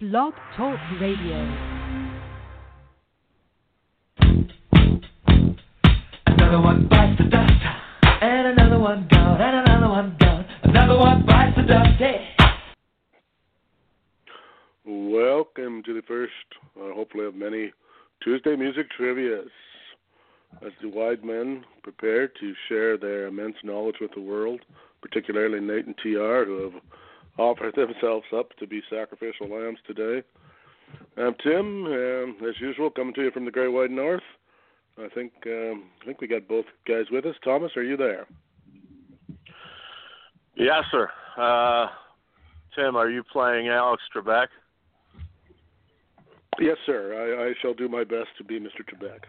Blog Talk Radio. Another one bites the dust, and another one down, and another one down. Another one bites the dust. Hey. Welcome to the first, uh, hopefully of many, Tuesday Music Trivias. As the wide men prepare to share their immense knowledge with the world, particularly Nate and TR, who have offered themselves up to be sacrificial lambs today. I'm Tim, um, as usual, coming to you from the Great White North. I think um, I think we got both guys with us. Thomas, are you there? Yes, sir. Uh, Tim, are you playing Alex Trebek? Yes, sir. I, I shall do my best to be Mr. Trebek.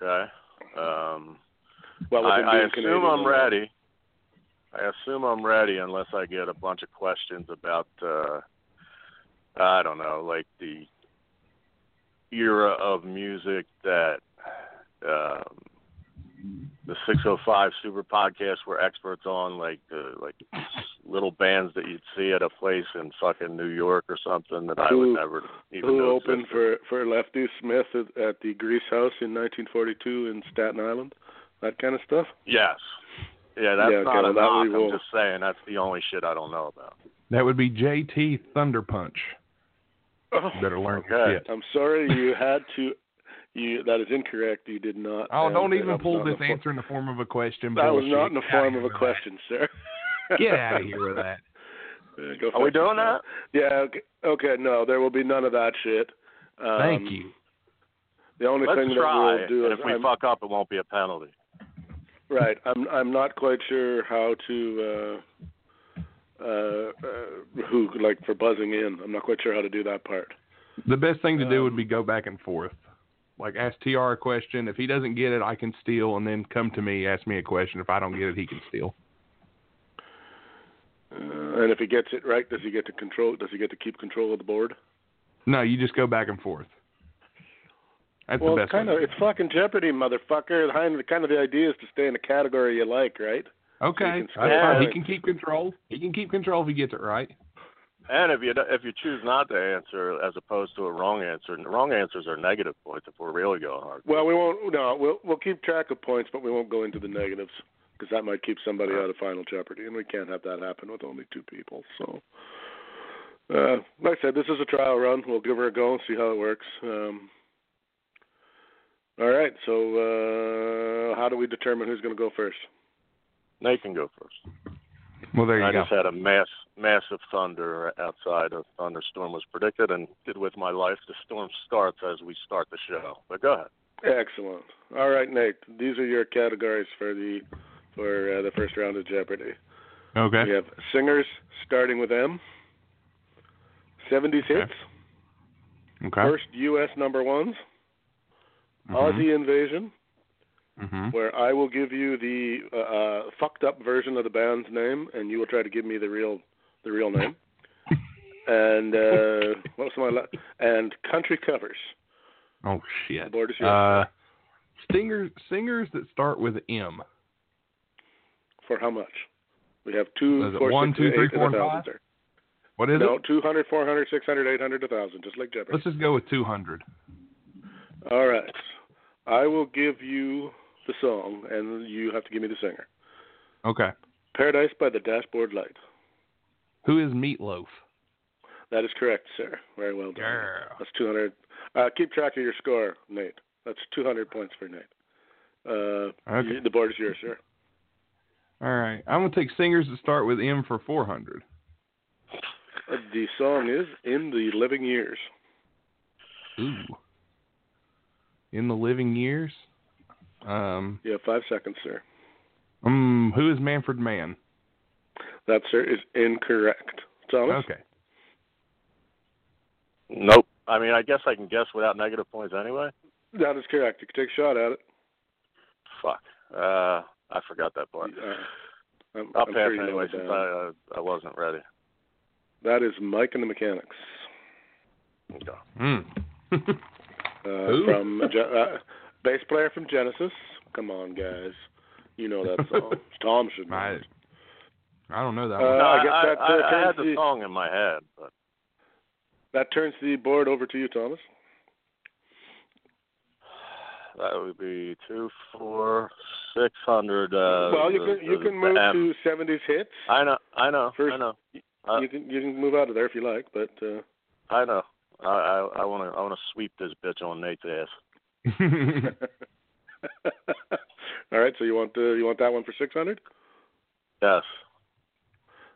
Okay. Um, Well, with I, him I being assume Canadian, I'm ready. I assume I'm ready unless I get a bunch of questions about, uh, I don't know, like the era of music that um, the 605 Super Podcast were experts on, like the like little bands that you'd see at a place in fucking New York or something that I Who- would never even who know opened existed. for for Lefty Smith at, at the Grease House in 1942 in Staten Island, that kind of stuff. Yes. Yeah, that's Yeah, okay, not well, a that knock. we will- I'm just saying that's the only shit I don't know about. That would be JT Thunder Punch. Oh, Better learn Okay. your shit. I'm sorry, you had to. You that is incorrect. You did not. Oh, and don't that even was pull not in this the fo- answer in the form of a question. That was Bullshit. not in the Get form outta of a here with question, sir. that. Get out of here with that. Go Are we fix doing that? yourself. Yeah. Okay, okay. No, there will be none of that shit. Um, Thank you. The only Let's thing try. that we'll do and is if we I'm- fuck up, it won't be a penalty. Right. I'm I'm not quite sure how to uh, uh, uh, who like for buzzing in. I'm not quite sure how to do that part. The best thing to do Um, would be go back and forth. Like ask TR a question. If he doesn't get it, I can steal, and then come to me, ask me a question. If I don't get it, he can steal. Uh, and if he gets it right, does he get to control? Does he get to keep control of the board? No, you just go back and forth. That's well, the it's best. way kind of to do it's fucking Jeopardy, motherfucker. The Kind of, kind of the idea is to stay in the category you like, right? it. okay. you can that's stay fine. on He it. can keep control. He can keep control if he gets it right. And if you do- if you choose not to answer as opposed to a wrong answer, and wrong answers are negative points if we're really going hard. Well, we won't. No, we'll we'll keep track of points, but we won't go into the negatives because that might keep somebody Uh-huh. out of Final Jeopardy, and we can't have that happen with only two people. So, uh, like I said, this is a trial run. We'll give her a go and see how it works. Um, all right. So, uh, how do we determine who's going to go first? Nate can go first. Well, there you I go. just had a mass massive thunder outside. A thunderstorm was predicted, and did with my life. The storm starts as we start the show. But go ahead. Excellent. All right, Nate. These are your categories for the for uh, the first round of Jeopardy. Okay. We have singers starting with M. 70s Okay. hits. Okay. First U.S. number ones, Mhm. Aussie Invasion, Mhm. where I will give you the uh, uh, fucked up version of the band's name, and you will try to give me the real the real name. and uh, what was my la- and country covers. Oh The shit. board is yours. Uh, singers singers that start with M. for how much? We have two, Is Uh, it four, one, six, two, eight, three, and a four, and thousand, five? sir. What is no, it? two hundred, four hundred, six hundred, eight hundred, a 1,000, just like Jeopardy. Let's just go with 200. All right. I will give you the song, and you have to give me the singer. Okay. Paradise by the Dashboard Light. Who is Meatloaf? That is correct, sir. Very well done. Girl. That's 200. Uh, keep track of your score, Nate. That's 200 points for Nate. Uh, Okay. you- the board is yours, sir. All right. I'm going to take singers that start with M for 400. Uh, The song is In the Living Years. Ooh. In the living years? Um, You have five seconds, sir. um who is Manfred Mann? That, sir, is incorrect. Thomas? Okay. Nope. I mean, I guess I can guess without negative points anyway. That is correct. You can take a shot at it. Fuck. Uh, I forgot that part. Uh, I'm, I'll I'm pass sure you know anyway it since down. I, I I wasn't ready. That is Mike and the Mechanics. Okay. Mm. Uh, Who? from Ge- uh, bass player from Genesis. Come on, guys. You know that song. Tom should know. I, it. I don't know that Uh, one. no, I I, guess I, that's, uh, I, I had currency. the song in my head, but That turns the board over to you, Thomas. That would be two, four, six hundred. Uh, um, well, you the- can you the- can the move M. to 70s hits. I know, I know, I First- know, uh, you can you can move out of there if you like, but uh, I know. I I, I want to I want to sweep this bitch on Nate's ass. all right. So you want the, you want that one for 600? Yes.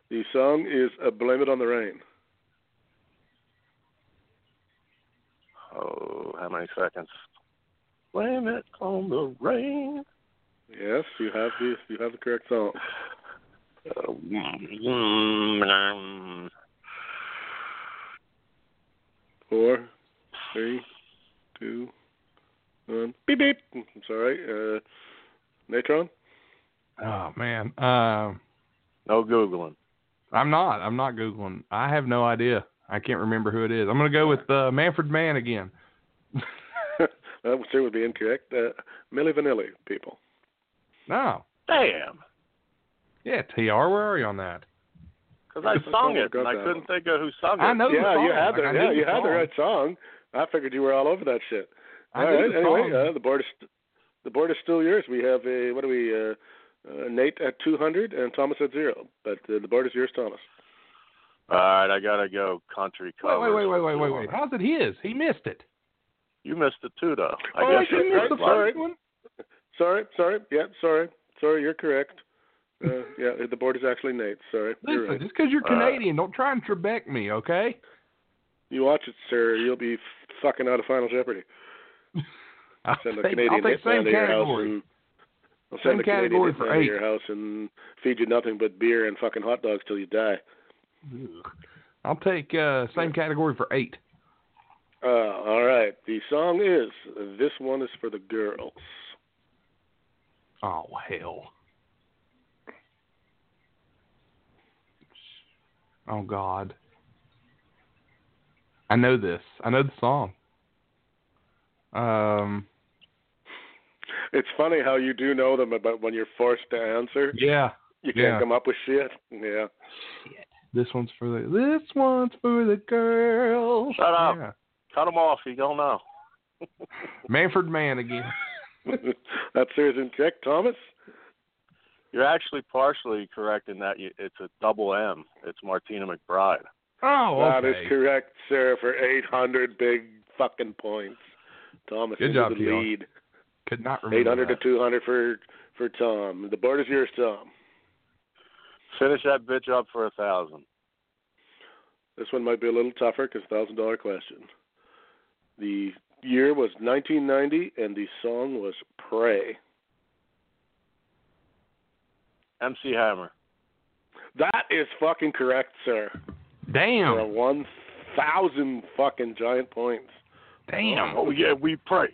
The song is uh, "Blame It on the Rain." Oh, how many seconds? Blame it on the rain. Yes, you have the you have the correct song. Um, Four, three, two, one. Beep beep. I'm sorry. Uh, Natron. oh man, um, No googling. I'm not. I'm not googling. I have no idea. I can't remember who it is. I'm gonna go with uh, Manfred Mann again. that would sure would be incorrect. Uh, Milli Vanilli, people. No. Damn, Yeah, Tr. Where are you on that? because I sung it and Got I that couldn't think of who sung it. I know the yeah, song. you had the Like, I knew yeah, the you had the song. right song. I figured you were all over that shit. I all knew right. the Anyway, song. Uh, the board is the board is still yours. We have a what do we? Uh, uh, Nate at 200 and Thomas at zero, but uh, the board is yours, Thomas. All right, I gotta go. Country Wait, covers. wait, wait, wait, wait, wait, wait. How's it his? He missed it. You missed it too, though. I oh, guess he that's missed the right. first one. Sorry, sorry, yeah, sorry, sorry. You're correct. Uh, yeah, the board is actually Nate. Sorry, you're Listen, right. just because you're Uh, Canadian, don't try and Trebek me, okay? You watch it, sir. You'll be fucking out of Final Jeopardy. I'll Send a take, Canadian I'll take Nate down same to your house category. and I'll send Same a Canadian category Nate for down to eight. your house and feed you nothing but beer and fucking hot dogs till you die. Ugh. I'll take uh, same category for eight. Uh, all right. The song is "This One Is for the Girls." Oh hell. Oh God. I know this. I know the song. Um. It's funny how you do know them, but when you're forced to answer, Yeah. you can't Yeah. come up with shit. Yeah. This one's for the. This one's for the girls. Shut up. Yeah. Cut him off. You don't know. Manfred Mann again. that sir is incorrect, Thomas. You're actually partially correct in that you, it's a double M. It's Martina McBride. Oh, That is okay. correct, sir, for 800 big fucking points. Thomas Good into job, the Keon. lead. Could not remember. 800 to that. 200 for for Tom. The board is yours, Tom. Finish that bitch up for a thousand. This one might be a little tougher because thousand dollar question. The year was 1990, and the song was "Pray." MC Hammer. That is fucking correct, sir. Damn. For 1,000 fucking giant points. Damn. Oh yeah, we pray.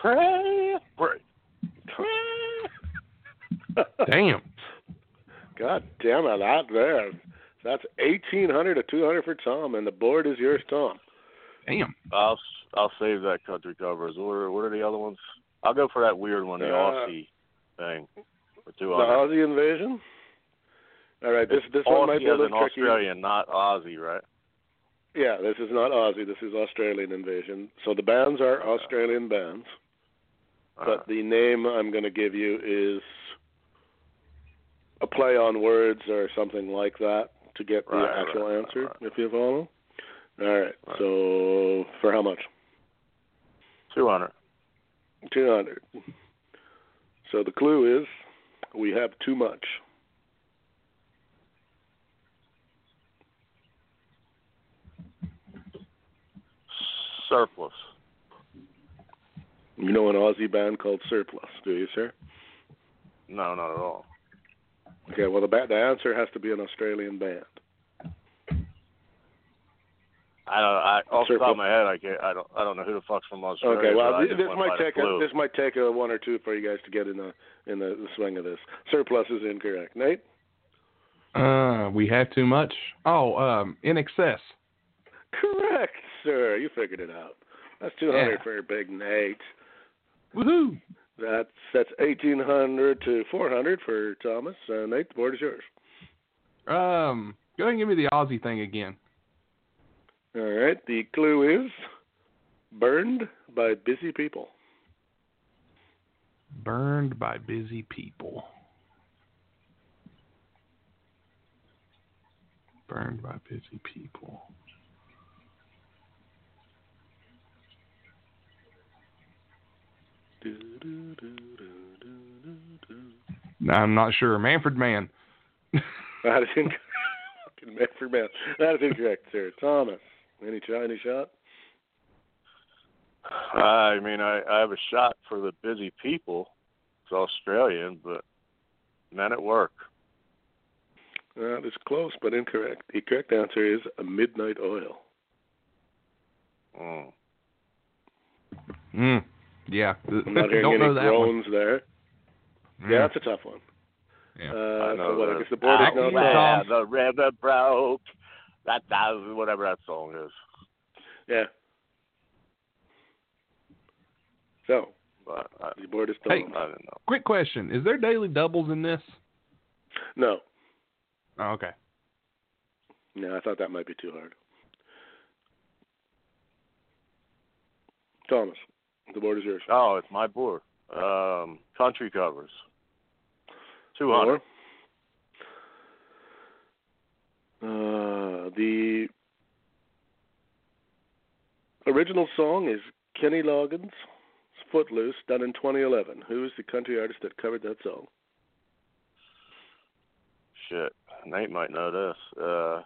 Pray. Pray. Damn. God damn it, out there. That's 1,800 to 200 for Tom, and the board is yours, Tom. Damn. I'll I'll save that country covers. What are, what are the other ones? I'll go for that weird one, the Uh, Aussie thing. For two The hundred. Aussie invasion. All right, this this Aussie one might be a as little an tricky. Australian, not Aussie, right? Yeah, this is not Aussie. This is Australian invasion. So the bands are Australian bands, Uh, but the name I'm going to give you is a play on words or something like that to get the Right, right, actual right, answer, right. if you follow. All right. Right. So for how much? two hundred. Two hundred. So the clue is we have too much. Surplus. You know an Aussie band called Surplus, do you, sir? No, not at all. Okay, well, the, ba- the answer has to be an Australian band. I don't. I, off the Circle. top of my head, I can't. I don't. I don't know who the fuck's from Australia. Okay, but well, I th- just this went by might the take a, clue. this might take a one or two for you guys to get in the in the, the swing of this. Surplus is incorrect, Nate. Uh, we have too much. Oh, um, in excess. Correct, sir. You figured it out. That's two hundred Yeah. for Big Nate. Woohoo. That's that's eighteen hundred to four hundred for Thomas. Uh, Nate, the board is yours. Um, go ahead and give me the Aussie thing again. All right. The clue is burned by busy people. Burned by busy people. Burned by busy people. No, I'm not sure. Manfred Man. That is incorrect. Fucking Manfred Man. That is incorrect, sir. Thomas. Any shot? Any shot? I mean, I, I have a shot for the busy people. It's Australian, but not at work. That is close, but incorrect. The correct answer is a midnight oil. Mm. Mm. Yeah. I'm not hearing Don't any know that one. groans there. Mm. Yeah, that's a tough one. Yeah. Uh, I know so what, that. I guess the board is Acme now Well, tied. Tom. the river broke. That, that whatever that song is. Yeah. So But I, the board is Hey. Tom. I don't know. Quick question: Is there daily doubles in this? No, Oh, okay. no, I thought that might be too hard. Thomas, the board is yours. Oh, it's my board. Um, country covers. Two Four. hundred. Uh, the original song is Kenny Loggins' "Footloose," done in 2011. Who is the country artist that covered that song? Shit, Nate might know this. Uh,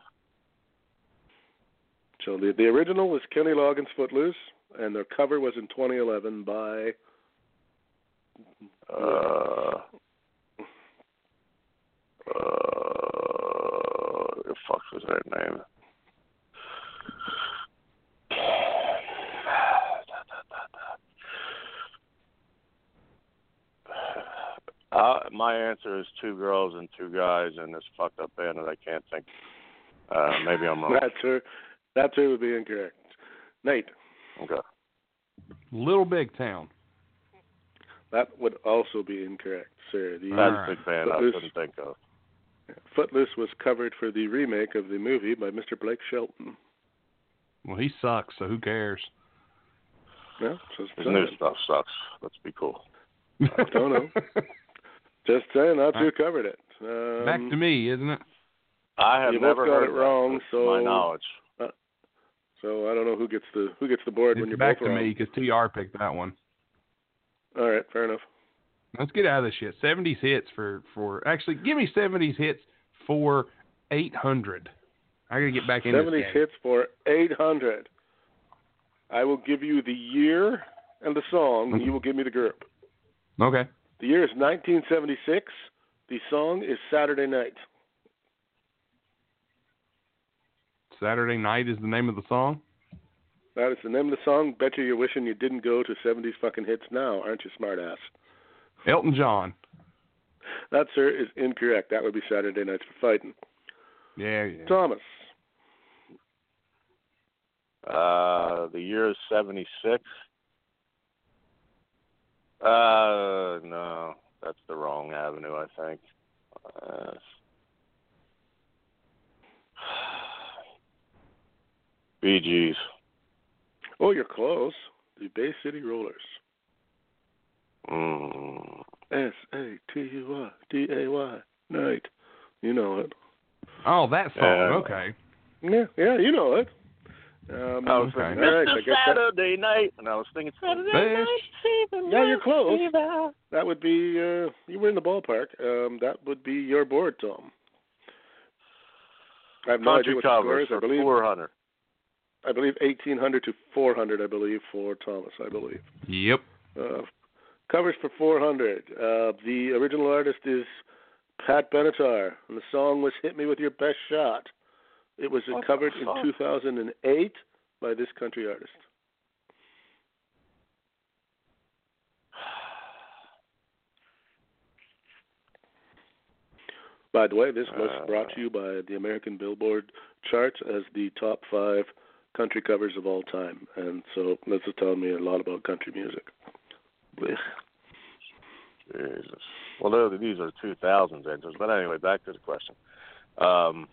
So the the original was Kenny Loggins' "Footloose," and their cover was in 2011 by uh, uh, the fuck was her name? Uh, my answer is two girls and two guys in this fucked up band that I can't think. Uh, maybe I'm wrong. That's her. That too would be incorrect. Nate, Okay. Little Big Town. that would also be incorrect, sir. The That's Alright. a big band I Footloose. couldn't think of. Footloose was covered for the remake of the movie by Mr. Blake Shelton. Well, he sucks, so who cares? Yeah, just His new saying. stuff sucks. Let's be cool. don't know. Just saying, that's who covered it. Um, Back to me, isn't it? I have You both never got heard it that, wrong, to my so- knowledge. So I don't know who gets the who gets the board when It's you're back both to wrong. me because TR picked that one. All right, fair enough. Let's get out of this shit. Seventies hits for for actually give me seventies hits for eight hundred. I gotta get back in Seventies this game. hits for eight hundred. I will give you the year and the song. and You will give me the group. Okay. The year is 1976. The song is Saturday Night. Saturday night is the name of the song. That is the name of the song. Betcha you're wishing you didn't go to 70s fucking hits now, aren't you, smartass? Elton John. That, sir, is incorrect. That would be Saturday Nights for Fighting. Yeah, yeah. Thomas, Uh, the year is '76. Uh, no, that's the wrong avenue. I think. Uh, Bee Gees. oh, you're close. The Bay City Rollers. Mm. S A T Y D A Y. Night. You know it. Oh, that song. Uh, okay. Yeah, yeah, you know it. Um, I Oh, was thinking, all right, I Mr. guess that, Saturday night, and I was thinking Saturday Best- night. Fever, Yeah, you're close. Fever. that would be, uh, you were in the ballpark. Um, that would be your board, Tom. I have no idea Country what the score covers is. I for believe four hundred. I believe 1800 to 400, I believe, for Thomas, I believe. Yep. Uh, covers for 400. Uh, the original artist is Pat Benatar, and the song was Hit Me With Your Best Shot. It was What the covered fuck? in 2008 by this country artist. By the way, this was Uh. brought to you by the American Billboard charts as the top five country covers of all time. And so this is telling me a lot about country music. Blech. Jesus. Well, though, these are 2000s answers. But anyway, back to the question. Um,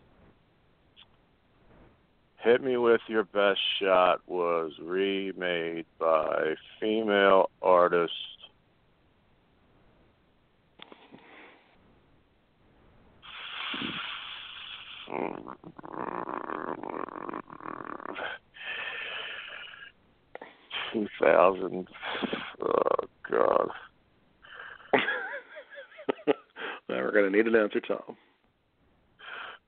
Hit Me With Your Best Shot was remade by female artist. Two thousand. Oh God. now we're going to need an answer, Tom.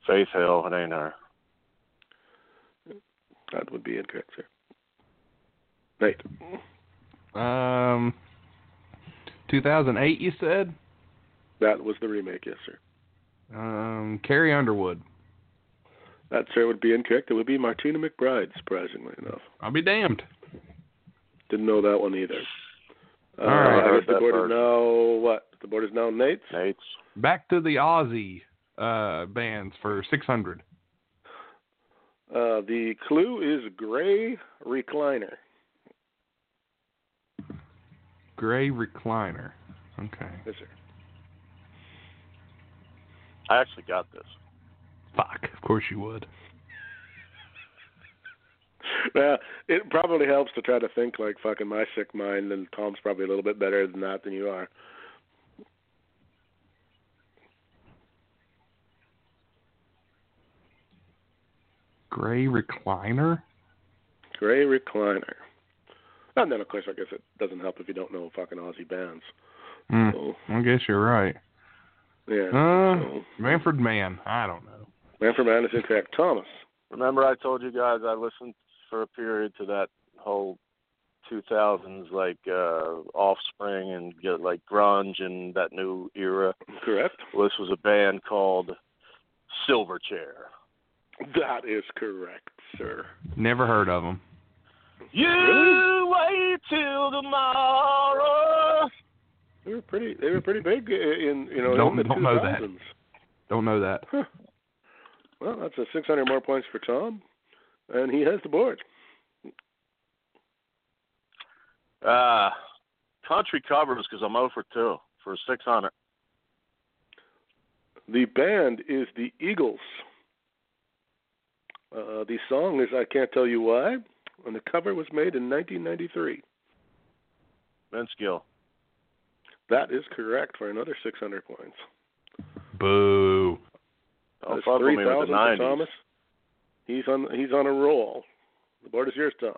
Faith Hill, it ain't her. That would be incorrect, sir. Nate. Um, 2008, you said. That was the remake, yes, sir. Um, Carrie Underwood. That, sir, would be incorrect. It would be Martina McBride, surprisingly enough. I'll be damned. Didn't know that one either. Uh, All right. I guess the That board first. is now what? The board is now Nate's. Nate's. Back to the Aussie uh, bands for 600. Uh, the clue is gray recliner. Gray recliner. Okay. Yes, sir. I actually got this. Fuck. Of course you would. Well, it probably helps to try to think like fucking my sick mind, and Tom's probably a little bit better than that than you are. Gray recliner. Gray recliner. And then, of course, I guess it doesn't help if you don't know fucking Aussie bands. Hmm. So, I guess you're right. yeah. Uh, Manfred Mann. I don't know. So, man from Anderson, correct. Thomas. Remember, I told you guys I listened for a period to that whole 2000s like uh Offspring and you know, like grunge and that new era. Correct. Well, this was a band called Silverchair. That is correct, sir. Never heard of them. You wait till tomorrow. They were pretty. They were pretty big i- in you know Don't- in the don't 2000s. know that. Don't know that. Huh. Well, that's a 600 more points for Tom, and he has the board. Uh, country covers because I'm 0 for 2 for 600. The band is the Eagles. Uh, the song is "I Can't Tell You Why," and the cover was made in 1993. Vince Gill. That is correct for another 600 points. Boo. Don't That's fuck with me with 3,000 the for 90s. Thomas. He's on. He's on a roll. The board is yours, Tom.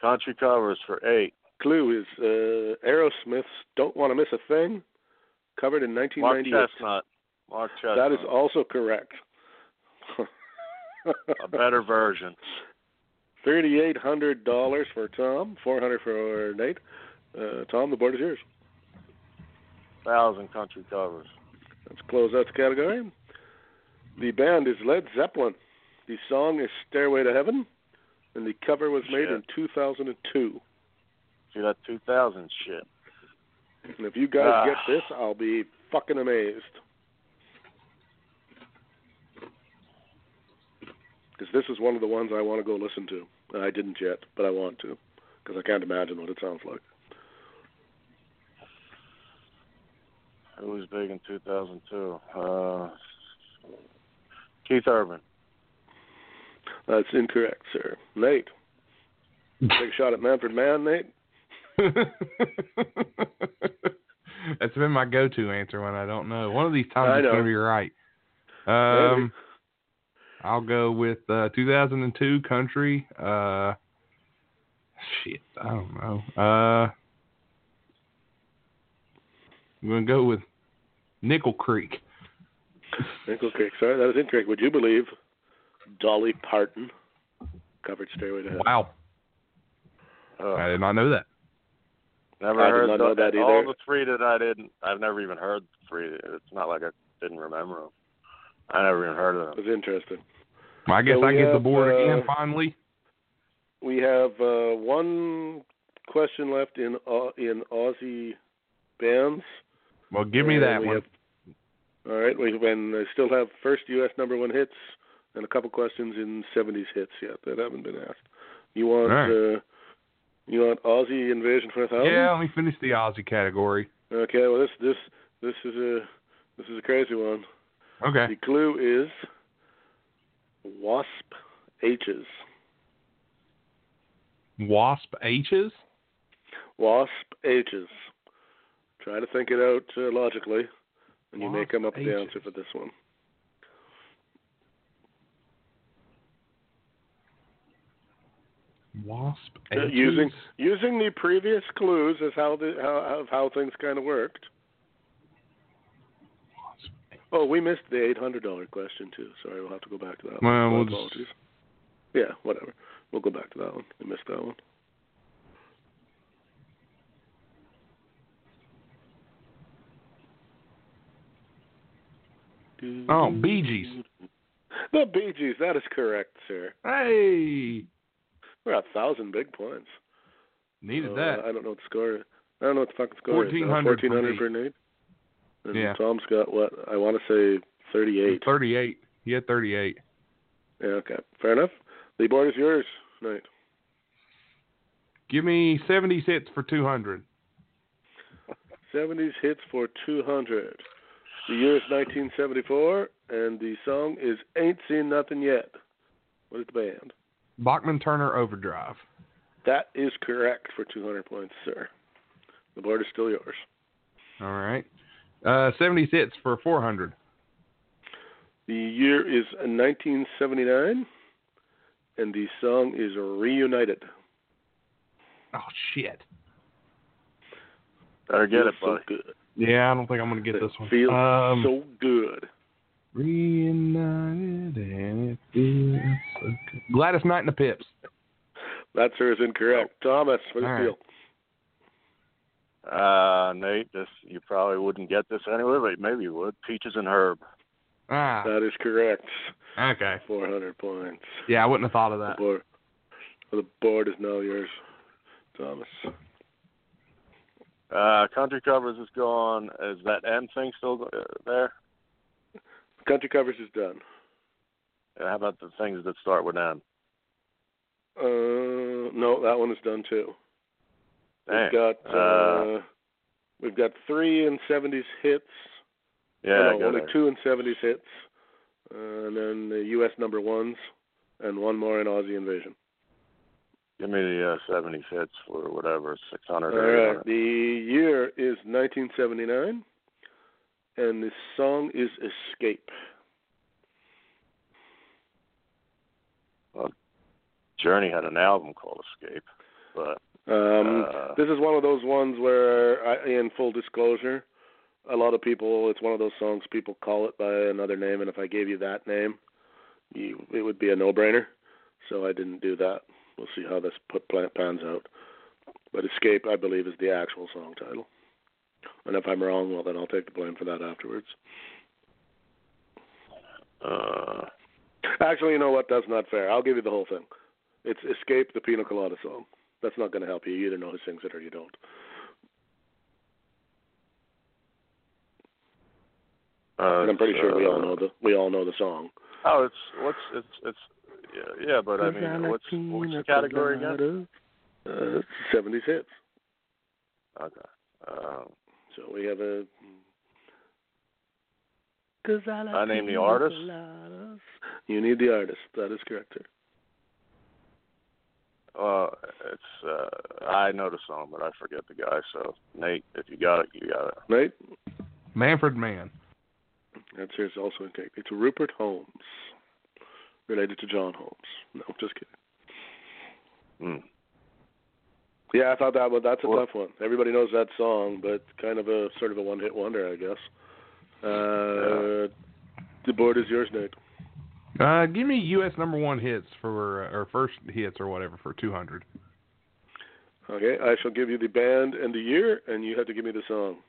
Country covers for 8. Clue is uh, Aerosmith's "Don't Want to Miss a Thing," covered in Mark 1998. Chestnut. Mark Chestnut. That is also correct. a better version. Thirty-eight hundred dollars for Tom, four hundred for Nate. Uh, Tom, the board is yours. Thousand country covers. Let's close out the category. The band is Led Zeppelin. The song is "Stairway to Heaven," and the cover was made Shit. in 2002. See that 2000 shit. And if you guys Ah. get this, I'll be fucking amazed. Because this is one of the ones I want to go listen to. I didn't yet, but I want to. Because I can't imagine what it sounds like. Who was big in 2002? Uh, Keith Urban. That's incorrect, sir. Nate. Take a shot at Manfred Mann, Nate. That's been my go-to answer when I don't know. One of these I times it's know. gonna be right. Um, I'll go with uh, 2002 country. Uh, shit, I don't know. Uh, I'm gonna go with Nickel Creek. Nickel Creek, sorry, that is incorrect. Would you believe Dolly Parton covered Stairway to Heaven? Wow, Uh, I did not know that. never I did heard not the- know that all either. the three that I didn't. I've never even heard the three. It's not like I didn't remember them. I never even heard of That them. was interesting. Well, I guess we I get the have, board again uh, finally. We have uh, one question left in Au- in Aussie bands. Well, give me And that we one. have- all right, we when uh, still have first U.S. number one hits and a couple questions in '70s hits yet that haven't been asked. You want All right. uh, you want Aussie Invasion for a thousand? Yeah, let me finish the Aussie category. Okay. Well, this this this is a this is a crazy one. Okay. The clue is wasp H's. Wasp H's? Wasp H's. Try to think it out uh, logically, and you may Wasp come up with the H's. answer for this one. Wasp Uh, H's? using using the previous clues as how the how how- how things kind of worked. Wasp H's. Oh, we missed the eight hundred dollar question too. Sorry, we'll have to go back to that. Well, one. My we'll just- apologies. Yeah, whatever. We'll go back to that one. We missed that one. Oh, Bee Gees. The Bee Gees. That is correct, sir. Hey! We're a thousand big points. Needed So, that. uh, I don't know what the score. I don't know what the fucking score is. 1400 for Fourteen hundred me. for Nate. And Yeah. Tom's got what I want to say thirty-eight. 38. He had 38. Yeah, okay, fair enough. The board is yours, Nate. Give me 70 cents for 200. Seventies hits for two hundred. The year is nineteen seventy-four, and the song is "Ain't Seen Nothing Yet." What is the band? Bachman Turner Overdrive. That is correct for two hundred points, sir. The board is still yours. All right. Uh, 70 cents for 400. The year is 1979, and the song is "Reunited." Oh, shit. Better get Feels it, buddy. So good. Yeah, I don't think I'm going to get this one. Feels um, so good. Reunited and it feels so good. Gladys Knight and the Pips. That sir is incorrect. Thomas, what All do right. you feel? Uh, Nate, this you probably wouldn't get this anyway, but maybe you would. Peaches and Herb. Ah, That is correct. Uh, okay. 400 points. Yeah, I wouldn't have thought of The that. board, the board is now yours, Thomas. Uh, Country Covers is gone. Is that M thing still uh, there? Country covers is done. And how about the things that start with M? Uh, no, that one is done too. Dang. We've got uh, Uh, we've got three in 70s hits. Oh, yeah, no, go only there. two in 70s hits, uh, and then the U.S. number ones, and one more in Aussie Invasion. Give me the uh, 70 hits for whatever, 600 All or right. The year is 1979, and the song is "Escape." Journey had an album called Escape. But Um, Uh. this is one of those ones where, I, in full disclosure, a lot of people. It's one of those songs people call it by another name, and if I gave you that name, you it would be a no-brainer. So I didn't do that. We'll see how this put plant pans out. But "Escape," I believe, is the actual song title. And if I'm wrong, well, then I'll take the blame for that afterwards. uh, Actually, you know what? That's not fair. I'll give you the whole thing. It's Escape the Pina Colada song. That's not going to help you. You either know who sings it or you don't. uh, And I'm pretty sure we all know uh, the we all know the song. Oh, it's what's it's it's yeah, yeah but I mean, what's what's the category again? Uh, 70s hits. Okay. Um, So we have a. I, I name the artist? You need the artist. That is correct, sir. uh, it's uh, I know the song, but I forget the guy. So Nate, if you got it, you got it. Right? Manfred Mann. That sir is also incorrect. It's Rupert Holmes, related to John Holmes. No, just kidding. Mm. Yeah, I thought that was that's a Well- tough one. Everybody knows that song, but kind of a sort of a one-hit wonder, I guess. Uh, The board is yours, Nate. Uh, give me U.S. number one hits for uh, or first hits or whatever for 200. Okay, I shall give you the band and the year, and you have to give me the song.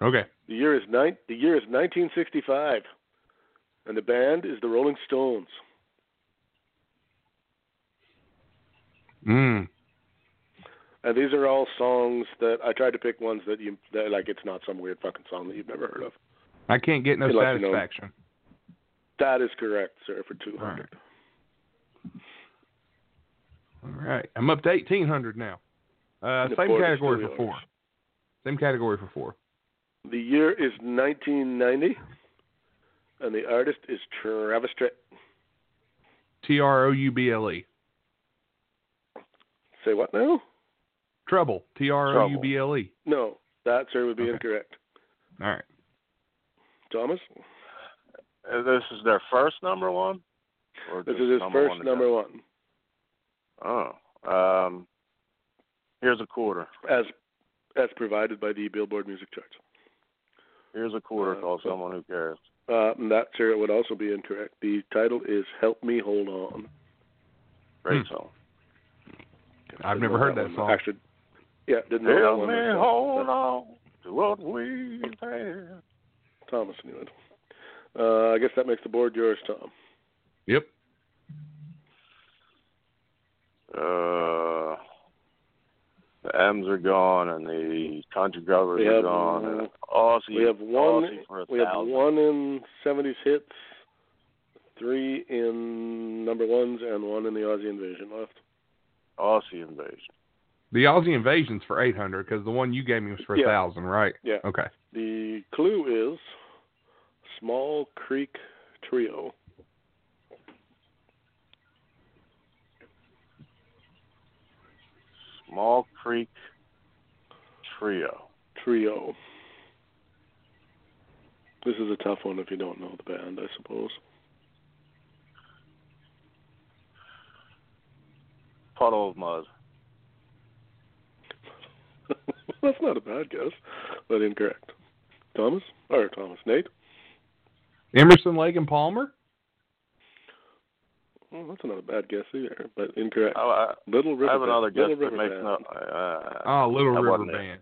Okay. The year is nine. The year is 1965, and the band is the Rolling Stones. Mm. And these are all songs that I tried to pick ones that you that like. It's not some weird fucking song that you've never heard of. I can't get no Good luck, you know. satisfaction. That is correct, sir. For 200. All right. All right. I'm up to 1800 now. Uh, The same board is category still for yours. four. Same category for four. The year is 1990, and the artist is Travis Tritt. T R O U B L E. Say what now? Trouble. T R O U B L E. No, that sir would be Okay. incorrect. All right. Thomas, Uh, This is their first number one. Or this just is his number first one to number one. go? Oh. Um. Here's a quarter. as as provided by the Billboard Music Charts. Here's a quarter. Uh, Call so- someone who cares. Uh, and that, sir, would also be incorrect. The title is "Help Me Hold On." Great Hmm. song. I've Didn't never know heard that that one. song. Actually, yeah, didn't know that Help one. me myself, hold on to what we have. but Thomas knew it. Uh, I guess that makes the board yours, Tom. Yep. Uh, the M's are gone and the country grubbers We are have, gone. and uh, Aussie, We have one. Aussie for a We have thousand. one in '70s hits, three in number ones, and one in the Aussie Invasion left. Aussie invasion. The Aussie Invasion's for 800 because the one you gave me was for a Yeah. 1,000, right? Yeah. Okay. The clue is Small Creek Trio. Small Creek Trio. Trio. This is a tough one if you don't know the band, I suppose. Puddle of mud. That's not a bad guess, but incorrect. Thomas? Or Thomas, Nate? Emerson, Lake, and Palmer? Well, that's not a bad guess either, but incorrect. Oh, I, Little River I have another Band. guess Little that River makes Band. no. Uh, Oh, Little That River wasn't it. Band.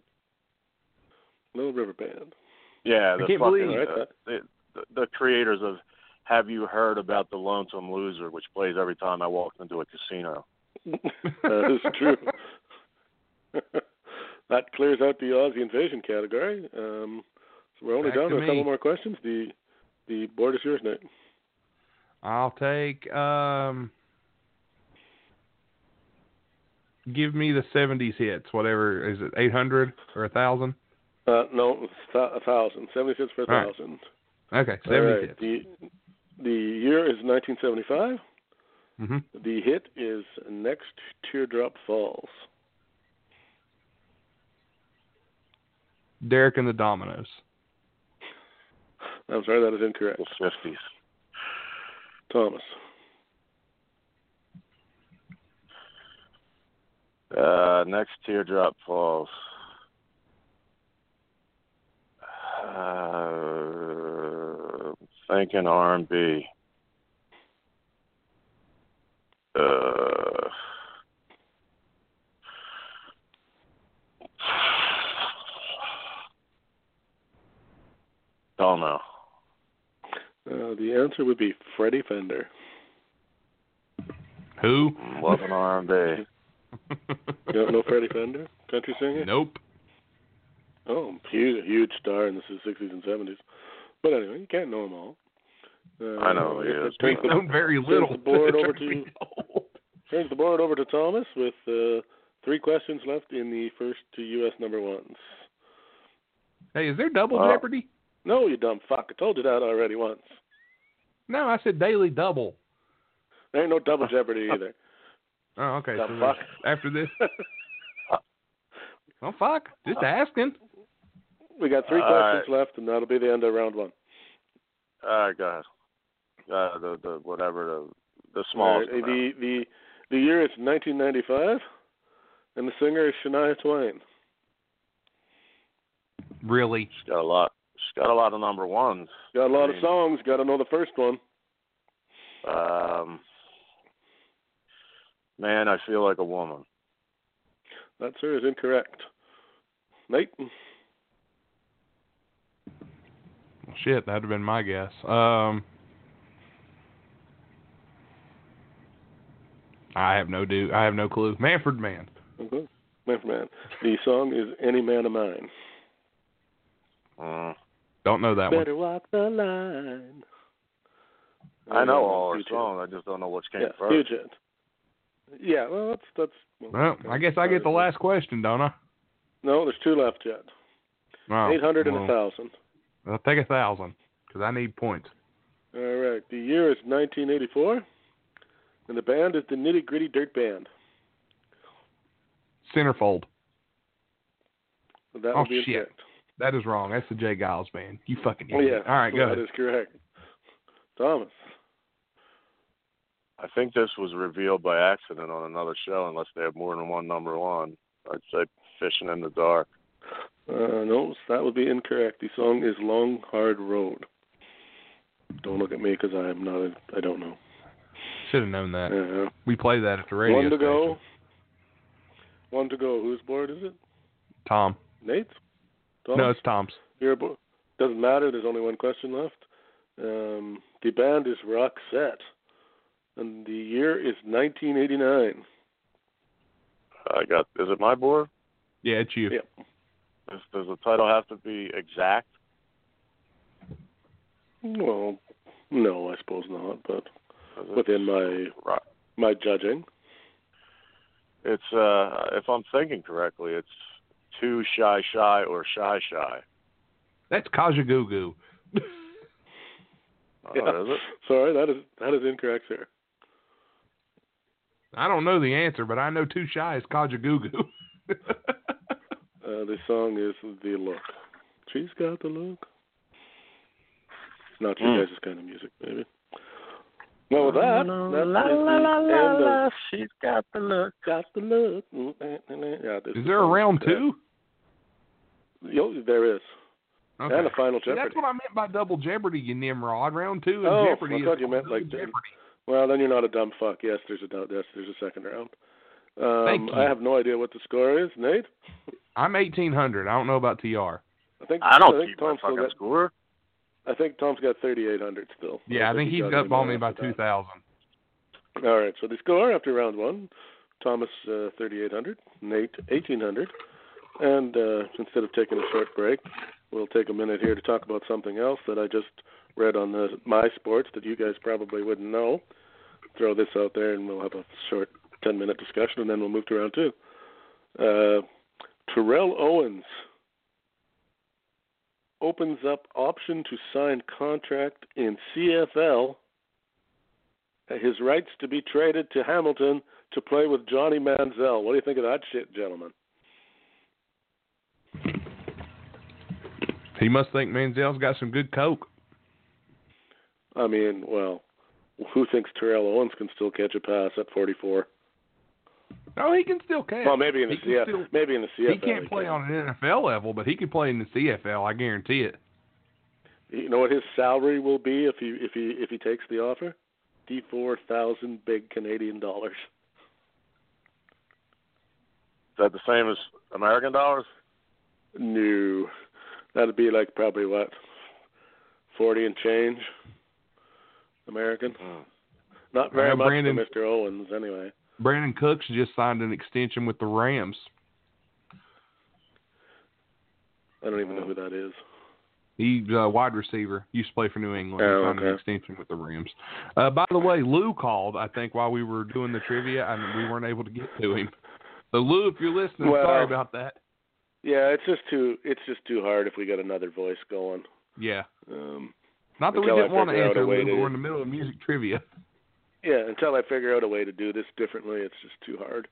Little River Band. yeah, the can't fucking believe- uh, the, the, the creators of Have you heard about the Lonesome Loser, which plays every time I walk into a casino. That is true. that clears out the Aussie invasion category. Um, so we're only Back down to to a couple me. more questions. The the board is yours, Nate. I'll take. um Give me the 70s hits, whatever. Is it 800 or a 1,000? Uh, no, it's thou- a thousand. Seventy cents per All right. thousand. Okay, 70s All right. hits. The the year is 1975. hmm The hit is Next Teardrop Falls. Derek and the Dominoes. I'm sorry, that is incorrect. The 50s. Thomas. Uh, next teardrop falls. Uh, thinking R and B. Uh, don't know. Uh, the answer would be Freddie Fender. Who? Loving R and B. You don't know Freddie Fender? Country singer? Nope. Oh, huge, huge star in the 60s and 70s. But anyway, you can't know them all. Uh, I know, I guess yeah. that We turns, the, know very little. the board over Turns me old. turns the board over to Thomas with uh, three questions left in the first two U.S. number ones. Hey, is there double Uh, Well- jeopardy? No, you dumb fuck. I told you that already once. No, I said daily double. There ain't no double jeopardy either. Oh, okay. The so there's- fuck? after this, oh fuck, just asking. we got three All questions left, and that'll be the end of round one. All right, go ahead. Uh, the the whatever the the All smallest. right, amount. the the the year is 1995, and the singer is Shania Twain. Really? She's got a lot. She's got a lot of number ones. Got a lot I mean- of songs. Got to know the first one. Um, man, I feel like a woman. That sir is incorrect. Nate, Well, shit, that'd have been my guess. Um, I have no do. I have no clue. Manfred Man. okay. Mm-hmm. man for man. The song is "Any Man of Mine." Mm. Don't know that one. Better walk the line. I know all her Huge hit. songs. I just don't know which came Yeah, first. huge hit. Yeah, well, that's that's. Well, I guess I get the last question, don't I? No, there's two left yet. Oh, Eight hundred and a well, thousand. I'll take a thousand because I need points. All right. The year is 1984, And the band is the Nitty Gritty Dirt Band. Centerfold. So that Oh, would be shit. incorrect. That is wrong. That's the Jay Giles band. You fucking Oh, yeah. idiot. All right, go That ahead. is correct. Thomas. I think this was revealed by accident on another show, unless they have more than one number one. I'd say Fishing in the Dark. Uh, no, that would be incorrect. The song is Long Hard Road. Don't look at me because I'm not. A, I don't know. Should have known that. Uh, We play that at the radio. one to station. go. One to go. Whose board is it? Tom. Nate? Tom? No, it's Tom's. Your bo- doesn't matter. There's only one question left. Um, the band is Roxette, and the year is 1989. I got. Is it my board? Yeah, it's you. Yeah. Does, does the title have to be exact? Well, no, I suppose not, but Is it- within my Right. my judging. It's uh, if I'm thinking correctly, it's too shy, shy, or shy, shy. That's Kajagoogoo. Oh, Yeah. Is it? Sorry, that is that is incorrect, sir. I don't know the answer, but I know Too Shy is Kajagoogoo. Uh, the song is The Look. She's got the look. Not your Mm. guys' kind of music, maybe. Well, with that, that's the uh, end of- She's got the look. got the look. Mm, eh, Yeah, this uh, is there a round two? Yo, there is. Okay. And a final See, Jeopardy. That's what I meant by double Jeopardy, you nimrod. Round two in Oh, Jeopardy. I thought is you meant double like Jeopardy. Well, then you're not a dumb fuck. Yes, there's a dou- yes, there's a second round. Um, Thank you. I have no idea what the score is, Nate. I'm 1800. I don't know about TR. I think I don't think keep my Tom's still fucking got. score. I think Tom's got 3,800 still. Yeah, I think he he's got up any more on me by after that. 2000. All right, so the score after round one Thomas, uh, 3,800, Nate, 1,800. And uh, instead of taking a short break, we'll take a minute here to talk about something else that I just read on the, my sports that you guys probably wouldn't know. Throw this out there, and we'll have a short 10 minute discussion, and then we'll move to round two. Uh, Terrell Owens opens up option to sign contract in CFL uh, his rights to be traded to Hamilton to play with Johnny Manziel. What do you think of that shit, gentlemen? He must think Manziel's got some good coke. I mean, well, who thinks Terrell Owens can still catch a pass at 44? Oh, he can still catch. Well, maybe in the He can CFL. still- maybe in the he CFL. can't play on an NFL level, but he can play in the CFL. I guarantee it. You know what his salary will be if he if he if he takes the offer? Fifty-four thousand big Canadian dollars. Is that the same as American dollars? No, that'd be like probably what forty and change. American, Hmm. not very know much Brandon- for Mr. Owens anyway. Brandon Cooks just signed an extension with the Rams. I don't even know who that is. He's a wide receiver. Used to play for New England. Oh, he signed okay. an extension with the Rams. Uh, by the way, Lou called. I think while we were doing the trivia, and we weren't able to get to him. So Lou, if you're listening, Well- sorry about that. Yeah, it's just too it's just too hard if we got another voice going. Yeah, Um, not that we Until I didn't want to figure out a answer way Lou, but to- we're in the middle of music trivia. yeah, until I figure out a way to do this differently, it's just too hard.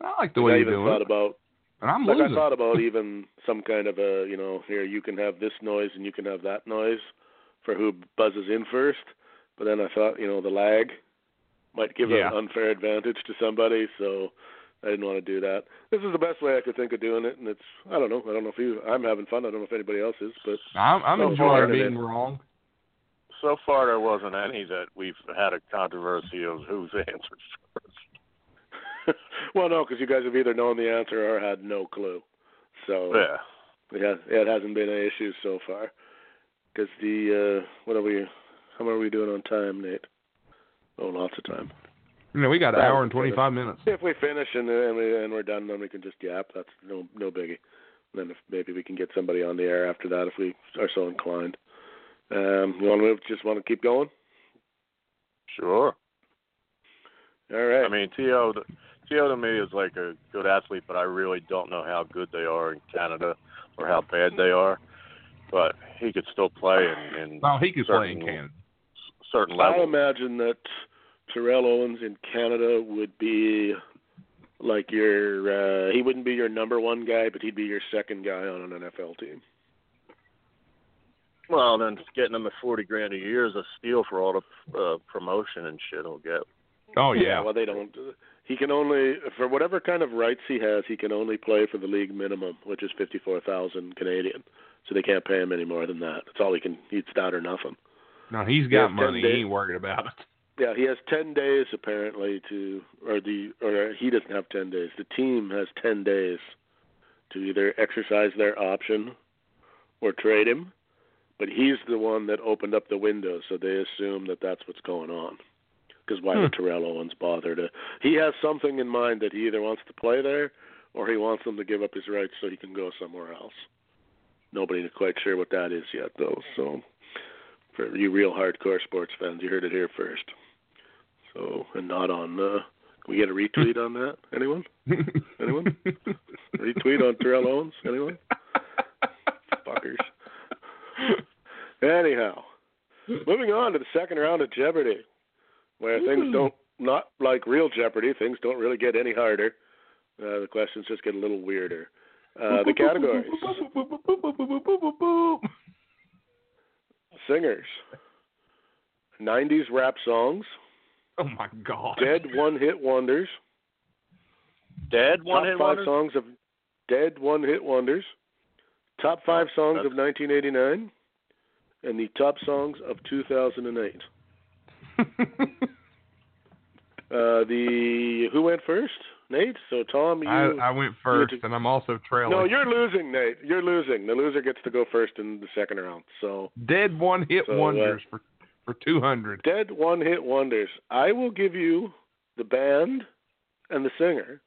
I like the Like, way I you're even doing thought it. about And I'm like losing. I thought about even some kind of a you know here you can have this noise and you can have that noise for who buzzes in first. But then I thought you know the lag might give Yeah. an unfair advantage to somebody, so I didn't want to do that. This is the best way I could think of doing it, and it's I don't know I don't know if you I'm having fun I don't know if anybody else is, but I'm, I'm so far enjoying it being is. wrong. So far, there wasn't any that we've had a controversy of who's answered first. well, no, because you guys have either known the answer or had no clue. So Yeah. it, has, it hasn't been an issue so far. Because the uh, what are we? How are we doing on time, Nate? Oh, lots of time. You know, we got an That hour was and good. 25 minutes. If we finish and uh, and, we, and we're done, then we can just yap. That's no no biggie. And then if maybe we can get somebody on the air after that if we are so inclined. Um, you want to move? Just want to keep going? Sure. All right. I mean, To to- To to me is like a good athlete, but I really don't know how good they are in Canada or how bad they are. But he could still play in, in No, Oh, he could play in Certainly. Canada. certain I levels. imagine that Terrell Owens in Canada would be like your uh he wouldn't be your number one guy, but he'd be your second guy on an NFL team. Well, then getting them at forty grand a year is a steal for all the uh, promotion and shit he'll get. Oh yeah. Well, they don't. He can only for whatever kind of rights he has, he can only play for the league minimum, which is fifty four thousand Canadian. So they can't pay him any more than that. That's all he can. It's that or nothing. No, he's got Yes, money. and He they- ain't worried about it. Yeah, he has ten days apparently to, or the, or he doesn't have ten days. The team has ten days to either exercise their option or trade him, but he's the one that opened up the window, so they assume that that's what's going on. Because why would Terrell Owens bother to? He has something in mind that he either wants to play there, or he wants them to give up his rights so he can go somewhere else. Nobody's quite sure what that is yet, though. So, for you real hardcore sports fans, you heard it here first. So, and not on. Uh, can we get a retweet on that? Anyone? Anyone? Retweet on Terrell Owens? Anyone? Fuckers. Anyhow, moving on to the second round of Jeopardy, where things don't not like real Jeopardy. Things don't really get any harder. Uh, the questions just get a little weirder. Uh, the categories: singers, '90s rap songs, Oh my god. dead one-hit wonders, Dead one hit top five wonders. songs of dead one-hit wonders, top five songs of 1989, and the top songs of 2008. Uh, the who went first? Nate. So Tom, you. I, I went first, just- and I'm also trailing. no, you're losing, Nate. You're losing. The loser gets to go first in the second round. So dead one hit So, uh, wonders for for two hundred. dead one-hit wonders. I will give you the band and the singer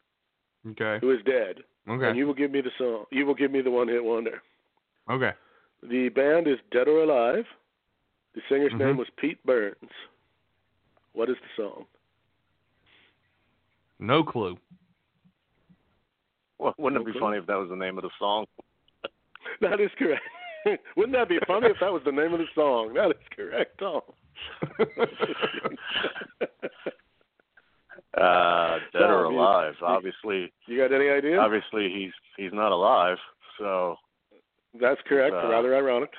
Okay. who is dead, and Okay. you will give me the song. You will give me the one-hit wonder. Okay. The band is Dead or Alive. The singer's Mhm. name was Pete Burns. What is the song? No clue. Well, wouldn't it be Okay. funny if that was the name of the song? That is correct. Wouldn't that be funny if that was the name of the song? That is correct, Oh. Tom. Uh, dead or No, I mean, alive? it's- Obviously, you got any idea? obviously he's he's not alive. So That's correct. Uh, Rather ironic.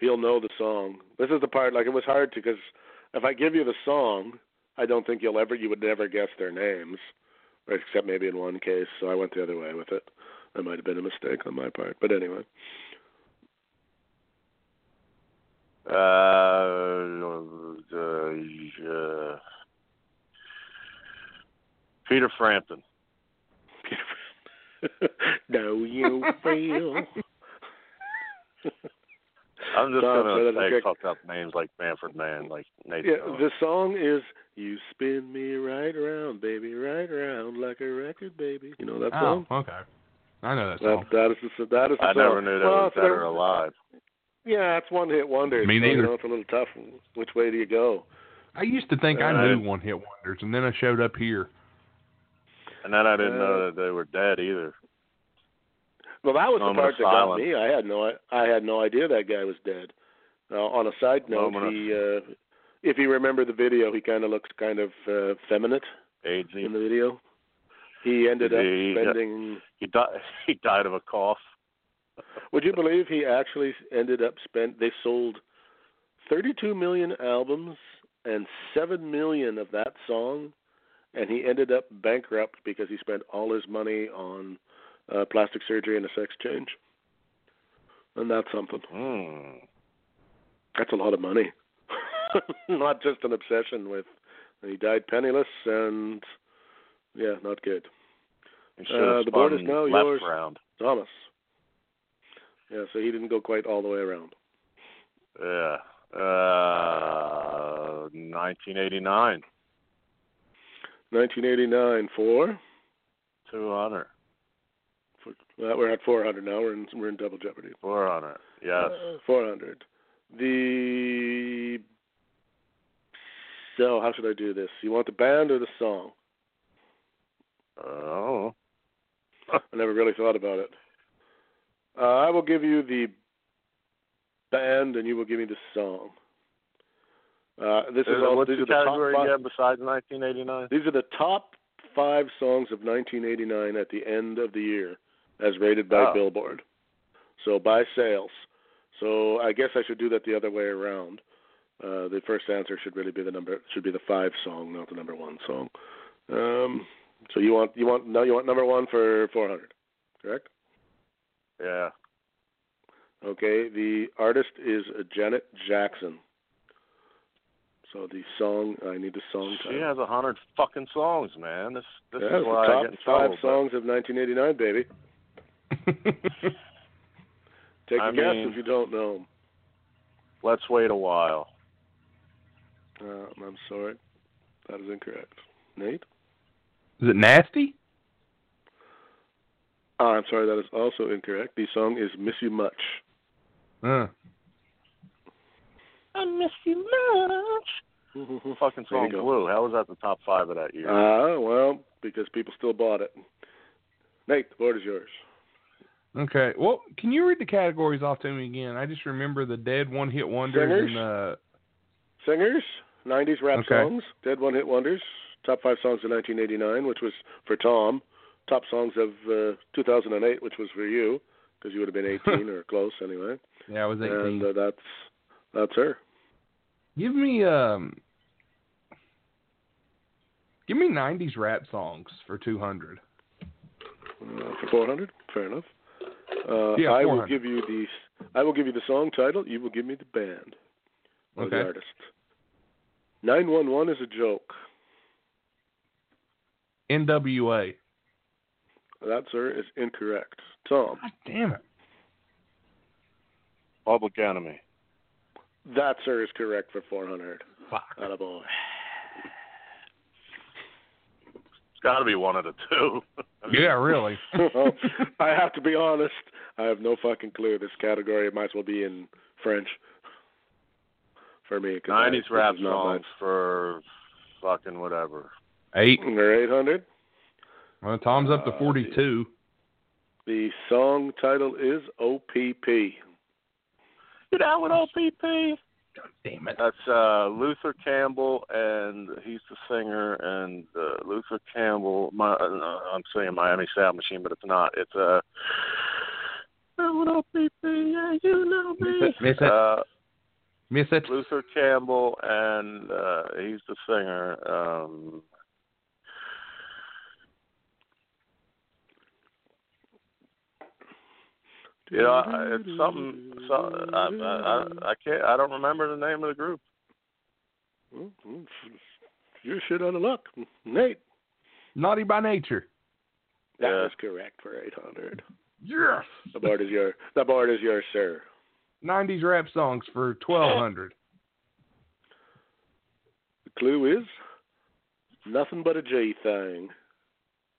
You'll know the song. This is the part like it was hard to because if I give you the song, I don't think you'll ever you would never guess their names, or except maybe in one case. So I went the other way with it. That might have been a mistake on my part, but anyway. uh, uh, Peter Frampton. no, you feel. I'm Sorry, just gonna brother, that's say correct. fucked up names like Manfred Mann, like Nate. Yeah, Dogg. the song is "You Spin Me Right Round, Baby, Right Round Like a Record, Baby." You know that song? Oh, okay. I know that That, song. that is the that is the I song. never knew that Well, was if dead there- or alive. Yeah, it's one hit wonder. Me so, you neither. know, it's a little tough. Which way do you go? I used to think Uh, I knew one hit wonders, and then I showed up here. And then I didn't Uh, know that they were dead either. Well, that was Moment the part of that got silence. me. I had no I had no idea that guy was dead. Now, on a side note, Moment of- he uh, if you remember the video, he kind of looks kind of uh, feminine AIDS. He, in the video. He ended up He- spending. he died. He died of a cough. Would you believe he actually ended up spent? They sold 32 million albums, and seven million of that song, and he ended up bankrupt because he spent all his money on uh, plastic surgery and a sex change. And that's something. Hmm. That's a lot of money. not just an obsession with. He died penniless, and yeah, not good. He should have Uh, the board spun is now left yours. round. Thomas. Yeah, so he didn't go quite all the way around. Yeah. Uh, 1989. 1989 for 200. for- well, we're at 400 now. We're in we're in double jeopardy. 400. Yes. Uh, 400. The so how should I do this? You want the band or the song? Uh, Oh. I never really thought about it. Uh, I will give you the band, and you will give me the song. Uh, this is Uh, all, what's these the are the top category five- again besides 1989? These are the top five songs of 1989 at the end of the year, as rated by Oh. Billboard. So by sales. So I guess I should do that the other way around. Uh, the first answer should really be the number should be the five song, not the number one song. Um, so you want you want no you want number one for 400, correct? Yeah. Okay. The artist is Janet Jackson. So the song I need the song She title. has a hundred fucking songs, man. This this Oh, Yeah, is it's why the I top get in five trouble. but songs of 1989, baby. Take a I guess mean- if you don't know. Let's wait a while. Um, I'm sorry, that is incorrect. Nate, Is it nasty? Ah, I'm sorry, that is also incorrect. The song is "Miss You Much." Uh, I miss you much. Fucking There you song go. Blue. How was that the top five of that year? Ah, well, because people still bought it. Nate, the board is yours. okay. Well, can you read the categories off to me again? I just remember the dead one hit wonders and uh, Singers, 90s rap Okay. songs, Dead One Hit Wonders, top five songs of 1989, which was for Tom, top songs of uh, 2008, which was for you, because you would have been 18 or close anyway. yeah, I was And eighteen. uh, that's that's her. give me um, give me nineties rap songs for two hundred. Uh, for 400, fair enough. Uh, Yeah, I will 400. give you the I will give you the song title. You will give me the band or the Okay. artist. Nine one one is a joke. NWA. That sir is incorrect. Tom, God damn it. Public Enemy. that sir is correct for 400. Fuck. Atta boy. It's got to be one of the two. Yeah, really. I have to be honest. I have no fucking clue. This category might as well be in French for me. 'cause I- Nineties this rap is not my- songs for fucking whatever. Eight. Number 800. Well, Tom's up to Uh, forty-two. The song title is OPP. Get out with OPP. Damn it. That's uh, Luther Campbell, and he's the singer. And uh, Luther Campbell, my, uh, I'm saying Miami Sound Machine, but it's not. It's uh, I would hope it be, yeah, you know me. Miss it. Uh, Miss it. Luther Campbell, and uh, he's the singer. Um, you know, I- it's something. So, I, I, I can't. I don't remember the name of the group. Mm-hmm. You're shit out of luck. Nate. Naughty by nature. That is Yeah. correct for 800. Yes. The board is your. The board is yours, sir. Nineties rap songs for twelve hundred. The clue is nothing but a J thing.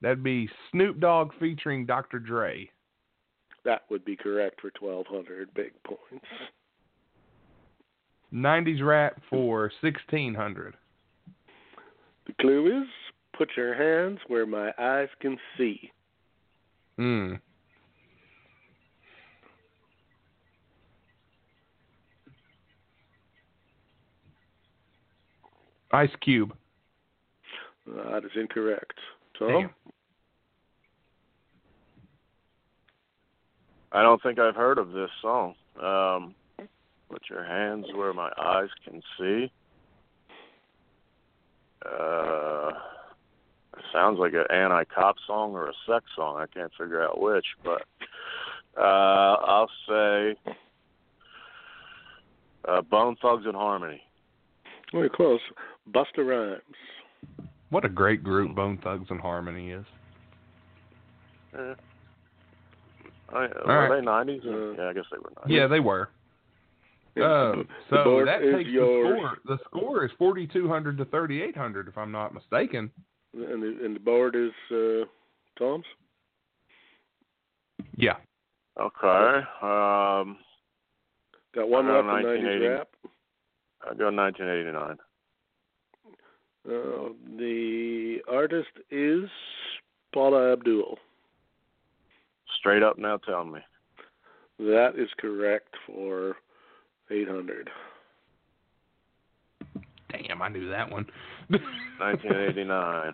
That'd be Snoop Dogg featuring Dr. Dre. That would be correct for 1200 big points. Nineties rap for sixteen hundred. The clue is put your hands where my eyes can see. Hmm. Ice Cube. Uh, that is incorrect. Tom. Damn. I don't think I've heard of this song. Um, Put your hands where my eyes can see. Uh, it sounds like an anti-cop song or a sex song. I can't figure out which, but uh, I'll say uh, Bone Thugs and Harmony. Oh, you're close. Buster Rhymes. What a great group Bone Thugs and Harmony is. Eh. I, right. were they nineties? Uh, yeah, I guess they were nineties. Yeah, they were. Um, The so board that is takes yours. the score. The score is forty two hundred to thirty eight hundred, if I'm not mistaken. And the, and the board is uh, Tom's. Yeah. Okay. Um, Got one Around left in 90s 1980. rap. I go nineteen eighty-nine. Uh, the artist is Paula Abdul. Straight up now, tell me. That is correct for 800. damn, I knew that one. 1989.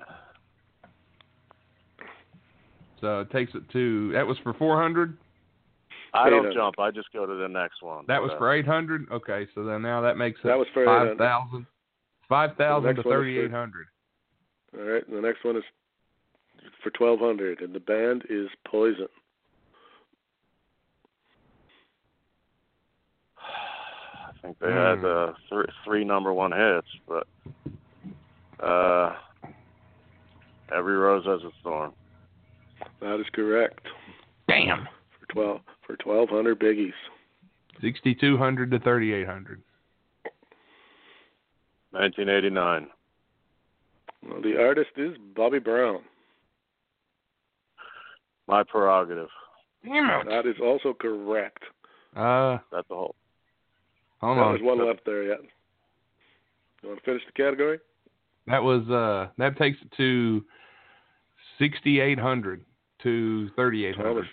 so it takes it to that was for 400. I Data. don't jump. I just go to the next one. That was So, for 800. Okay, so then now that makes it That was for 800. 5,000. 5,000 to next one is for- 3,800. All right, and the next one is for 1200 and the band is Poison. I think they Hmm. had uh, three, three number one hits, but uh, every rose has a thorn. That is correct. Damn. For 12 for 1200 biggies. 6,200 to 3,800. 1989. Well, the artist is Bobby Brown. My prerogative. Damn That is also correct. Uh, That's the whole. hold There's on. one left there yet. You want to finish the category? That was uh, that takes it to 6,800 to 3,800. Thomas,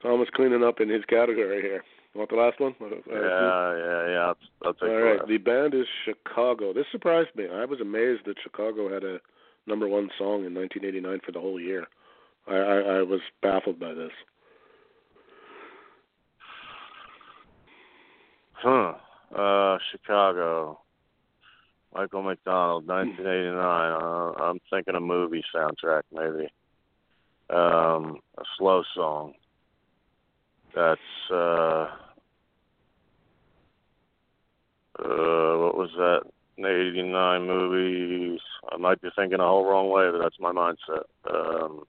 Thomas cleaning up in his category here. You want the last one? Uh, Yeah, yeah, yeah. I'll, I'll take All the right. last. The band is Chicago. This surprised me. I was amazed that Chicago had a number one song in 1989 for the whole year. I, I, I was baffled by this. Huh. Uh, Chicago. Michael McDonald, 1989. Uh, I'm thinking a movie soundtrack, maybe. Um, a slow song. That's uh, uh, what was that? An 89 movie. I might be thinking a whole wrong way, but that's my mindset. Um,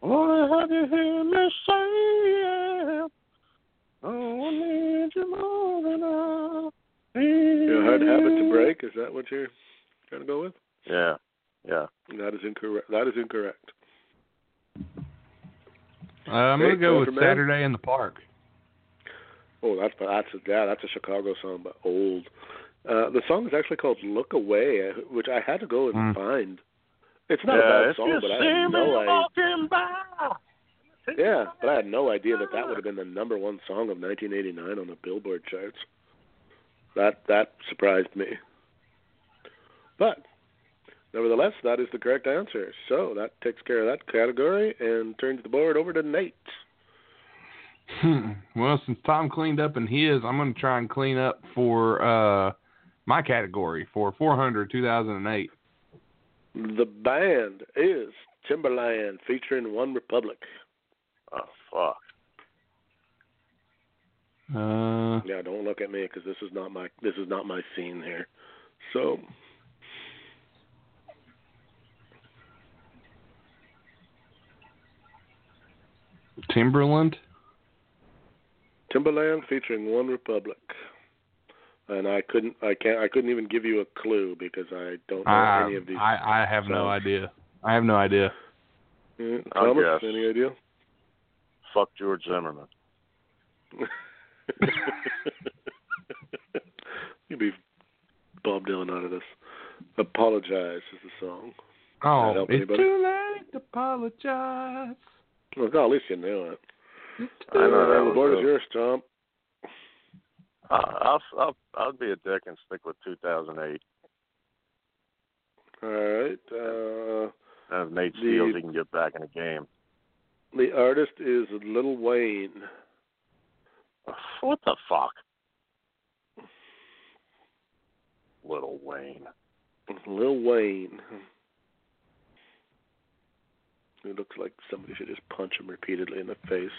Wanna have you hear me say yeah. Oh, I need you more than I need You know, hard habit to you. break. Is that what you're trying to go with? Yeah, yeah. That is incorrect. That is incorrect. Uh, I'm going to Great go with Superman. Saturday in the Park. Oh, that's that's a, yeah, that's a Chicago song, but old. Uh, the song is actually called "Look Away," uh, which I had to go and Hmm. find. It's not yeah, a bad if song, you but I see had me no idea. walking by. Yeah, but I had no idea that that would have been the number one song of 1989 on the Billboard charts. That that surprised me. But nevertheless, that is the correct answer. So that takes care of that category and turns the board over to Nate. Hmm. well, since Tom cleaned up in his, I'm going to try and clean up for uh, my category for 400 2008. The band is Timberland featuring One Republic. Oh fuck! Uh, Yeah, don't look at me because this is not my this is not my scene here. So Timberland. Timberland featuring One Republic. And I couldn't I can't I couldn't even give you a clue because I don't know Ah, I, any of these. I, I have no songs. idea. I have no idea. Yeah, Mm, I'll Thomas, guess. any idea? Fuck George Zimmerman. You'd be Bob Dylan out of this. Apologize is the song. That Oh, help it's anybody? too late to apologize. Well, no, at least you knew it. I know that the was board is a- yours, Tom. I- I'll I'll I'll be a dick and stick with 2008. All right. Uh, And if Nate The- Steals, he can get back in the game. the artist is Little Wayne. What the fuck? Little Wayne. Lil Wayne. It looks like somebody should just punch him repeatedly in the face.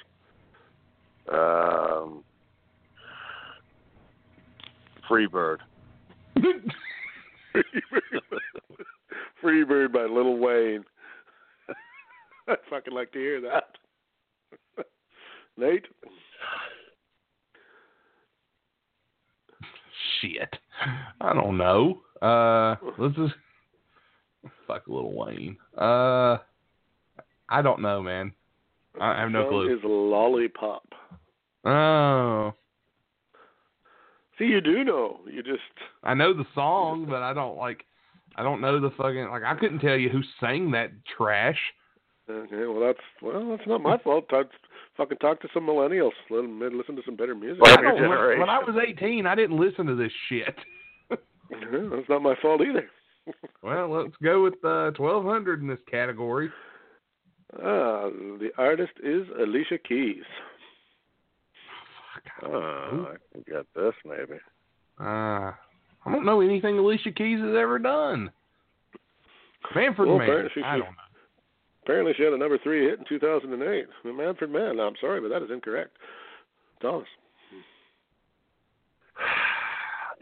Um, Freebird. Freebird by Lil Wayne. I fucking like to hear that. Nate? Shit. I don't know. Uh, let's just fuck Little Wayne. Uh, I don't know, man. I have no Song clue. Is Lollipop. Oh, See, you do know. You just. I know the song, but I don't like. I don't know the fucking like. I couldn't tell you who sang that trash. Okay, well, that's well, that's not my fault. That's Fucking talk to some millennials. Let them listen to some better music. Well, I Your don't- when, when I generation. was 18, I didn't listen to this shit. Yeah, That's not my fault either. Well, let's go with uh, 1200 in this category. Ah, the artist is Alicia Keys. Fuck, Ah, I can get this maybe. Uh, I don't know anything Alicia Keys has ever done. Manfred Well, Man. apparently she- I don't know. Apparently, she had a number three hit in 2008. The Manfred Man. I'm sorry, but that is incorrect. Thomas.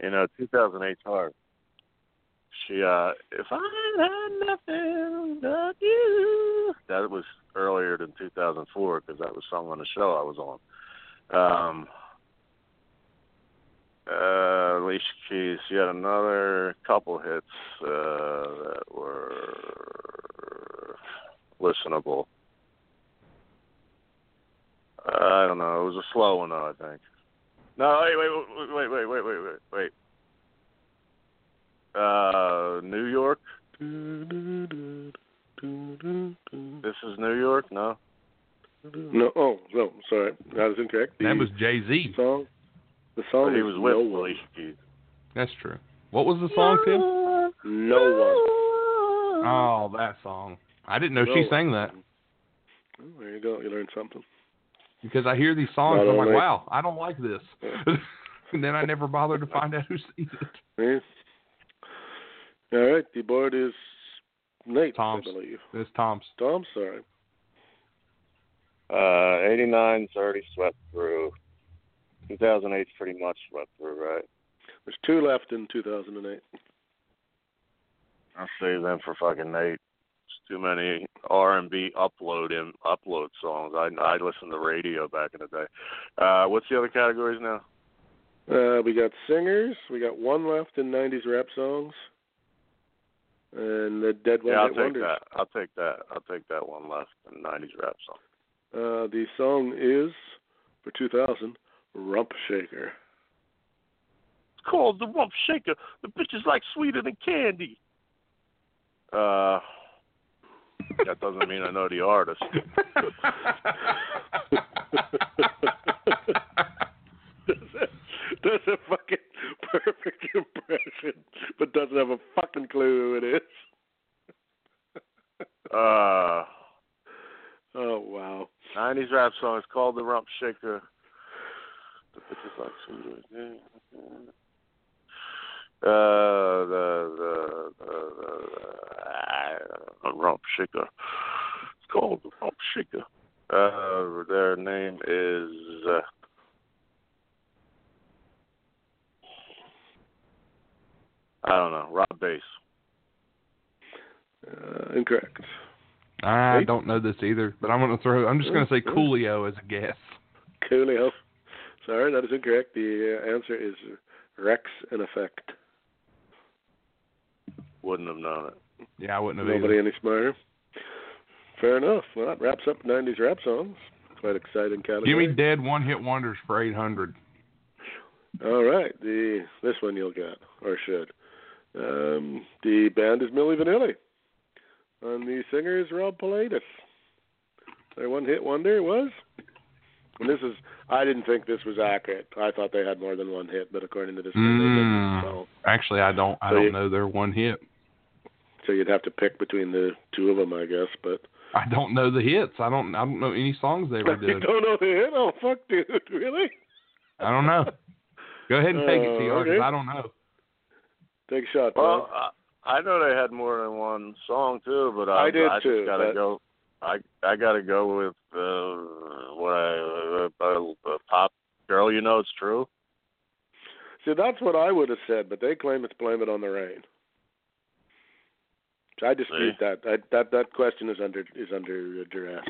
You know, 2008's hard. She, uh, if I had nothing but you, that was earlier than 2004 because that was song on the show I was on. Um, uh, Alicia Keys, she had another couple hits uh, that were listenable. Uh, I don't know. It was a slow one, though, I think. No, wait, wait, wait, wait, wait, wait, wait, wait, wait. Uh, New York. This is New York. No, No, oh no, sorry, that is incorrect. The That was Jay Z. song. The song But he is was with no Alicia Keys. That's true. What was the song, Tim? one. No Oh, that song. I didn't know No she one. sang that one. Oh, there you go. You learned something. because I hear these songs Not and I'm like, only- wow, I don't like this. and then I never bothered to find out who sings it. Yeah. Eh? All right, the board is Nate, Tom's. I believe. It's Tom's. Tom, sorry. Uh, 89's already swept through. 2008's pretty much swept through, right? There's two left in 2008. I'll save them for fucking Nate. It's too many R and B upload in, upload songs. I I listened to radio back in the day. Uh, what's the other categories now? Uh, we got singers. We got one left in 90s rap songs. And the Dead One yeah, I'll Hit take Wonders. that. I'll take that. I'll take that one left. The '90s rap song. Uh, the song is, for 2000, Rump Shaker. It's called the Rump Shaker. The bitch is like sweeter than candy. Uh, that doesn't mean I know the artist. Does a, does a fucking perfect impression, but doesn't have a fucking clue who it is. Uh, Oh, wow. '90s rap song. It's called the Rump Shaker. The bitch is like sweeter than candy. Uh, the the the, the uh, Rump Shaker. It's called the Rump Shaker. Uh, their name is. Uh, I don't know. Rob Bass. Uh, incorrect. I don't know this either, but I'm gonna throw. I'm just gonna say Coolio as a guess. Coolio. Sorry, that is incorrect. The uh, answer is Rex in effect. Wouldn't have known it. Yeah, I wouldn't have Nobody either. any smarter. Fair enough. Well, that wraps up 90s rap songs. Quite exciting Give me category. dead one hit wonders for 800. All right, the this one you'll get or should. Um, the band is Milli Vanilli, and the singer is Rob Pilatus. Their one-hit wonder was, and this is I didn't think this was accurate. I thought they had more than one hit, but according to this, one, they Mm. didn't. So, Actually, I don't. I So you- don't know their one hit. so you'd have to pick between the two of them, I guess. But I don't know the hits. I don't. I don't know any songs they ever you did. don't know the hit? Oh fuck, dude, really? I don't know. Go ahead and take it, Uh, TR, because okay. I don't know. Take a shot. Well, Tom. I, I know they had more than one song too, but I, I did I just too, gotta but- go. I I gotta go with uh, what I uh, uh, uh, pop girl. You know it's true. See, that's what I would have said, but they claim it's blame it on the rain. So I dispute that. I, that that question is under is under duress.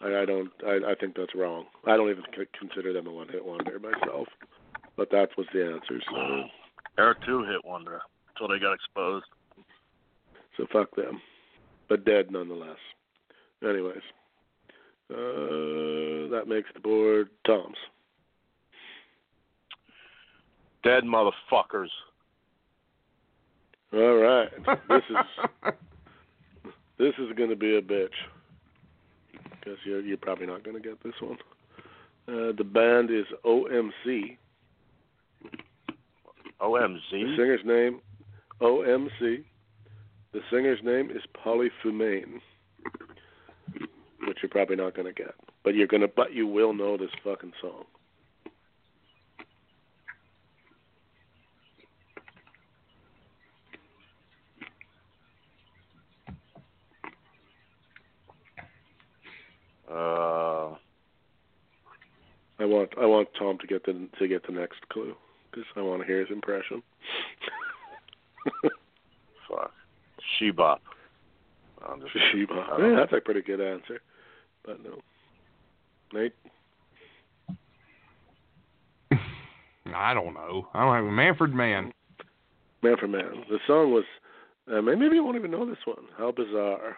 I, I don't. I, I think that's wrong. I don't even c- consider them a one hit wonder myself. But that was the answer. So They're a two hit wonder until they got exposed. so fuck them. But dead nonetheless. Anyways, uh, that makes the board Tom's. Dead motherfuckers. All right. This is this is going to be a bitch. guess you're, you're probably not going to get this one. Uh, the band is OMC. The OMZ. singer's name, OMC. The singer's name is Polly Fumain, which you're probably not going to get, but you're going to, but you will know this fucking song. Uh, I want, I want Tom to get the to get the next clue because I want to hear his impression. fuck. Shebop. I'm just Sheba. I don't Yeah, know. that's a pretty good answer, but no. Nate, I don't know. I don't have Manfred Man. Man for Man. The song was, uh, maybe you won't even know this one. How bizarre.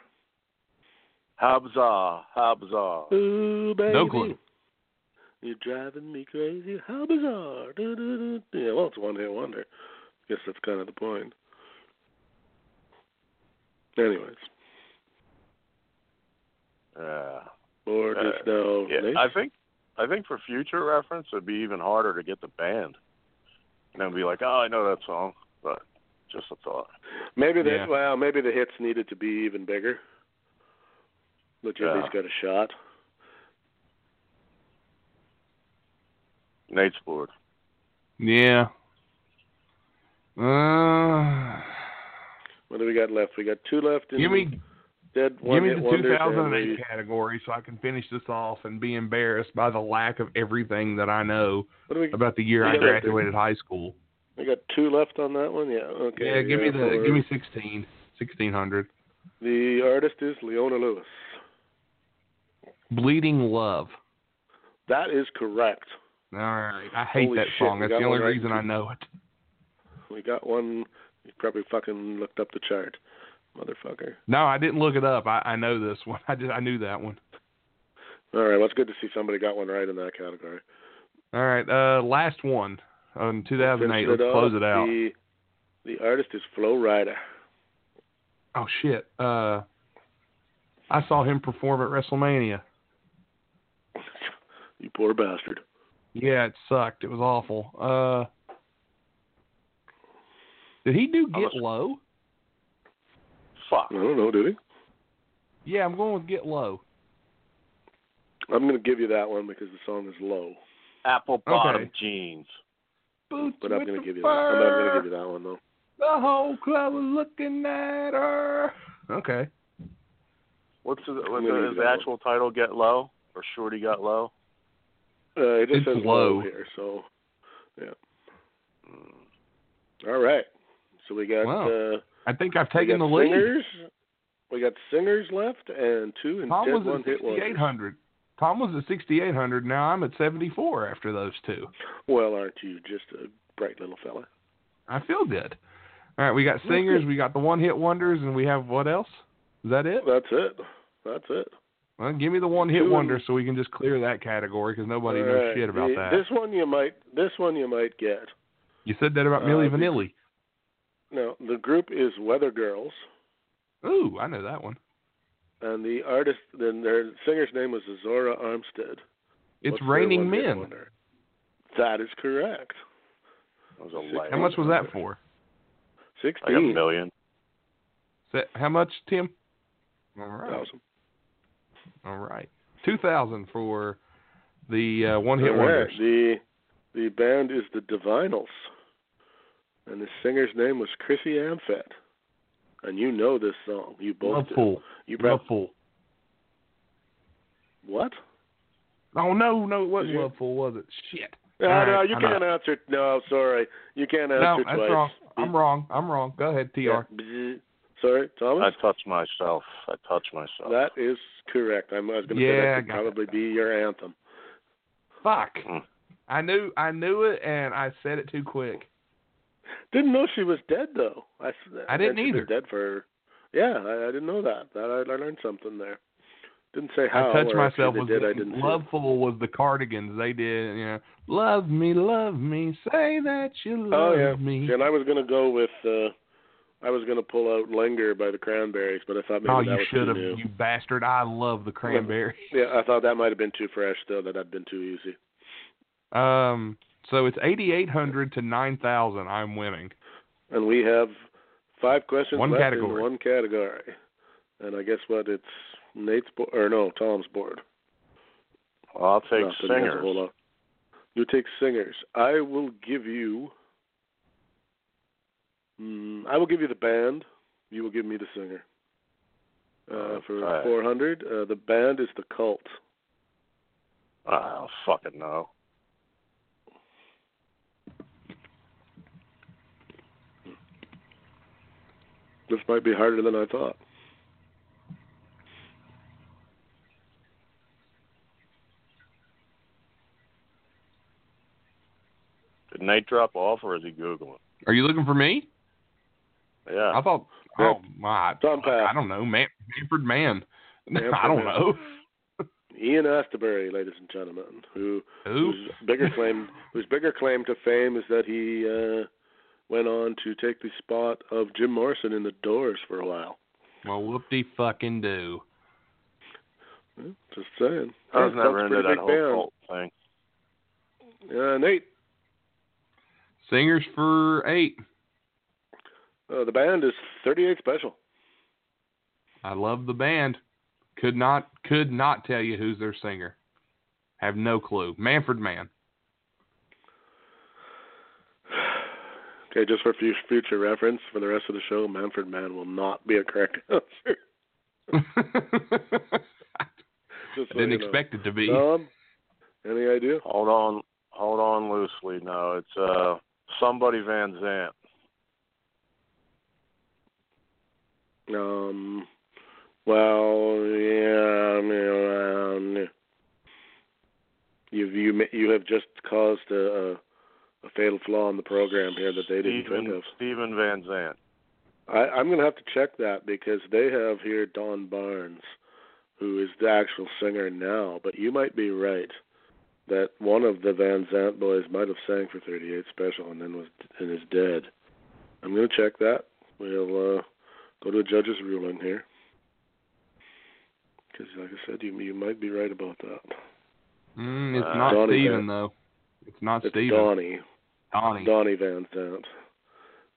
Habza. Habza. Ooh, baby. clue. You're driving me crazy. How bizarre. Do, do, do. Yeah, well, it's one hit wonder. guess that's kind of the point. Anyways, Yeah. board is Uh, now Yeah, Nate. I think I think for future reference, it'd be even harder to get the band. And then be like, oh, I know that song, but just a thought. Maybe the Yeah. well, maybe the hits needed to be even bigger. But you at Yeah. least got a shot. Nate's board. Yeah. Uh, What do we got left? We got two left. In give me dead one give me hit the wonders and 2008 the- category so I can finish this off and be embarrassed by the lack of everything that I know What do we? about the year I Yeah, that's it. graduated high school. We got two left on that one. Yeah. Okay. yeah, give me the for- give me 16, 1600. The artist is Leona Lewis. Bleeding Love. That is correct. All right, I hate Holy that shit, song. we That's got the only one right. reason I know it. We got one. You probably fucking looked up the chart, motherfucker. No, I didn't look it up. I, I know this one. I just I knew that one. All right. Well, it's good to see somebody got one right in that category. All right, uh, last one on 2008. Finishing Let's off, close it out. The, the artist is Flo Rida. Oh shit. Uh, I saw him perform at WrestleMania. You poor bastard. Yeah, it sucked. It was awful. Uh, did he do I Get was- Low? Fuck. I don't know, did he? Yeah, I'm going with Get Low. I'm gonna give you that one because the song is low. Apple bottom Okay. jeans. Boots But I'm with gonna the give you that. I'm not fur. gonna give you that one though. The whole club was looking at her. Okay. What's the, I'm what's gonna the, do is that the one. actual title? Get low or Shorty got low? Uh, it just It's says low. here, so yeah. All right. So we got Wow. uh, I think I've we taken the got lead. singers. We got singers left and two and Tom dead was one at hit wonders. 6,800. Tom was at 6,800. Now I'm at 74 after those two. Well, aren't you just a bright little fella? I feel good. All right, we got singers, we got the one hit wonders, and we have what else? Is that it? That's it. That's it. Well, give me the one hit Two and- wonder so we can just clear that category because nobody All knows right. shit about The- that. This one you might. This one you might get. you said that about uh, Millie the- Vanilli. No, the group is Weather Girls, Ooh, I know that one. and the artist, then their singer's name was Zora Armstead. It's What's their Raining one hit Men. wonder? That is correct. That was a Six- light. How much was that for? Like a Sixteen million. Is that- How much, Tim? All right. thousand. All right. 2000 for the uh, one hit All right. wonders. The the band is the Divinals, and the singer's name was Chrissy Amphet. And you know this song. You both Love do. Fool. You Love probably Fool. what? Oh, no, no, it wasn't you- Love Fool, was it? Shit. No, All no, right, you I'm can't answer. No, I'm sorry. You can't answer No, twice. that's wrong. I'm wrong. I'm wrong. Go ahead, TR. Yeah, bzz. Sorry, I Thomas. touched myself. I touched myself. that is correct. I'm, I was going to say Yeah, I that could got that. probably be your anthem. Fuck. Mm. I knew I knew it and I said it too quick. Didn't know she was dead though. I, s- I didn't meant she'd been either. Dead for. Yeah, I, I didn't know that. That I, I learned something there. Didn't say how. I touched or if myself she was did. Oh, I didn't see it. Love Fool was the cardigans. They did, you know, love me, love me, say that you love Oh yeah, me. and I was gonna go with. uh I was going to pull out Linger by the Cranberries, but I thought maybe oh, that you was should too have, new. you bastard! I love the Cranberries. Yeah, I thought that might have been too fresh, though. That had been too easy. Um, so it's eighty-eight hundred to nine thousand. I'm winning. And we have five questions One left category. in one category. And I guess what it's Nate's board or no Tom's board. Well, I'll take Not that he has a singers. whole lot. You take singers. I will give you. Mm, I will give you the band. You will give me the singer. Uh, for Alright. four hundred, uh, the band is the Cult. I don't fucking know. This might be harder than I thought. Did Nate drop off or is he googling? Are you looking for me? Yeah. I thought. Yeah. Oh my! Tom Pass. I don't know, Man- Manfred Mann. I Manfred don't Mann. know. Ian Astbury, ladies and gentlemen, who Who? whose bigger claim whose bigger claim to fame is that he uh, went on to take the spot of Jim Morrison in the Doors for a while. Well, whoopty fucking do. Yeah, Just saying. I was Yeah, Cult's a never into pretty that big whole cult thing. band. Uh, Nate, Singers for eight. uh, the band is 38 Special. I love the band. Could not could not tell you who's their singer. Have no clue. Manfred Mann. Okay, just for fu- future reference, for the rest of the show, Manfred Mann will not be a correct answer. I Just so didn't you know. expect it to be. Tom, any idea? Hold on, hold on loosely. No, it's uh somebody Van Zant. Um, well, yeah, um, um, you've you ma- you have just caused a, a a fatal flaw in the program here that they didn't think Steven, of. Steven Van Zant. I, I'm going to have to check that because they have here Don Barnes, who is the actual singer now. But you might be right that one of the Van Zant boys might have sang for 38 Special and then was and is dead. I'm going to check that. We'll uh, go to a judge's ruling here. Because, like I said, you you might be right about that. Mm, it's Uh, not Donnie Steven Van- though. It's not It's Steven. Donnie, Donnie. Donnie Van Zant.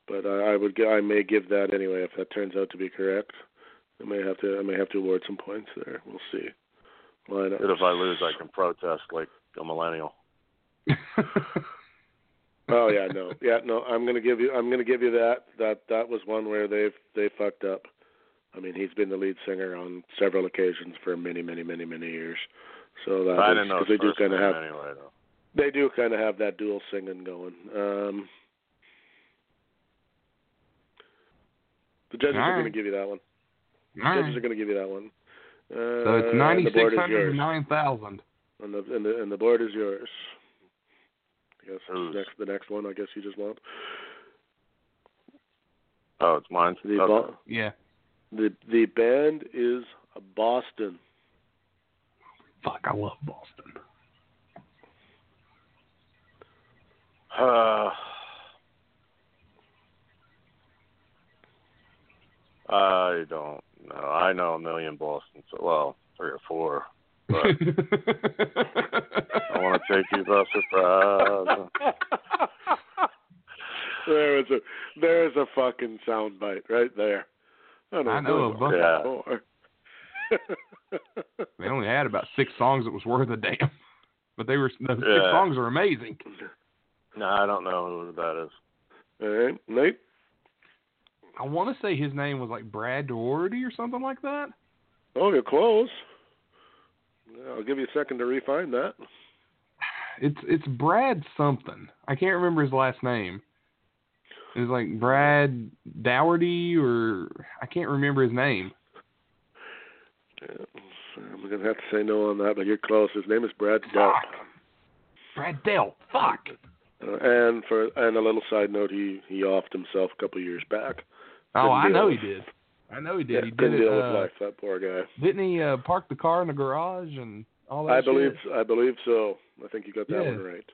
But I, I would gi- I may give that anyway if that turns out to be correct. I may have to I may have to award some points there. We'll see. Line up. Good if I lose, I can protest like a millennial. Oh yeah, no, yeah, no. I'm gonna give you. I'm gonna give you that. That that was one where they they fucked up. I mean, he's been the lead singer on several occasions for many, many, many, many years. So that I was- didn't know 'cause they do first kind of name have anyway though. they do kind of have that dual singing going. Um, the judges All are right. going to give you that one. All Judges are right. going to give you that one. Uh, So and it's the board ninety-six is hundred to yours. nine thousand. And the, and the and the board is yours. I guess Whose? next the next one. I guess you just want Oh, it's mine. the Okay. bo- Yeah. the the band is Boston. Fuck, I love Boston. Uh, I don't know. I know a million Boston. So, well, three or four. But I want to take you by surprise. There is a there is a fucking soundbite right there. I, I know a bunch. Yeah. more. They only had about six songs that was worth a damn, but they were those six Yeah. songs are amazing. No, I don't know who that is. All right, Nate. I want to say his name was like Brad Doherty or something like that. Oh, you're close. I'll give you a second to refine that. It's it's Brad something. I can't remember his last name. It was like Brad Dougherty or I can't remember his name. Yeah, I'm gonna have to say no on that, but you're close. His name is Brad Delp. Fuck. Brad Dell. Fuck. Uh, and for and a little side note, he he offed himself a couple years back. Oh, I deal know he with- did. I know he did. Yeah, he did couldn't it. deal uh, with life. That poor guy. Didn't he uh, park the car in the garage and all that? I shit? believe I believe so. I think you got that Yeah. one right.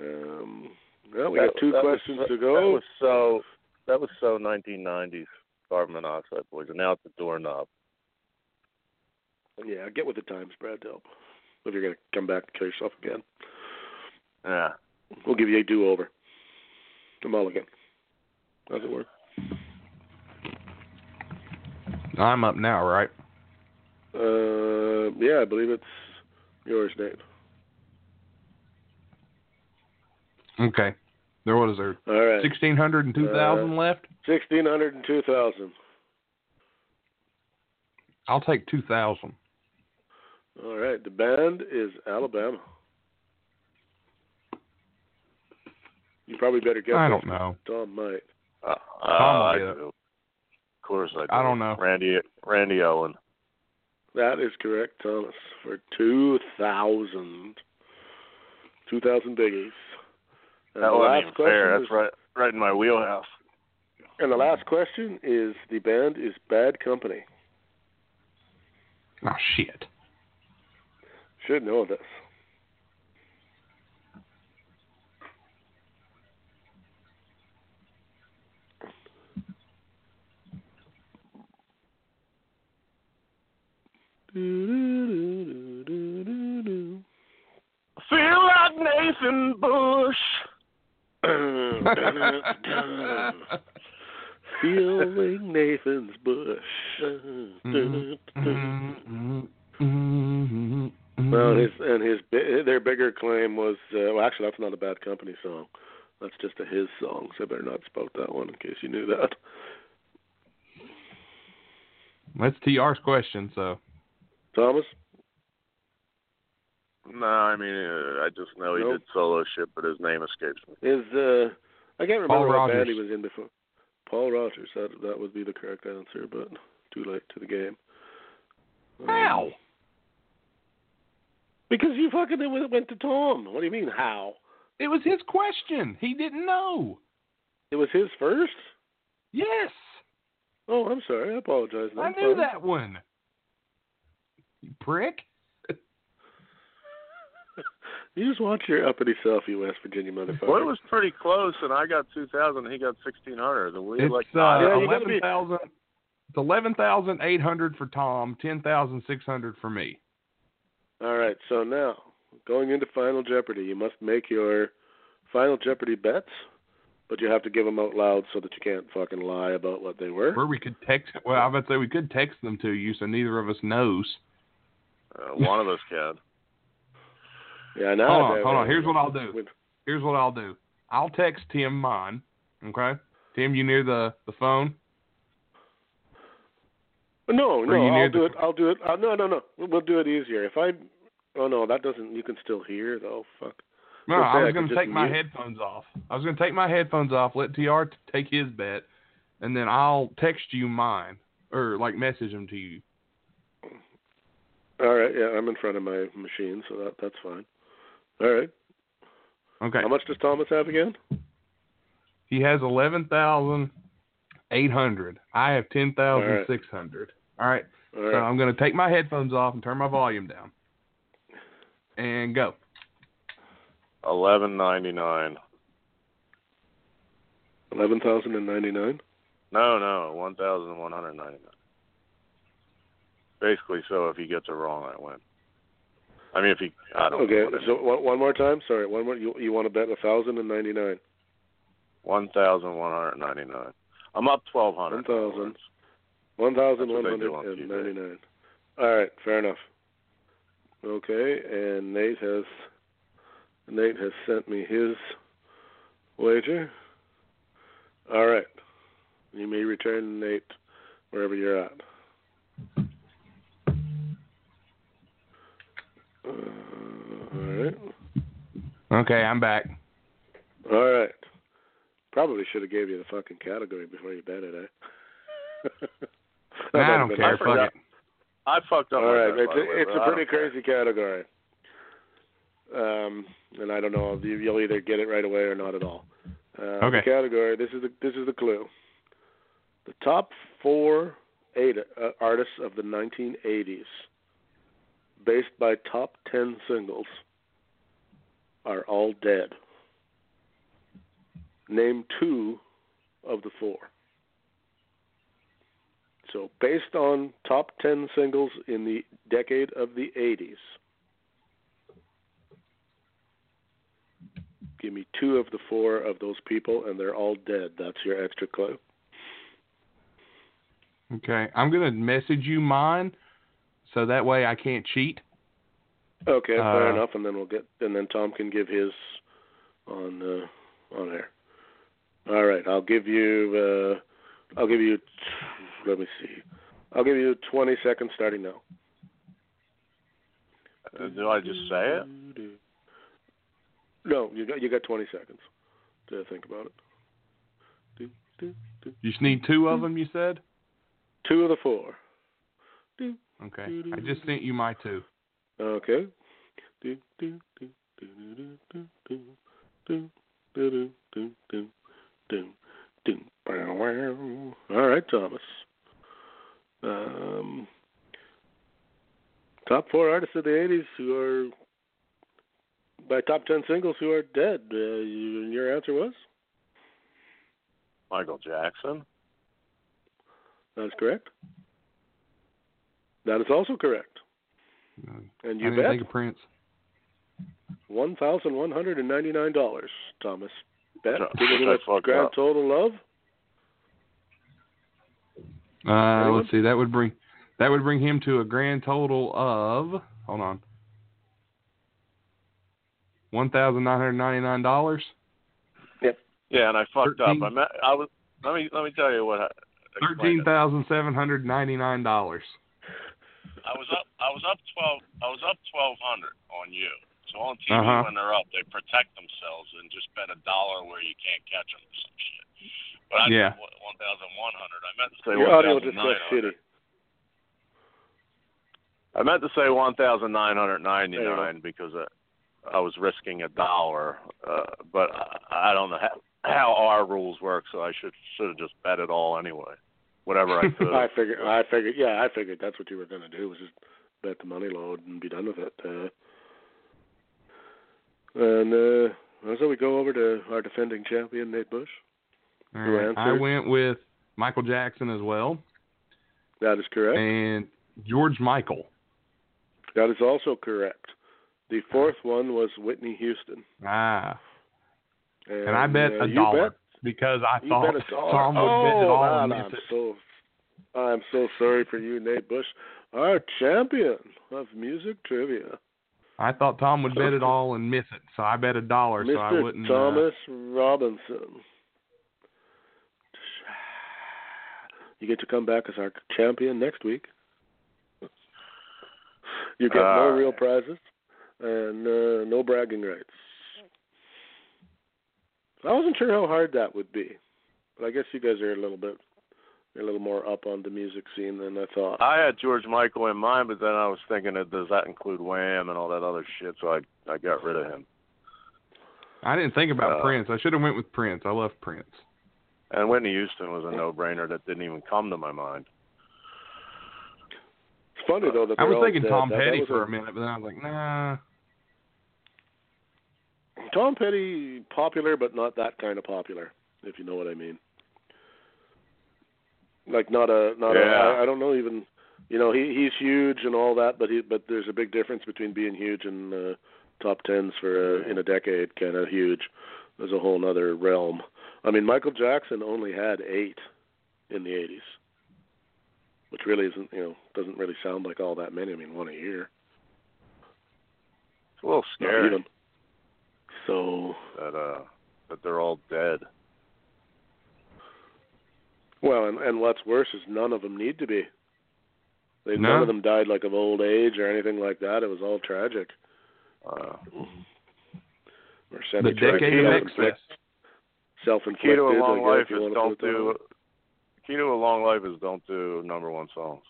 Um, well, we got two That was- questions that- to go. That was so. That was so 1990s carbon monoxide poison. Now it's a doorknob. Yeah, get with the times, Brad. Help if you're gonna come back and kill yourself again. Yeah. We'll give you a do-over, a mulligan, as it were. I'm up now, right? Uh, yeah, I believe it's yours, Nate. Okay. There was there All right. 1600 and Uh, 2000 left. Sixteen hundred and two thousand. I'll take 2000. All right. The band is Alabama. You probably better guess. I this. don't know. Tom might. Uh, Tom will I get it. do. Of course I do. I don't know. Randy Randy Owen. That is correct, Thomas. For two thousand. Two thousand biggies. And That the wasn't last even question fair. is- That's right right in my wheelhouse. And the last question is the band is Bad Company. Oh shit. Should know this. I Feel like Nathan Bush. Feeling Nathan's Mm-hmm. bush. Mm-hmm. Well, his and his bi- their bigger claim was uh, well, actually that's not a bad company song. That's just a his song, so I better not spout that one in case you knew that. That's TR's question, so Thomas, No, I mean uh, I just know he Nope. did solo shit, but his name escapes me. is uh, I can't remember Paul what band Rogers. he was in before. Paul Rogers. That that would be the correct answer, but too late to the game. Um, Ow. Because you fucking went went to Tom. What do you mean how? It was his question. He didn't know. It was his first. Yes. Oh, I'm sorry. I apologize. I Nate. knew Pardon? that one. You prick. You just watch your uppity self, you West Virginia motherfucker. Well, it was pretty close, and I got 2,000, and he got 1,600. And we It's like, uh, Yeah, you gotta be- 11,000 It's 11,800 for Tom, 10,600 for me. All right, so now going into Final Jeopardy, you must make your Final Jeopardy bets, but you have to give them out loud so that you can't fucking lie about what they were. Or we could text. Well, I would say we could text them to you, so neither of us knows. uh, one of us can. Yeah, now Hold on, that- hold on. Here's what I'll do. Wait. Here's what I'll do. I'll text Tim mine. Okay, Tim, you near the the phone? No, you no, near I'll the- do it. I'll do it. Uh, no, no, no. We'll we'll do it easier. If I, oh no, that doesn't. You can still hear though. Fuck. No, Well, say I I was could gonna just take my mute. headphones off. I was gonna take my headphones off. Let Tr t- take his bet, and then I'll text you mine or like message them to you. All right, yeah, I'm in front of my machine, so that that's fine. All right. Okay. How much does Thomas have again? He has eleven thousand eight hundred. I have ten thousand six hundred. All right. All So right. I'm gonna take my headphones off and turn my volume down. And go. 11.99. Eleven thousand and ninety-nine. No, no, 1,199. Basically, so if he gets it wrong, I win. I mean, if he, I don't Okay, know. what it- so one, one more time. Sorry, one more. You you want to bet a thousand and ninety-nine? 1,199. I'm up 1,200. 1,000. One thousand That's what one they hundred do on and Tuesday. ninety-nine. All right, fair enough. Okay, and Nate has Nate has sent me his wager. All right, you may return Nate wherever you're at. Uh, all right, Okay, I'm back. all right. Probably should have gave you the fucking category before you bet it, eh? That Nah, I might've don't been- care. Fuck forgot. it. I fucked up. All my right, bet, it's by the way, a, it's but I a don't pretty care. crazy category. Um, and I don't know if you- you'll either get it right away or not at all. Uh, Okay. The category. This is the this is the clue. The top four eight, uh, artists of the 1980s, based by top ten singles, are all dead. Name two of the four. So, based on top 10 singles in the decade of the 80s, give me two of the four of those people, and they're all dead. That's your extra clue. Okay, I'm gonna message you mine, so that way I can't cheat. Okay, fair Uh, enough. And then we'll get, and then Tom can give his on uh, on air. All right, I'll give you, uh, I'll give you, let me see, I'll give you 20 seconds starting now. Uh, Do I just say it? No, you got you got 20 seconds to think about it. Do, do, do. You just need two Mm-hmm. of them. You said. Two of the four. Okay, I Mm-hmm. just sent you my two. Okay. Do, do, do, do, do, do, do, do, do, do, do, do, do, do. Bow, wow. All right, Thomas. Um, top four artists of the '80s who are by top ten singles who are dead. Uh, you, and your answer was Michael Jackson. that is correct. That is also correct. And I you didn't bet think of Prince. one thousand one hundred and ninety nine dollars, Thomas. Bet So- giving I us fucked grand up. total of Uh, Anyone? let's see. That would bring that would bring him to a grand total of hold on one thousand nine hundred ninety nine dollars. Yeah, and I fucked Thirteen- up. I met, I was. Let me let me tell you what. I, Thirteen thousand seven hundred ninety nine dollars. I was up. I was up twelve. I was up twelve hundred on you. So on TV Uh-huh. when they're up, they protect themselves and just bet a dollar where you can't catch them or some shit. But I Yeah. said one thousand one hundred. I meant to say Your one audio thousand just nine got shitty. hundred. I meant to say one thousand nine hundred ninety nine because I, I was risking a dollar, uh, but I, I don't know how, how our rules work, so I should should have just bet it all anyway, whatever I could. I figured. I figured. Yeah, I figured that's what you were gonna do was just bet the money load and be done with it. Uh, and uh, so we go over to our defending champion Nate Bush. All Your right. I answer? went with Michael Jackson as well, That is correct. and George Michael. That is also correct. The Uh. fourth one was Whitney Houston. Ah, And, and I bet uh, a you dollar Bet, because I you thought bet a dollar. Tom would oh, bet it all man, and I'm miss it. so I'm so sorry for you, Nate Bush, our champion of music trivia. I thought Tom would bet it all and miss it, so I bet a dollar so I Mr. wouldn't. uh, Thomas Robinson. You get to come back as our champion next week. You get no Uh, All real right. prizes and uh, no bragging rights. I wasn't sure how hard that would be, but I guess you guys are a little bit, a little more up on the music scene than I thought. I had George Michael in mind, but then I was thinking, uh, does that include Wham and all that other shit? So I I got rid of him. I didn't think about Uh, Prince. I should have went with Prince. I love Prince. And Whitney Houston was a no-brainer that didn't even come to my mind. It's funny though that I they're was all thinking dead. Tom That- that Petty was for a- a minute, but then I was like, nah. Tom Petty popular, but not that kind of popular, if you know what I mean. Like not a not Yeah. a I, I don't know even you know he he's huge and all that, but he but there's a big difference between being huge and uh, top tens for uh, in a decade kind of huge. There's a whole other realm. I mean, Michael Jackson only had eight in the '80s, which really isn't you know doesn't really sound like all that many. I mean, one a year, It's a little not scary even. So that uh that they're all dead. Well, and, and what's worse is none of them need to be. They, No. None of them died like of old age or anything like that. It was all tragic Uh, or The semi-tragic. decade of self-inflict- excess. key Self-inflicted. to a long I life guess you is wanna don't put it that way. do. Key to a long life is don't do number one songs.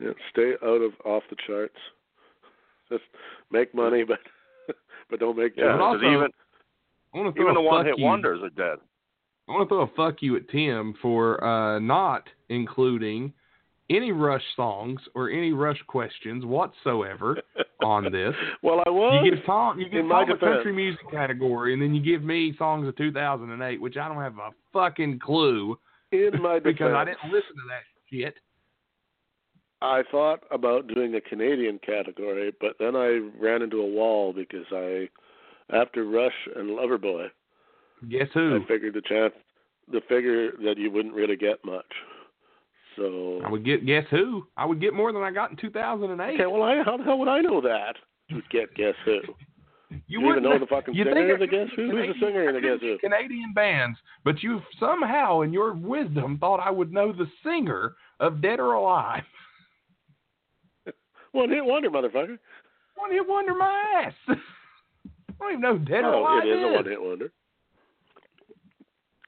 Yeah, stay out of off the charts. Just make money, but but don't make Yeah, But charts. also, 'cause even I want to throw even the a one-hit fuck you. wonders are dead. I want to throw a fuck you at Tim for uh, not including any Rush songs or any Rush questions whatsoever on this. Well, I was. You give Tom, you give in my Tom the defense. country music category, and then you give me songs of 2008, which I don't have a fucking clue in my defense, because I didn't listen to that shit. I thought about doing a Canadian category, but then I ran into a wall because I, after Rush and Loverboy, Guess who? I figured the chance, the figure that you wouldn't really get much. So I would get guess who? I would get more than I got in 2008. okay, well, I, how the hell would I know that? You'd get guess who? you you even wouldn't know the fucking you singer think of the Guess Who? Who's the singer in the Guess Who? Canadian bands, but you somehow, in your wisdom, thought I would know the singer of Dead or Alive. One hit wonder, motherfucker. One hit wonder, my ass. I don't even know who Dead or oh, Alive it is a is. one hit wonder.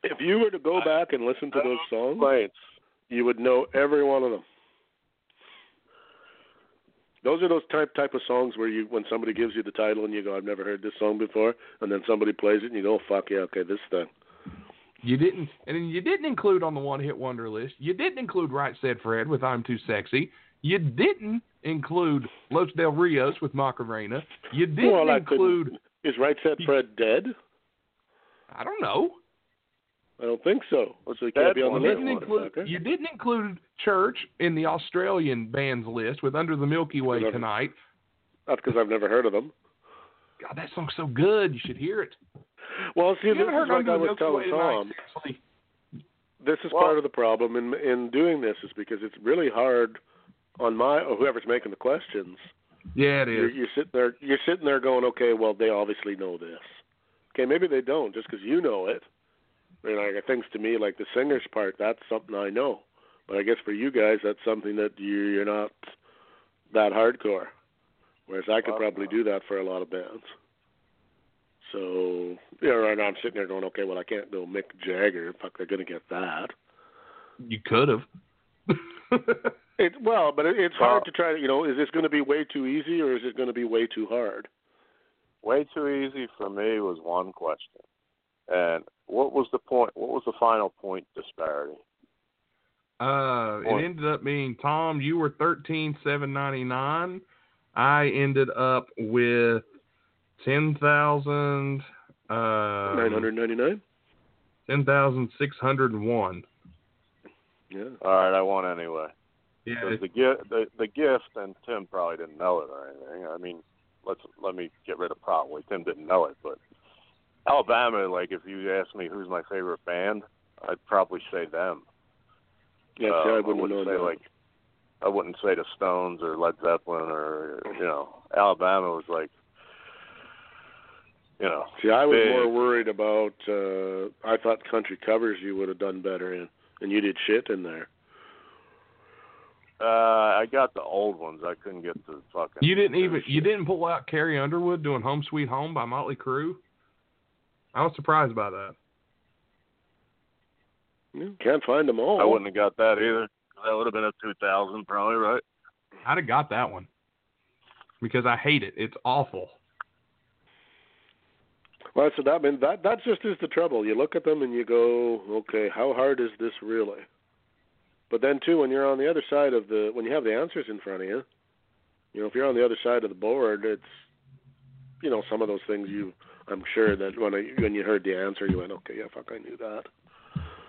If you were to go back and listen to I those songs, Complaints. you would know every one of them. Those are those type type of songs where you when somebody gives you the title and you go, I've never heard this song before and then somebody plays it and you go, oh, fuck yeah, okay, this thing. You didn't, and then you didn't include on the one hit wonder list. You didn't include Right Said Fred with I'm Too Sexy. You didn't include Los Del Rios with Macarena. You didn't Well, I couldn't- include. Is Right Said Fred dead? I don't know. I don't think so. Oh, So he can't That be on the one You list. didn't, include, motherfucker. you didn't include Church in the Australian bands list with Under the Milky Way Because I- tonight. That's because I've never heard of them. God, that song's so good. You should hear it. Well, see, You this haven't is heard like Under I the was Milky Way telling Tom. tonight? Seriously. This is Well- part of the problem in in doing this is because it's really hard on my or whoever's making the questions Yeah, it you're, is. you're sitting there you're sitting there going okay well they obviously know this okay maybe they don't just because you know it I mean, like things to me like the singer's part that's something i know but i guess for you guys that's something that you you're not that hardcore whereas i could Well, probably uh, do that for a lot of bands so yeah right now i'm sitting there going okay well i can't go mick jagger fuck they're gonna get that You could have. It, well, but it, it's Well- hard to try to, you know, is this going to be way too easy or is it going to be way too hard? Way too easy for me was one question. And what was the point? What was the final point disparity? uh, Boy. it ended up being Tom. You were thirteen seven ninety nine. I ended up with ten thousand. Um, Uh, 999? ten thousand six hundred and one. Yeah. All right, I won anyway. Yeah, Because the gift, the, the gift, and Tim probably didn't know it or anything. I mean, let's let me get rid of probably. Tim didn't know it, but Alabama, like if you asked me who's my favorite band, I'd probably say them. Yeah, Uh, see, I I wouldn't, wouldn't know say that. like I wouldn't say the Stones or Led Zeppelin or you know Alabama was like you know See, I was big. more worried about, uh, I thought country covers you would have done better in, and you did shit in there. uh, I got the old ones. I couldn't get the fucking. You didn't even shit. you didn't pull out Carrie Underwood doing "Home Sweet Home" by Motley Crue. I was surprised by that. Yeah. Can't find them all. I wouldn't have got that either. That would have been a two thousand probably, right? I'd have got that one because I hate it. It's awful. Well, so that, I mean, that, that just is the trouble. You look at them and you go, okay, how hard is this really? But then, too, when you're on the other side of the, when you have the answers in front of you, you know, if you're on the other side of the board, it's, you know, some of those things you, I'm sure that when I, when you heard the answer, you went, okay, yeah, fuck, I knew that.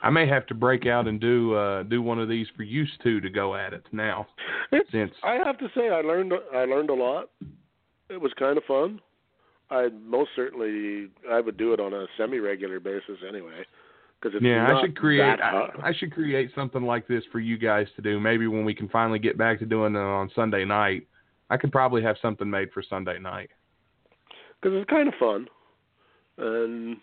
I may have to break out and do uh, do one of these for used two to go at it now. Since I have to say, I learned, I learned a lot. It was kind of fun. I most certainly, I would do it on a semi-regular basis anyway, because it's yeah, not I should create that I, hard. I should create something like this for you guys to do. Maybe when we can finally get back to doing it on Sunday night, I could probably have something made for Sunday night. because it's kind of fun, and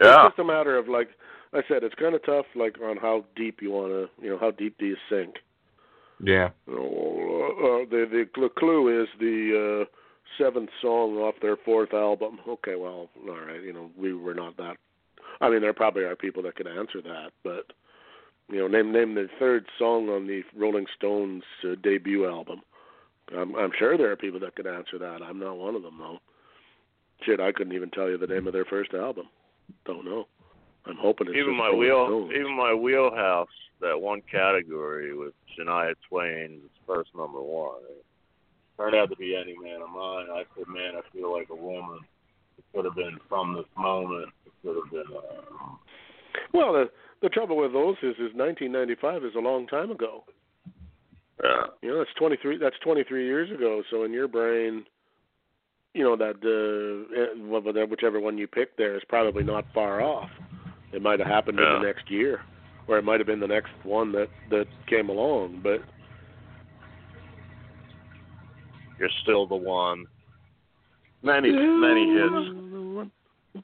Yeah. it's just a matter of like I said, it's kind of tough, like on how deep you want to, you know, how deep do you sink? Yeah. You know, Uh, the the cl- clue is the uh, seventh song off their fourth album. Okay, well, all right, you know, we were not that. I mean, there probably are people that could answer that, but you know, name name the third song on the Rolling Stones uh, debut album. I'm, I'm sure there are people that could answer that. I'm not one of them though. Shit, I couldn't even tell you the name of their first album. Don't know. I'm hoping it's even just my Rolling wheel, Stones. even my wheelhouse. That one category with Shania Twain's first number one. It turned out to be Any Man of Mine. I said, man, I feel like a woman. It could have been from this moment. It could have been. Uh, Well, the the trouble with those is is 1995 is a long time ago. yeah. You know, that's 23. That's 23 years ago. So in your brain, you know that uh, eh, wh- wh- whichever one you pick there is probably not far off. It might have happened Yeah. in the next year, or it might have been the next one that that came along. But You're still the one. Many, many hits.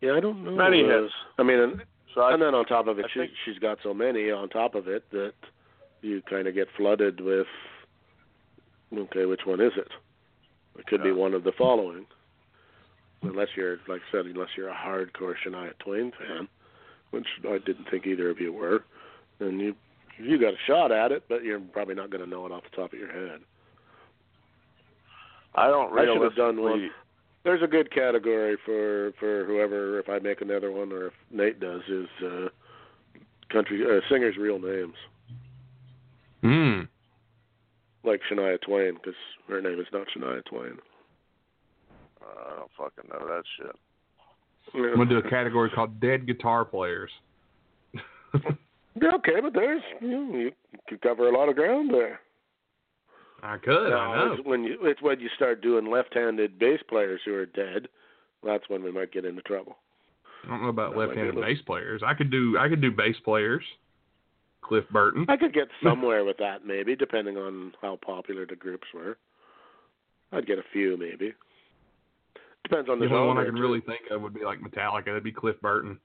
Yeah, I don't know. Many uh, hits. uh, I mean, and, So I, and then on top of it, I she, think- she's got so many on top of it that you kind of get flooded with, okay, which one is it? It could be Yeah. one of the following. Unless you're, like I said, unless you're a hardcore Shania Twain fan, which I didn't think either of you were, then you you got a shot at it, but you're probably not going to know it off the top of your head. I don't I should realistically. have done one. There's a good category for for whoever, if I make another one or if Nate does, is uh, country uh, singers' real names, Hmm. like Shania Twain, because her name is not Shania Twain. I don't fucking know that shit. I'm gonna do a category called dead guitar players. Yeah, okay, but there's you, know, you could cover a lot of ground there. I could. I Now, know. It's when you it's when you start doing left-handed bass players who are dead. That's when we might get into trouble. I don't know about That might be left-handed a little- bass players. I could do. I could do bass players. Cliff Burton. I could get somewhere with that, maybe, depending on how popular the groups were. I'd get a few, maybe. Depends on The the only one I genre, could too. really think of would be like Metallica. That'd be Cliff Burton.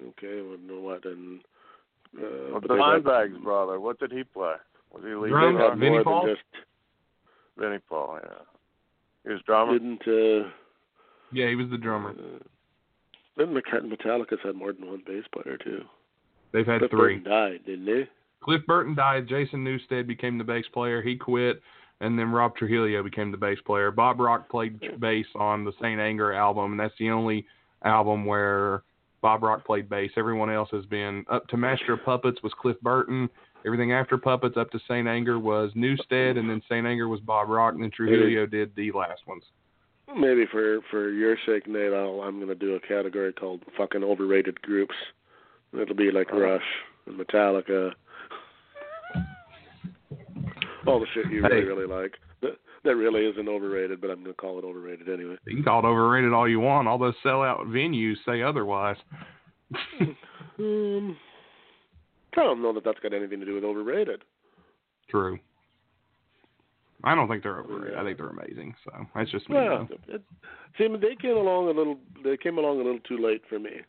Okay, well, no, what and uh, Well, but the they got- Dimebag's brother. What did he play? Was he lead they Drum, guitar? got Vinnie more Paul? than just Vinnie Paul. Yeah. He was drummer. didn't uh, Yeah, he was the drummer. uh, didn't Meta- Metallica's had more than one bass player too. They've had Cliff three. Burton died, didn't he? Cliff Burton died. Jason Newstead became the bass player. He quit, and then Rob Trujillo became the bass player. Bob Rock played bass on the Saint Anger album, and that's the only album where Bob Rock played bass. Everyone else has been up to Master of Puppets was Cliff Burton. Everything after Puppets up to Saint Anger was Newstead, and then Saint Anger was Bob Rock, and then Trujillo did the last ones. Maybe for for your sake, Nate, I'll, I'm going to do a category called fucking overrated groups. It'll be like Rush and Metallica, all the shit you really Hey. really like. That that really isn't overrated, but I'm going to call it overrated anyway. You can call it overrated all you want. All those sellout venues say otherwise. Um, I don't know that that's got anything to do with overrated. True. I don't think they're overrated. I think they're amazing. So that's just me. Yeah. though. It, see, but they came along a little. They came along a little too late for me.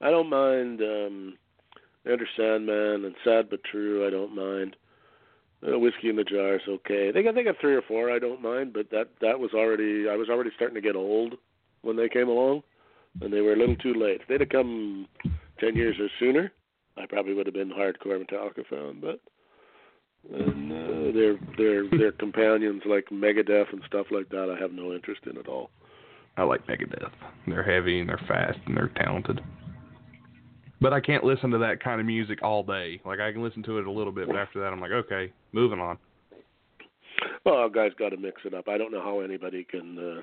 I don't mind um, Enter Sandman and Sad but True. I don't mind. Uh, Whiskey in the Jar is okay. They got they got three or four. I don't mind, but that that was already. I was already starting to get old when they came along, and they were a little too late. If they'd have come ten years or sooner, I probably would have been hardcore Metallica fan. But and uh, their their their companions like Megadeth and stuff like that, I have no interest in at all. I like Megadeth. They're heavy and they're fast and they're talented. But I can't listen to that kind of music all day. Like I can listen to it a little bit, but after that I'm like, okay, moving on. Well, guys, got to mix it up. I don't know how anybody can. Uh,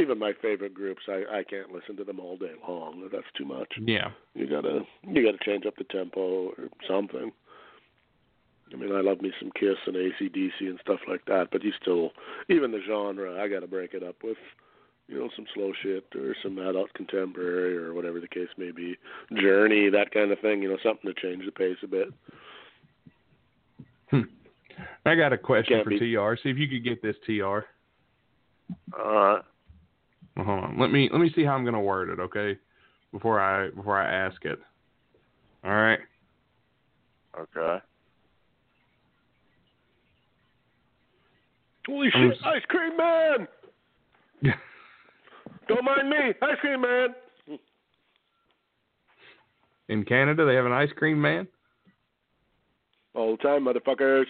even my favorite groups, I I can't listen to them all day long. That's too much. Yeah. You gotta you gotta change up the tempo or something. I mean, I love me some Kiss and ACDC and stuff like that, but you still, even the genre, I gotta break it up with, you know, some slow shit or some adult contemporary or whatever the case may be, Journey, that kind of thing. You know, something to change the pace a bit. Hmm. I got a question Can't for be- TR. See if you could get this TR. All right. Well, hold on. Let me let me see how I'm gonna word it, okay? Before I before I ask it. All right. Okay. Holy I'm shit! s- Ice cream man! Yeah. Don't mind me, ice cream man. In Canada they have an ice cream man. All the time, motherfuckers.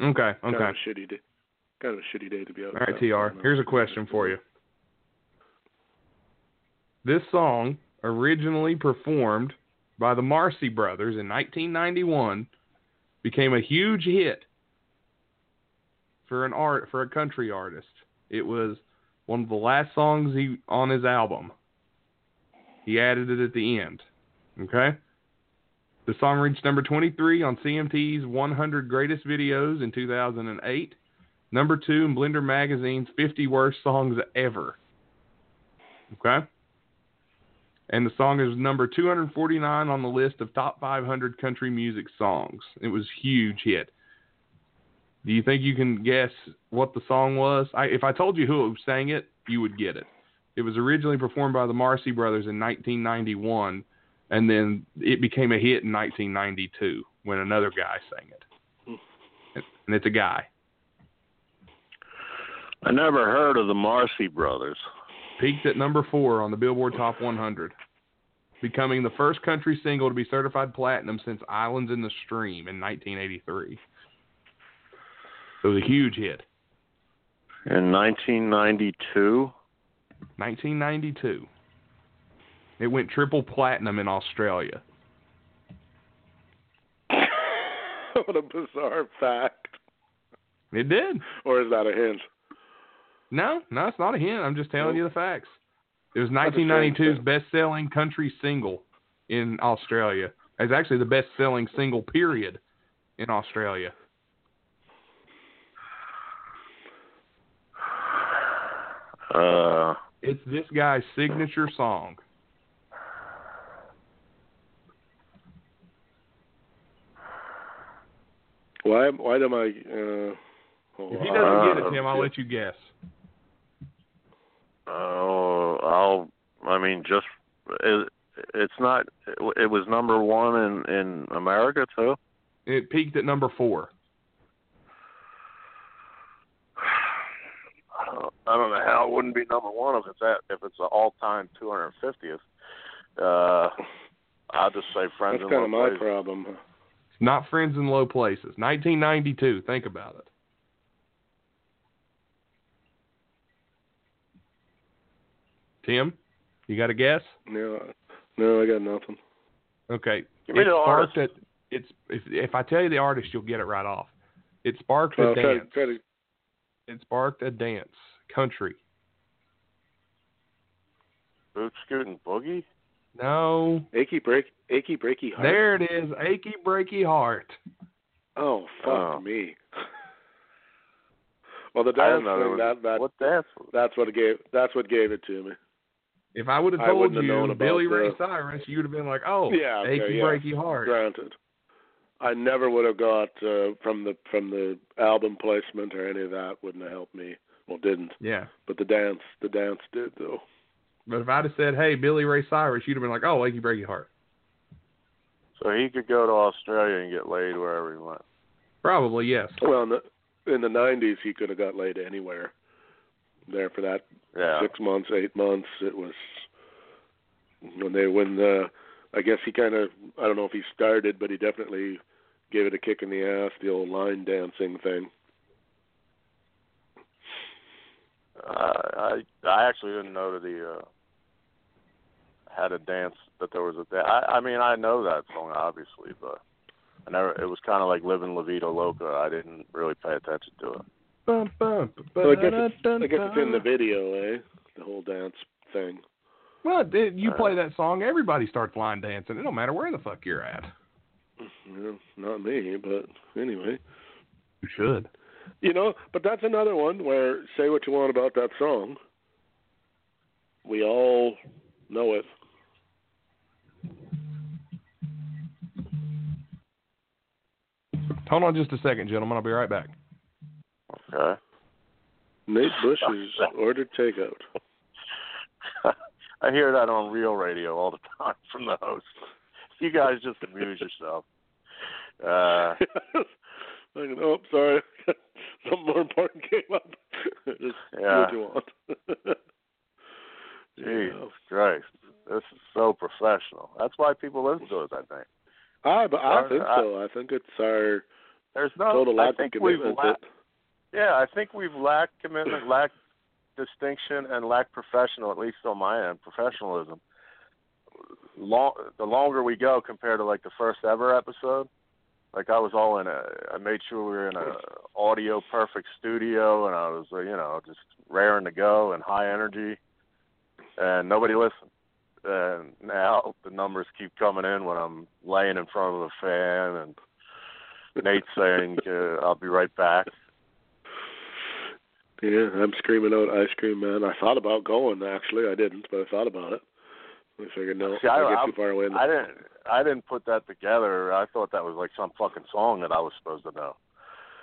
Okay, Kind okay. of a shitty, d- Kind of a shitty day to be out. All right, TR. Here's a question for you. This song, originally performed by the Marcy Brothers in 1991, became a huge hit for an art for a country artist. It was one of the last songs he on his album. He added it at the end. Okay? The song reached number 23 on CMT's 100 Greatest Videos in 2008, number 2 in Blender Magazine's 50 Worst Songs Ever. Okay? And the song is number 249 on the list of top 500 country music songs. It was a huge hit. Do you think you can guess what the song was? I, if I told you who sang it, you would get it. It was originally performed by the Marcy Brothers in 1991, and then it became a hit in 1992 when another guy sang it. And- And it's a guy. I never heard of the Marcy Brothers. peaked at number four on the Billboard Top 100, becoming the first country single to be certified platinum since Islands in the Stream in 1983. It was a huge hit. In 1992, 1992. It went triple platinum in Australia. what a bizarre fact. It did. Or is that a hint? No, no, it's not a hint. I'm just telling Nope. you the facts. It was That's a strange 1992's fact. best-selling country single in Australia. It's actually the best-selling single period in Australia. uh, It's this guy's signature song. Why? Why am I? Uh, hold If he on. doesn't get Uh, it, Tim, I'll let you guess. oh, I'll. I mean, just it, it's not. It was number one in in America too. It peaked at number four. I don't- I don't know how it wouldn't be number one if it's that if it's an all time 250th. Uh, I'll just say friends That's in kind of low my places. problem. It's not Friends in Low Places. 1992. Think about it. Tim, you got a guess? No, no, I got nothing. Okay. Give me It the sparked artist. at- it's if, if I tell you the artist, you'll get it right off. It sparked a Well, try, dance. to- try to. It sparked a dance. Country. Boot Scootin' Boogie. No. Achy break, achy breaky heart. There it is. Achy breaky heart. Oh fuck Oh. me. well, the I dance didn't know there thing was- that that what dance? was it? that's what gave that's what gave it to me. If I would have I told wouldn't have known you about Billy the- Ray Cyrus, you'd have been like, "Oh, Yeah, okay, achy yeah. breaky heart." Granted, I never would have got uh, from the from the album placement or any of that. Wouldn't have helped me. Well, didn't. Yeah, But the dance, the dance did though. but if I'd have said, "Hey, Billy Ray Cyrus," you'd have been like, "Oh, achy breaky heart." So he could go to Australia and get laid wherever he went. Probably yes. Well, in the, in the '90s, he could have got laid anywhere. There for that Yeah. six months, eight months. It was when they when uh I guess he kind of I don't know if he started, but he definitely gave it a kick in the ass. The old line dancing thing. Uh, I I actually didn't know that he uh, had a dance. That there was a dance. I, I mean, I know that song obviously, but I never. It was kind of like living La Vida Loca. I didn't really pay attention to it. Bum, bum, Well, I guess it's, ba-da-dun-dun. I guess it's in the video, eh? The whole dance thing. Well, dude, you play that song, everybody starts line dancing. It don't matter where the fuck you're at. Yeah, not me, but anyway. You should. You know, but that's another one where say what you want about that song. We all know it. Hold on just a second, gentlemen. I'll be right back. Okay. Nate Bush's ordered takeout. I hear that on real radio all the time from the host. You guys just amuse yourself. Uh, like, oh, sorry, something more important came up. Just do Yeah. what you want. Jesus Christ, this is so professional. That's why people listen to us. I think I, but I Our- think I- so. I think it's our there's no. total I lack of think we've commitment. la- that- Yeah, I think we've lacked commitment, lacked distinction, and lacked professional, at least on my end, professionalism. Long, the longer we go compared to like the first ever episode, like I was all in a, I made sure we were in a audio perfect studio, and I was uh, you know just raring to go and high energy, and nobody listened. And now the numbers keep coming in when I'm laying in front of a fan and Nate saying, uh, "I'll be right back." Yeah, I'm screaming out ice cream man. I thought about going actually. I didn't, but I thought about it. I figured no, See, I, I- get I- too far away. In the, I didn't. I didn't put that together. I thought that was like some fucking song that I was supposed to know.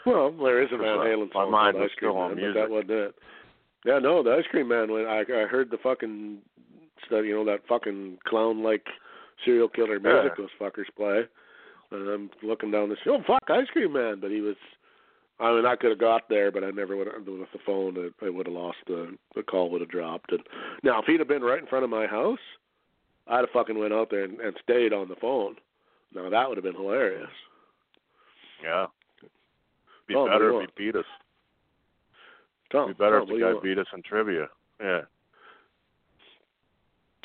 well, there is a Van My- Halen my song mind called was Ice Cream still on Man, but that wasn't it. Yeah, no, the ice cream man. When I I heard the fucking stuff, you know that fucking clown like serial killer music Yeah. those fuckers play, and I'm looking down this. Oh fuck, ice cream man! But he was. I mean, I could have got there, but I never would have, with the phone. I, I would have lost the the call. Would have dropped. And now, if he'd have been right in front of my house, I'd have fucking went out there and, and stayed on the phone. Now that would have been hilarious. Yeah. Be Oh, better my if he beat us. Tom, Be better Tom, what if do the you guy want? beat us in trivia. Yeah.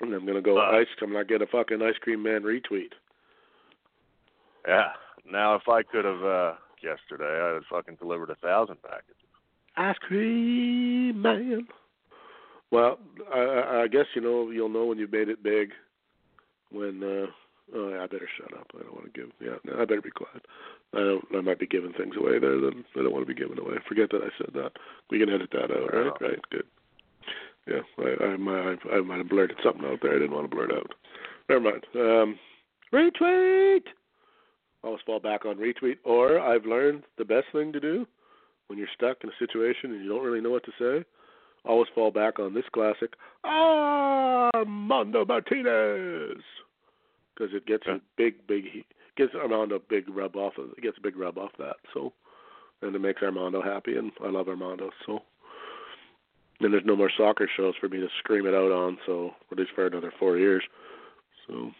And I'm gonna go Uh, ice. I'm gonna get a fucking ice cream man retweet. Yeah. Now if I could have uh yesterday I'd have fucking delivered a thousand packages. Ice cream man. Well, I- I, I guess you know you'll know when you made it big. When uh, oh, yeah, I better shut up. I don't want to give. Yeah, no, I better be quiet. I don't. I might be giving things away there. Then I don't want to be giving away. Forget that I said that. We can edit that out, right? Yeah. Right. Good. Yeah, I, I, might, I might have blurted something out there. I didn't want to blurt out. Never mind. Um, retweet. Always fall back on retweet. Or I've learned the best thing to do when you're stuck in a situation and you don't really know what to say. Always fall back on this classic Armando Martinez because it gets Yeah. a big, big he- gets Armando a big rub off of it gets a big rub off that. So, and it makes Armando happy, and I love Armando. So, and there's no more soccer shows for me to scream it out on. So, at least for another four years. So,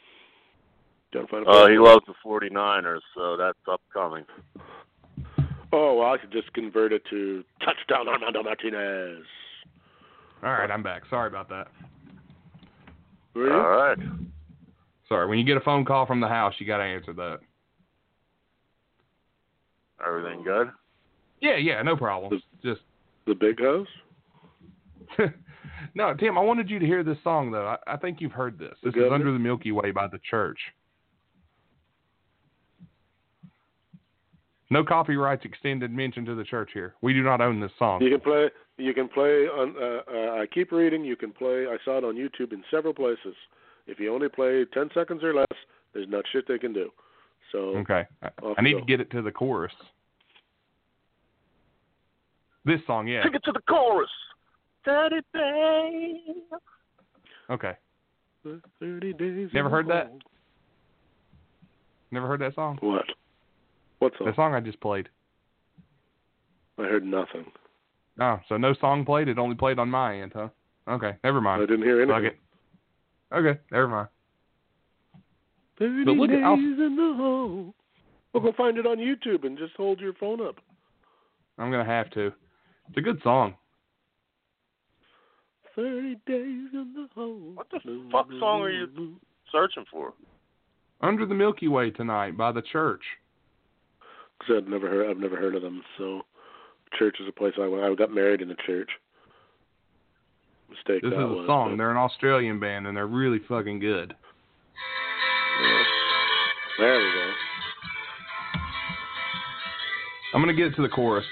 gotta find a Oh, place. he loves the 49ers, so that's upcoming. Oh, well, I could just convert it to touchdown Armando Martinez. All right, I'm back. Sorry about that. Were you? All right. Sorry. When you get a phone call from the house, you got to answer that. Everything good? Yeah, yeah, no problem. Just the big house. no, Tim. I wanted you to hear this song though. I, I think you've heard this. This is Governor? "Under the Milky Way" by the Church. No copyrights extended mention to the church here. We do not own this song. You can play. You can play on. Uh, uh, I keep reading. You can play. I saw it on YouTube in several places. If you only play ten seconds or less, there's not shit they can do. So Okay. I, Off I need go. to get it to the chorus. This song, yeah. Take it to the chorus. Daddy Babe. Okay. thirty days. Never in heard the that? hole. Never heard that song? What? What The song? song I just played. I heard nothing. Oh, so no song played. It only played on my end, huh? Okay, never I mind. didn't hear Fuck anything. it. Okay, never mind. Thirty But look days at how- in the hole. Well, go find it on YouTube and just hold your phone up. I'm gonna have to. It's a good song. Thirty days in the hole. What the fuck song are you- Searching for. Under the Milky Way tonight by the Church. Cause I've never heard. I've never heard of them. So, church is a place I went. I got married in a church. Mistake. This is that a was, song. but- They're an Australian band and they're really fucking good. yeah. There we go. I'm gonna get it to the chorus.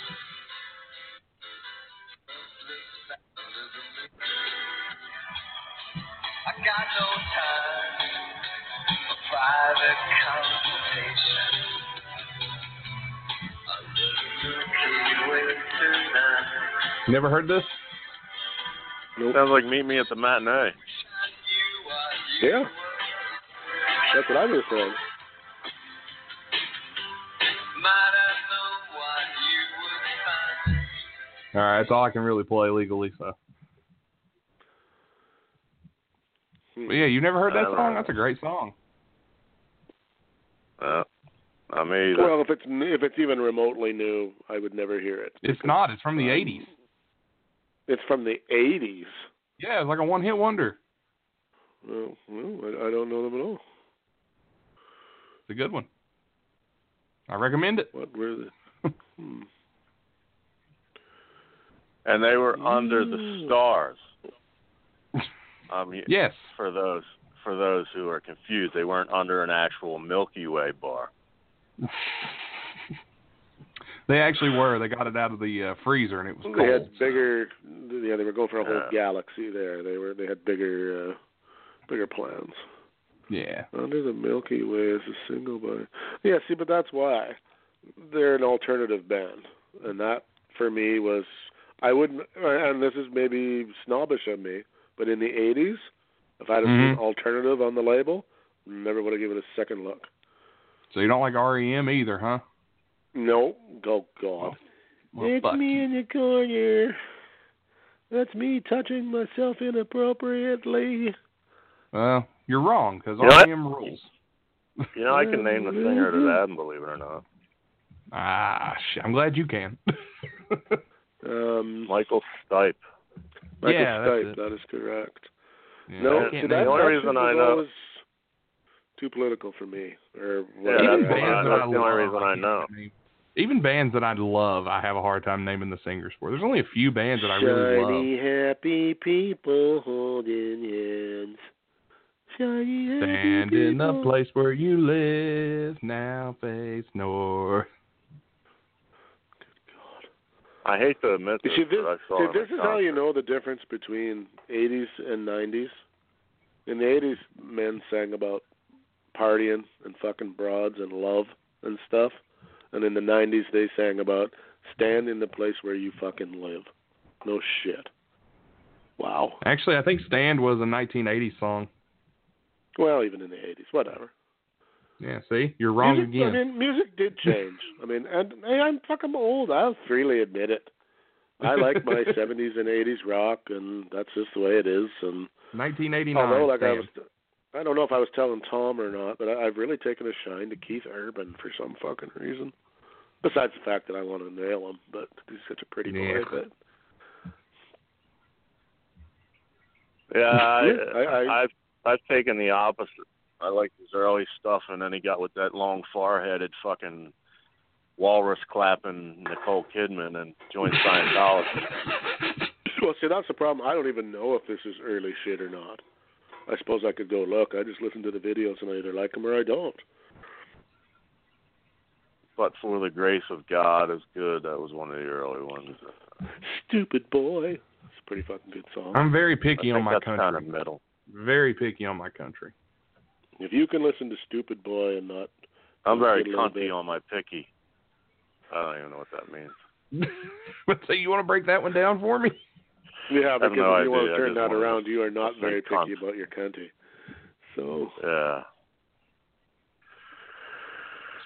I got no time for private consultation. Under the Milky Way tonight. Never heard this? Nope. Sounds like Meet Me at the Matinee. You are you. Yeah, that's what I was saying. Might I know what you would find? All right, that's all I can really play legally. So. Hmm. But yeah, you never heard that Uh, song? That's a great song. Uh, Not me either. Well, if it's n- if it's even remotely new, I would never hear it. It's not. It's from the Um, '80s. It's from the '80s. Yeah, it's like a one-hit wonder. Well, no, I, I don't know them at all. It's a good one. I recommend it. What were the? hmm. and they were under the Mm. stars. Um, y- Yes. for those for those who are confused, they weren't under an actual Milky Way bar. They actually were. They got it out of the uh, freezer and it was cold. They had bigger. Yeah, they were going for a whole Yeah. galaxy there. They were. They had bigger, uh, bigger plans. Yeah. Under the Milky Way is a single body. Yeah, see, but that's why they're an alternative band, and that for me was I wouldn't. And this is maybe snobbish of me, but in the '80s, if I'd have Mhm. seen alternative on the label, never would have given it a second look. So you don't like REM either, huh? No, go God. Well, fuck you. in the corner. That's me touching myself inappropriately. Well, you're wrong because You know what? REM rules. You know, I can name the singer to that, and believe it or not, Ah, shit, I'm glad you can. Um, Michael Stipe. Michael Yeah, that's Stipe, it. that is correct. Yeah, no, I see, can't that name only it. that reason was I know- always too political for me. Or Yeah, whatever. even that's bands why- that that's I the love, only reason I can't know. name. Even bands that I love, I have a hard time naming the singers for. There's only a few bands that I Shiny really love. happy people holding hands. Shiny happy Stand people. in the place where you live now, face north. I hate to admit You this, see, this, but I saw see, him this at is how you concert. know the difference between 80s and 90s. In the 80s, men sang about partying and fucking broads and love and stuff. And in the 90s, they sang about stand in the place where you fucking live. No shit. Wow. Actually, I think "Stand" was a 1980 song. Well, even in the 80s, whatever. Yeah, see, you're wrong music, again. I mean, music did change. I mean, and, and I'm fucking old. I'll freely admit it. I like my 70s and 80s rock, and that's just the way it is. And 1989. Although, like I Stan. was, I don't know if I was telling Tom or not, but I, I've really taken a shine to Keith Urban for some fucking reason. Besides the fact that I want to nail him, but he's such a pretty Yeah. boy. But Yeah, I, Yeah, I- I- have I've taken the opposite. I liked his early stuff, and then he got with that long, far-headed fucking walrus clapping Nicole Kidman and joined Scientology. well, see, that's the problem. I don't even know if this is early shit or not. I suppose I could go look. I just listen to the videos and I either like them or I don't. but for the grace of God is good. That was one of the early ones. Stupid boy. It's a pretty fucking good song. I'm very I picky think on my that's country. kind of middle. Very picky on my country. If you can listen to Stupid Boy and not, I'm very Good little cunty bit. on my picky. I don't even know what that means. so you want to break that one down for me? yeah, have because no if you want to idea. I turn just that wanna around, you are not listen to very picky Trump. about your country. So Yeah.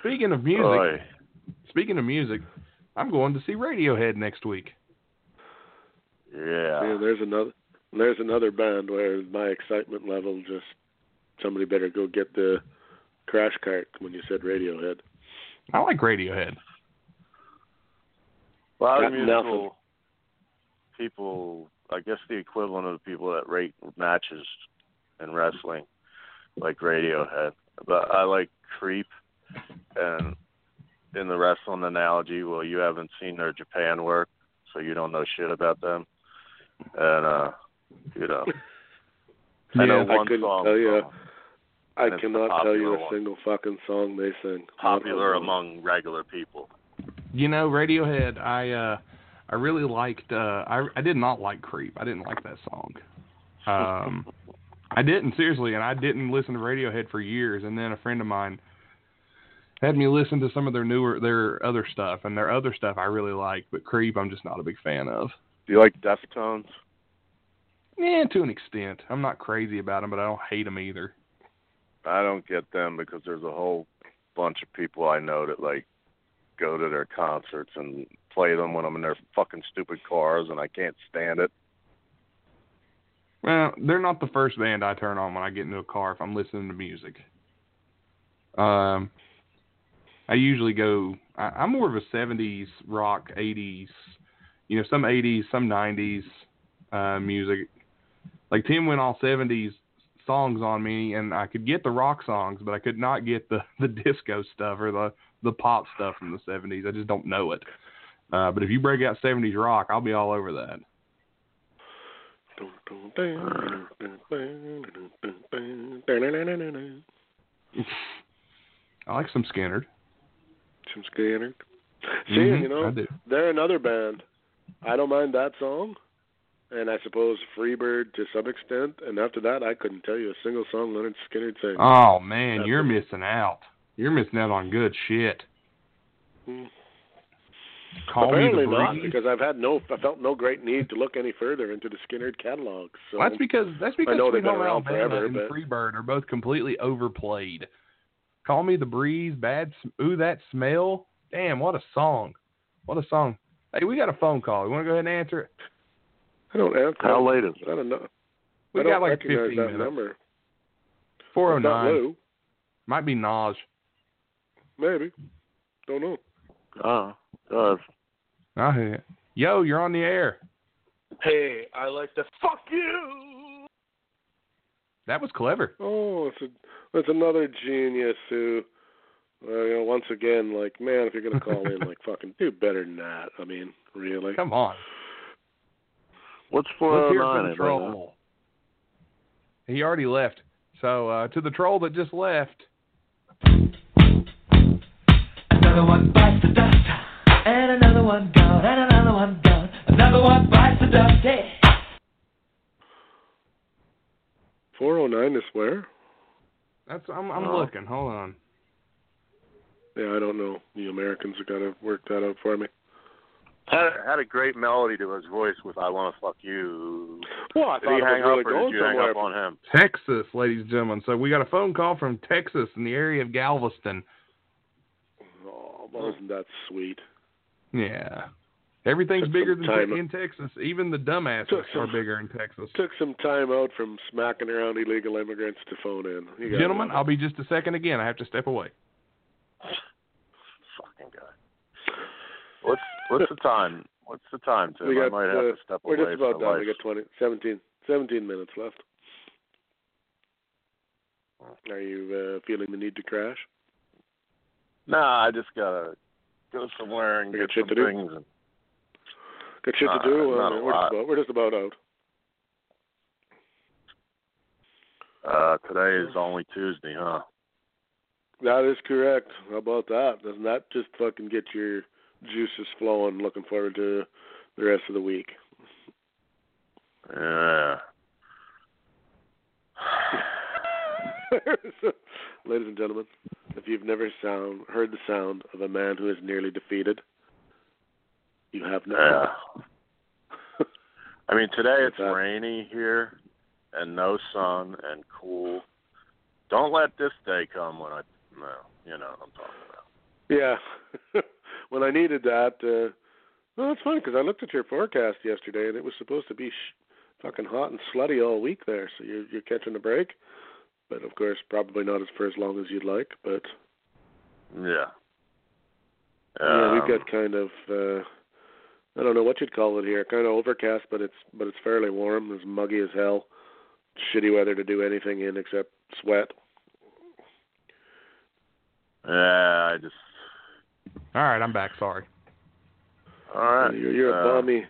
Speaking of music, Oy. speaking of music, I'm going to see Radiohead next week. Yeah. Man, there's another there's another band where my excitement level just somebody better go get the crash cart when you said Radiohead. I like Radiohead. A lot Got of musical nothing. people, I guess the equivalent of the people that rate matches in wrestling, like Radiohead. But I like Creep, and in the wrestling analogy, well, you haven't seen their Japan work, so you don't know shit about them. And uh, you know, I know Yeah. I one couldn't song tell you. from- I That's the cannot tell you a popular one. single fucking song they sing. Not popular one. among regular people. You know Radiohead. I uh, I really liked. Uh, I I did not like Creep. I didn't like that song. Um, I didn't seriously, and I didn't listen to Radiohead for years. And then a friend of mine had me listen to some of their newer their other stuff, and their other stuff I really like, but Creep I'm just not a big fan of. Do you like Deftones? Yeah, to an extent. I'm not crazy about them, but I don't hate them either. I don't get them because there's a whole bunch of people I know that like go to their concerts and play them when I'm in their fucking stupid cars and I can't stand it. Well, they're not the first band I turn on when I get into a car if I'm listening to music. Um, I usually go. I, I'm more of a '70s rock, '80s, you know, some '80s, some '90s uh, music. Like Tim went all '70s songs on me, and I could get the rock songs, but I could not get the the disco stuff or the the pop stuff from the '70s. I just don't know it. Uh, but if you break out '70s rock, I'll be all over that. Tim I like some Skinner. Skinner. See, Mhm, you know, I do. they're another band. I don't mind that song, and I suppose Freebird to some extent. And after that, I couldn't tell you a single song Leonard Skinner sang. Oh man, That's you're it. missing out. You're missing out on good shit. Mm. Call Apparently me the not, breeze. because I've had no, I felt no great need to look any further into the Skinner catalog. So Well, that's because that's because know Sweet they've been Home around Alabama forever, and but- Freebird are both completely overplayed. Call me the breeze, bad sm- ooh that smell. Damn, what a song! What a song! Hey, we got a phone call. You want to go ahead and answer it? I don't answer. How late is it? I don't know. We I don't got like recognize 15 that minutes. number. Four oh It's not nine Lou, might be Naj. maybe. Don't know. Oh, uh, I hear it. Yo, you're on the air. hey, I like to fuck you. That was clever. Oh, it's a, it's another genius who, uh, you know, once again, like, man, if you're gonna call in, like, fucking do better than that. I mean, really. Come on. What's Let's hear 409? from the troll. He already left. So uh, to the troll that just left. Another one bites the dust, and another one down, and another one down. Another one bites the dust, hey. Four oh nine is where? That's I'm, I'm Oh. looking. Hold on. Yeah, I don't know. The Americans have got to work that out for me. Had, had a great melody to his voice with "I Want to Fuck You." Well, I thought Did he it was hang really up, or going did you hang somewhere. up on him? Texas, ladies and gentlemen. So we got a phone call from Texas in the area of Galveston. Oh, wasn't that sweet? Yeah. Everything's Took bigger some than time. in Texas. Even the dumbasses Took some- are bigger in Texas. Took some time out from smacking around illegal immigrants to phone in. You gotta Gentlemen, love I'll be just a second again. I have to step away. Fucking guy. What's what's the time? What's the time, it. Tim? We I got, might have uh, to step we're away just for about the done. life. We got 20, 17, 17 minutes left. Are you uh, feeling the need to crash? Nah, I just gotta go somewhere and We get got shit some to do. things. And, Got shit Nah, to do. not uh, a we're, just lot. about, we're just about out. uh, today is only Tuesday, huh? That is correct. How about that? Doesn't that just fucking get your juices flowing? Looking forward to the rest of the week. Yeah. Ladies and gentlemen, if you've never sound heard the sound of a man who is nearly defeated, you have Yeah. not. I mean, today it's What's that? rainy here and no sun and cool. Don't let this day come when I, no, you know what I'm talking about. Yeah. when I needed that, uh, well, it's funny because I looked at your forecast yesterday and it was supposed to be sh- fucking hot and slutty all week there, so you're you're catching a break. But of course, probably not as for as long as you'd like. But Yeah. yeah, Um, we've got kind of uh, I don't know what you'd call it here, kind of overcast, but it's but it's fairly warm. It's muggy as hell. Shitty weather to do anything in except sweat. Yeah, I just. All right, I'm back. Sorry. All right. You're, you're a uh, balmy,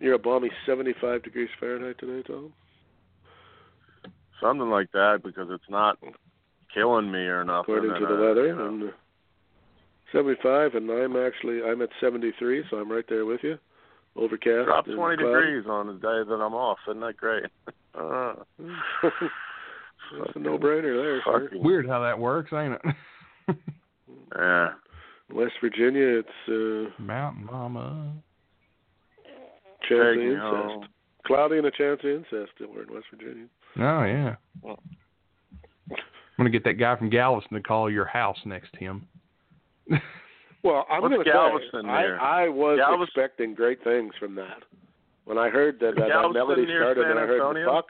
you're a balmy 75 degrees Fahrenheit today, Tom. Something like that because it's not killing me or nothing. according to and the I- weather. you know. And uh, 75, and I'm actually I'm at 73, so I'm right there with you. Overcast. Drop and 20 cloudy. degrees on the day that I'm off. Isn't that great? uh, That's a no-brainer there. Sir. fucking- Weird how that works, ain't it? Yeah. West Virginia, it's uh, Mountain Mama. chance of Take me incest. home. Cloudy and a chance of incest. that We're in West Virginia. Oh yeah. Well- I'm gonna get that guy from Galveston to call your house next, Tim. Well, I'm What's going to say, Galveston near? I, I was Galveston- expecting great things from that. When I heard that, that, that Galveston melody near started San and I heard Antonio?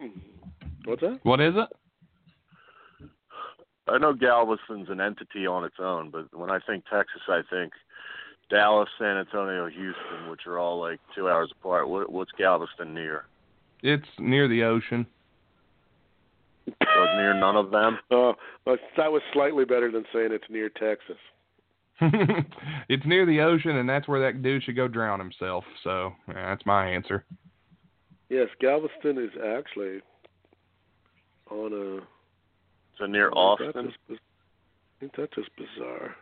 the fuck. What's that? what is it? I know Galveston's an entity on its own, but when I think Texas, I think Dallas, San Antonio, Houston, which are all like two hours apart. What, what's Galveston near? It's near the ocean. So it's near none of them. Uh, but that was slightly better than saying it's near Texas. it's near the ocean, and that's where that dude should go drown himself. So yeah, that's my answer. Yes, Galveston is actually on a. So near That's Austin. just biz- Ain't that just bizarre?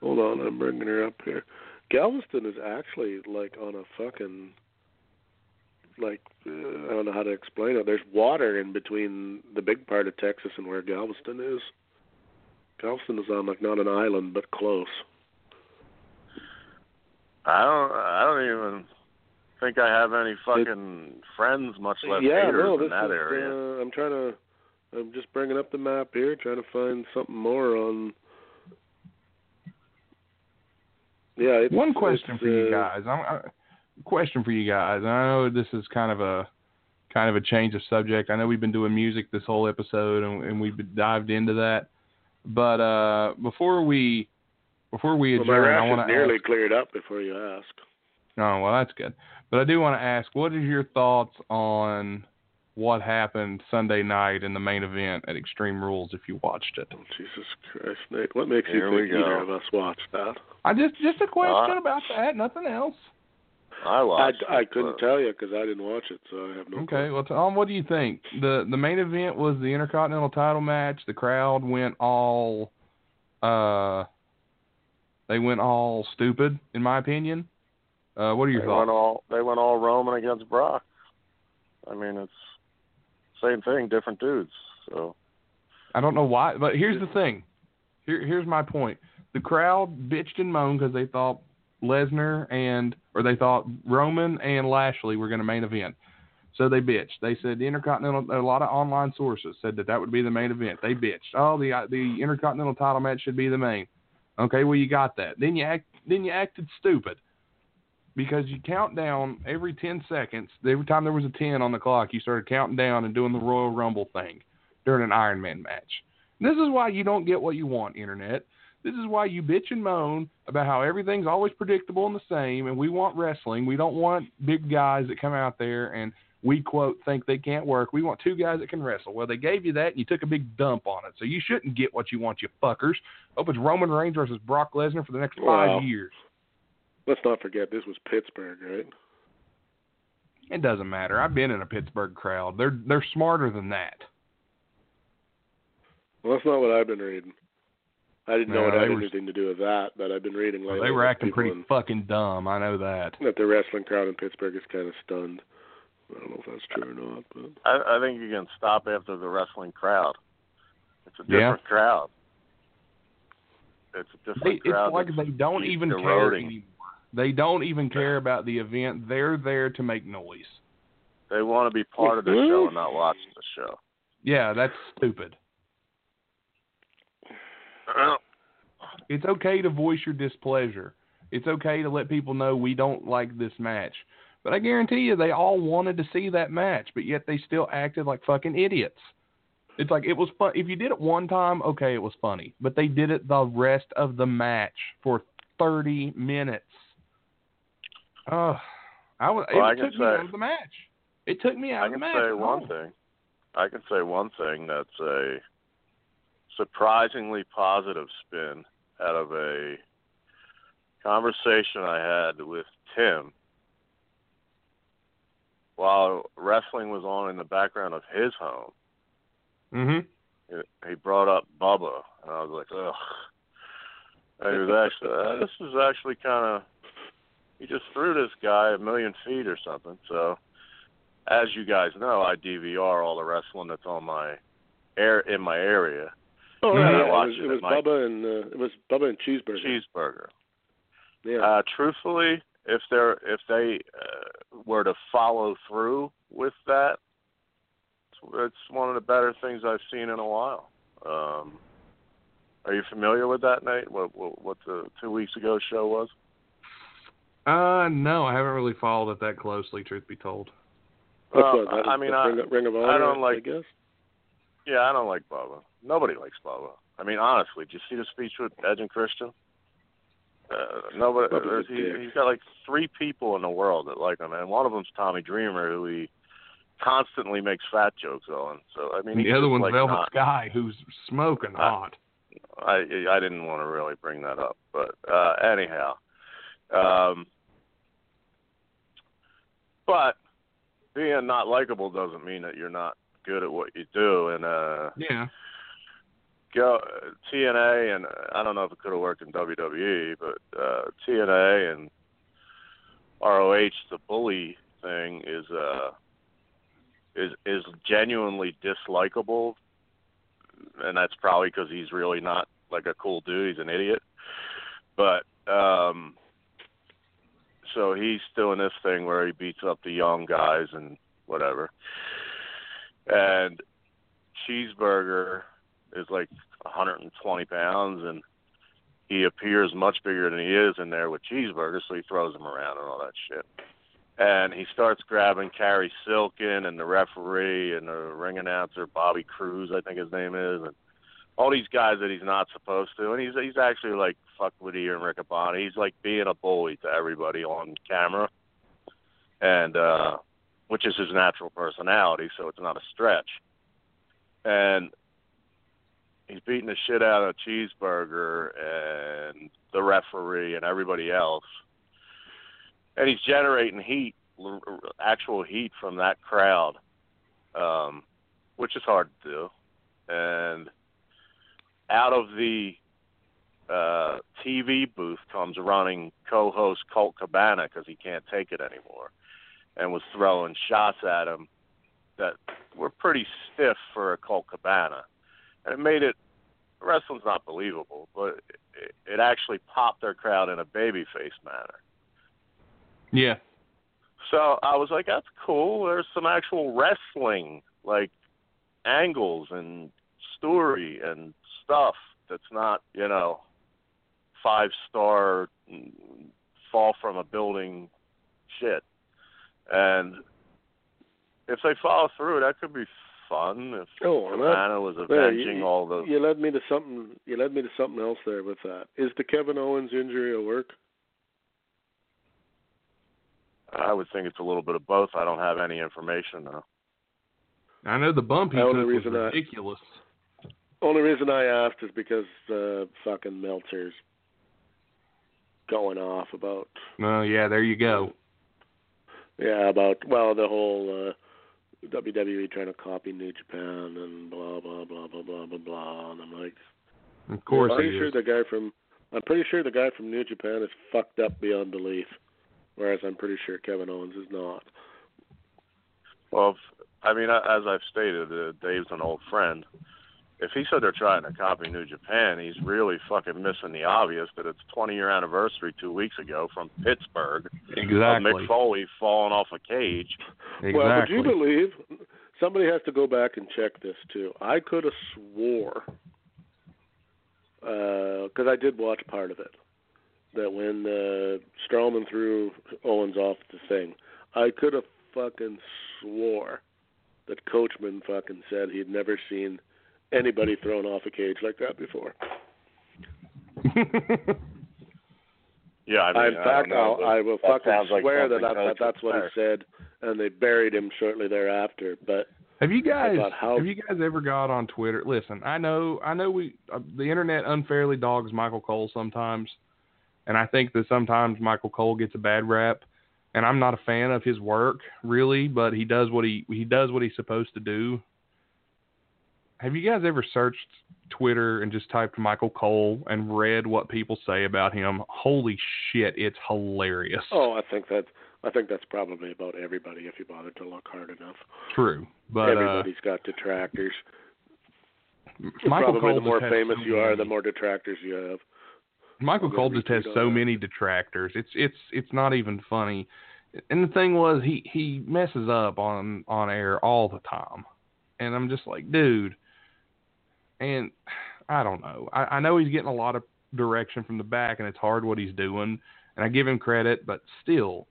Hold on, I'm bringing her up here. Galveston is actually like on a fucking. Like uh, I don't know how to explain it. There's water in between the big part of Texas and where Galveston is. Galveston is on like not an island but close. I don't. I don't even think I have any fucking friends, much less yeah, haters no, this in that is, area. Uh, I'm trying to. I'm just bringing up the map here, trying to find something more on. Yeah. It's, One question it's, for you uh, guys. I'm, I, question for you guys. I know this is kind of a kind of a change of subject. I know we've been doing music this whole episode, and, and we've been dived into that. But uh, before we before we Well, my adjourn, I rash want is to nearly ask. cleared up before you ask. Oh well, that's good. But I do want to ask, what is your thoughts on what happened Sunday night in the main event at Extreme Rules? If you watched it, Oh, Jesus Christ, Nate! What makes Here you we think either go. of us watched that? I just just a question Uh, about that, nothing else. I I, watched. I it, couldn't but- tell you because I didn't watch it, so I have no. Okay, well, Tom, what do you think? the The main event was the Intercontinental Title match. The crowd went all, uh, they went all stupid, in my opinion. Uh, what are your They went thoughts? all. They went all Roman against Brock. I mean, it's same thing, different dudes. So I don't know why, but here's the thing. Here, here's my point. The crowd bitched and moaned because they thought Lesnar and or they thought Roman and Lashley were going to main event. So they bitched. They said the Intercontinental. A lot of online sources said that that would be the main event. They bitched. Oh, the the Intercontinental title match should be the main. Okay, well you got that. Then you act. Then you acted stupid because you count down every ten seconds. Every time there was a ten on the clock, you started counting down and doing the Royal Rumble thing during an Iron Man match. This is why you don't get what you want, internet. This is why you bitch and moan about how everything's always predictable and the same, and we want wrestling. We don't want big guys that come out there and we quote think they can't work. We want two guys that can wrestle. Well, they gave you that, and you took a big dump on it. So you shouldn't get what you want, you fuckers. Hope it's Roman Reigns versus Brock Lesnar for the next five Wow. years. Let's not forget this was Pittsburgh, right? It doesn't matter. I've been in a Pittsburgh crowd. They're they're smarter than that. Well, that's not what I've been reading. I didn't know No, it they had were- anything to do with that, but I've been reading lately. they were that acting people pretty in- fucking dumb. I know that. that the wrestling crowd in Pittsburgh is kind of stunned. I don't know if that's true or not, but I, I think you can stop after the wrestling crowd. It's a Yeah. different crowd. It's a They, different it's crowd. like that's- they don't keep even care eroding. anymore. They don't even care about the event. They're there to make noise. they want to be part of the Mhm. show and not watch the show. Yeah, that's stupid. It's okay to voice your displeasure. It's okay to let people know we don't like this match. But I guarantee you, they all wanted to see that match, but yet they still acted like fucking idiots. It's like it was fun. If you did it one time, okay, it was funny. But they did it the rest of the match for 30 minutes. Ugh. I was, Well, it I can took me out say- of the match. It took me out I of the can match. say at one all. thing. I can say one thing that's a surprisingly positive spin out of a conversation I had with Tim while wrestling was on in the background of his home. Mhm. He brought up Bubba, and I was like, ugh. And he was actually, uh, this is actually kind of, he just threw this guy a million feet or something. So, as you guys know, I DVR all the wrestling that's on my air in my area. oh, yeah, I it watched was, it, it was Mike. Bubba and uh, it was Bubba and Cheeseburger. Cheeseburger. Yeah, Uh, truthfully, if they're if they uh, were to follow through with that, it's- it's one of the better things I've seen in a while. Um, are you familiar with that, Nate? What, what what the two weeks ago show was? Uh, no, I haven't really followed it that closely. Truth be told, that's Well, what, that I was mean, the I, Ring, of- Ring of I Honor, don't like- I guess. Yeah, I don't like Bubba. Nobody likes Bubba. I mean, honestly, did you see the speech with Edge and Christian? Uh, nobody. Bubba's a there's- dick. He, he's got like three people in the world that like him, and one of them's Tommy Dreamer, who he constantly makes fat jokes on. So I mean, And the he's other just, one's like Velvet not- Sky, who's smoking Ah. hot. I I didn't want to really bring that up, but uh, anyhow, um, but being not likable doesn't mean that you're not good at what you do. And uh, Yeah. go TNA, and uh, I don't know if it could have worked in WWE, but uh, TNA and ROH, the bully thing is uh, is is genuinely dislikable, and that's probably because he's really not like a cool dude. He's an idiot, but um, so he's doing this thing where he beats up the young guys and whatever, and cheeseburger is like 120 pounds, and he appears much bigger than he is in there with cheeseburger, so he throws him around and all that shit. And he starts grabbing Carrie Silken and the referee and the ring announcer Bobby Cruz, I think his name is, and all these guys that he's not supposed to. And he's he's actually like fuck with you and Riccaboni. He's like being a bully to everybody on camera, and uh, which is his natural personality, so it's not a stretch. And he's beating the shit out of Cheeseburger and the referee and everybody else, and he's generating heat, l- r- actual heat from that crowd, um, which is hard to do. And out of the uh, TV booth comes running co-host Colt Cabana because he can't take it anymore, and was throwing shots at him that were pretty stiff for a Colt Cabana and it made it wrestling's not believable, but it, it actually popped their crowd in a babyface manner. Yeah. So I was like, that's cool. There's some actual wrestling, like angles and story and stuff that's not, you know, five star fall from a building shit. And if they follow through, that could be fun. If Oh, and that, Cabana was there, avenging you- you- all the you led me to something. You led me to something else there with that. Is the Kevin Owens injury a work? I would think it's a little bit of both. I don't have any information though. I know the bump he The took only was reason I- ridiculous. Only reason I asked is because uh, fucking Meltzer's going off about Well, yeah, there you go. yeah about well the whole uh, WWE trying to copy New Japan and blah blah blah blah blah blah blah. And I'm like, Of course I'm he pretty sure is. the guy from I'm pretty sure the guy from New Japan is fucked up beyond belief, whereas I'm pretty sure Kevin Owens is not. Well, if, I mean, I- as I've stated, uh, Dave's an old friend. If he said they're trying to copy New Japan, he's really fucking missing the obvious that it's 20 year anniversary two weeks ago from Pittsburgh Exactly. of Mick Foley falling off a cage. Exactly. Well, would you believe? Somebody has to go back and check this too. I could have swore, because I did watch part of it, that when uh, Strowman threw Owens off the thing, I could have fucking swore that Coachman fucking said he'd never seen anybody thrown off a cage like that before. Yeah, I mean, in I fact, don't know, I'll, I will that fucking sounds like swear that, something that, that Coach that's would what he said, and they buried him shortly thereafter. But have you guys about how- have you guys ever got on Twitter? Listen, I know I know we uh, the internet unfairly dogs Michael Cole sometimes, and I think that sometimes Michael Cole gets a bad rap. And I'm not a fan of his work really, but he does what he he does what he's supposed to do. Have you guys ever searched Twitter and just typed Michael Cole and read what people say about him? Holy shit, it's hilarious. Oh, I think that I think that's probably about everybody if you bother to look hard enough. True, but uh, Everybody's got detractors. Michael probably Cole the just more has famous so you are, many- the more detractors you have. Michael I'm Cole gonna just has retweet all so that. many detractors. It's it's it's not even funny. And the thing was, he he messes up on on air all the time, and I'm just like, dude. And I don't know. I, I know he's getting a lot of direction from the back, and it's hard what he's doing. And I give him credit, but still,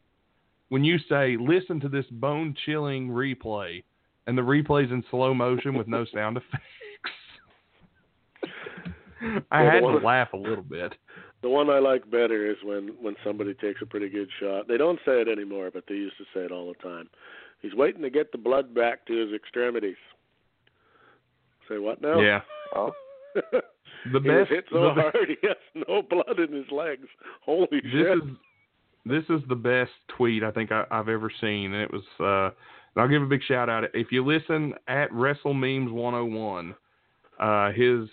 when you say listen to this bone chilling replay and the replays in slow motion with no sound effects. I Well, the had to one- laugh a little bit. The one I like better is when when somebody takes a pretty good shot. They don't say it anymore, but they used to say it all the time. He's waiting to get the blood back to his extremities. Say what now? Yeah, Oh, the he was best. hit so the, hard he has no blood in his legs. Holy this shit! is this is the best tweet I think I, I've ever seen, and it was. Uh, and I'll give a big shout out if you listen at Wrestle Memes 101. Uh, his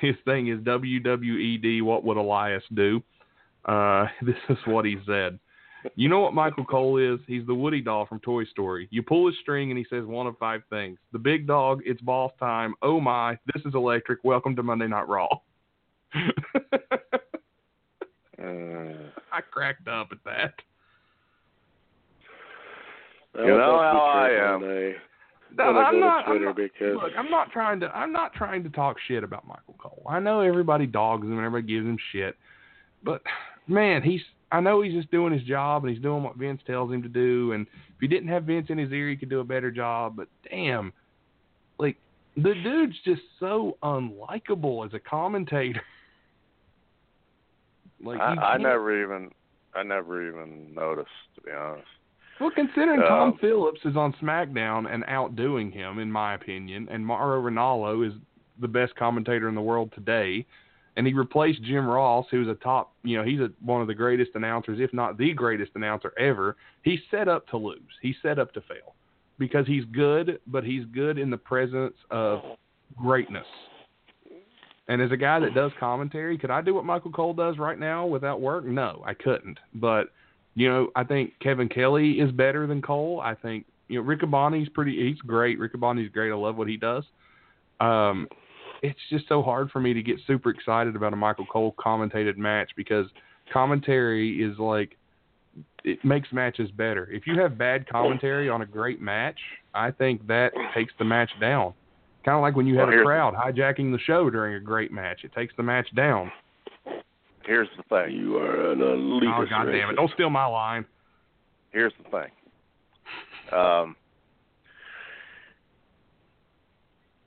his thing is WWED. What would Elias do? Uh, this is what he said. You know what Michael Cole is? He's the Woody doll from Toy Story. You pull his string and he says one of five things. The big dog, it's boss time. Oh my, this is electric. Welcome to Monday Night Raw. mm. I cracked up at that. I You know don't how I care am. when I, No, when I go I'm to not, I'm Twitter not- because Look, I'm not trying to. I'm not trying to talk shit about Michael Cole. I know everybody dogs him and everybody gives him shit, but man, he's. I know he's just doing his job and he's doing what Vince tells him to do. And if he didn't have Vince in his ear, he could do a better job. But damn, like the dude's just so unlikable as a commentator. Like you I, I can't- never even I never even noticed to be honest. Well, considering Um, Tom Phillips is on SmackDown and outdoing him, in my opinion, and Mauro Ranallo is the best commentator in the world today, and he replaced Jim Ross, who's a top, you know, he's a, one of the greatest announcers, if not the greatest announcer ever. He's set up to lose. He's set up to fail because he's good, but he's good in the presence of greatness. And as a guy that does commentary, could I do what Michael Cole does right now without work? No, I couldn't. But you know, I think Kevin Kelly is better than Cole. I think you know Riccoboni's pretty. He's great. Riccoboni's great. I love what he does. Um, it's just so hard for me to get super excited about a Michael Cole commentated match because commentary is like it makes matches better. If you have bad commentary on a great match, I think that takes the match down. Kind of like when you have Well, here's- a crowd hijacking the show during a great match, it takes the match down. Here's the thing. you are an elite. Oh God damn it! Don't steal my line. Here's the thing. Um,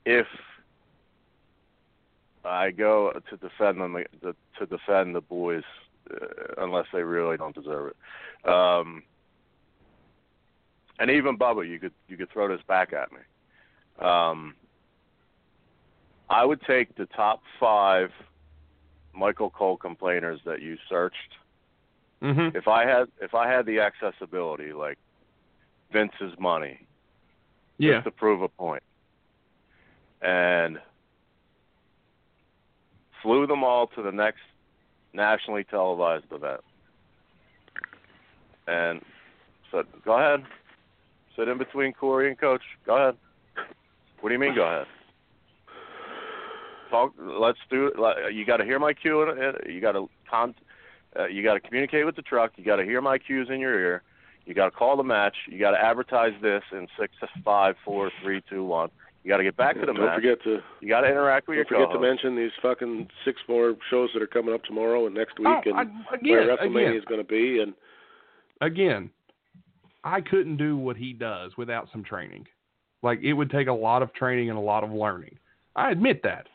if I go to defend them to, to defend the boys, uh, unless they really don't deserve it, um, and even Bubba, you could you could throw this back at me. Um, I would take the top five Michael Cole complainers that you searched hmm if I had if I had the accessibility like Vince's money Yeah. just to prove a point and flew them all to the next nationally televised event and said go ahead sit in between Corey and coach go ahead what do you mean go ahead talk let's do it Let- you got to hear my cue and- and you got to con- uh, you got to communicate with the truck. You got to hear my cues in your ear. You got to call the match. You got to advertise this in six, five, four, three, two, one. You got to get back to the Don't match. forget to you got to interact with don't forget your to co-host. mention these fucking six more shows that are coming up tomorrow and next week Oh, and I- where again, WrestleMania again, is going to be and again, I couldn't do what he does without some training. Like it would take a lot of training and a lot of learning. I admit that.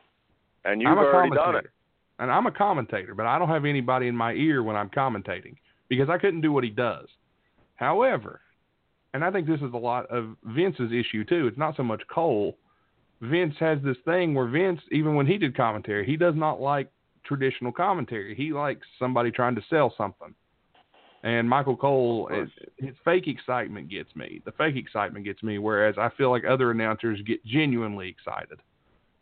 and you've I'm a already commentator, done it. and I'm a commentator, but I don't have anybody in my ear when I'm commentating because I couldn't do what he does. However, and I think this is a lot of Vince's issue too. It's not so much Cole. Vince has this thing where Vince, even when he did commentary, he does not like traditional commentary. He likes somebody trying to sell something. And Michael Cole, course. his fake excitement gets me. The fake excitement gets me, whereas I feel like other announcers get genuinely excited.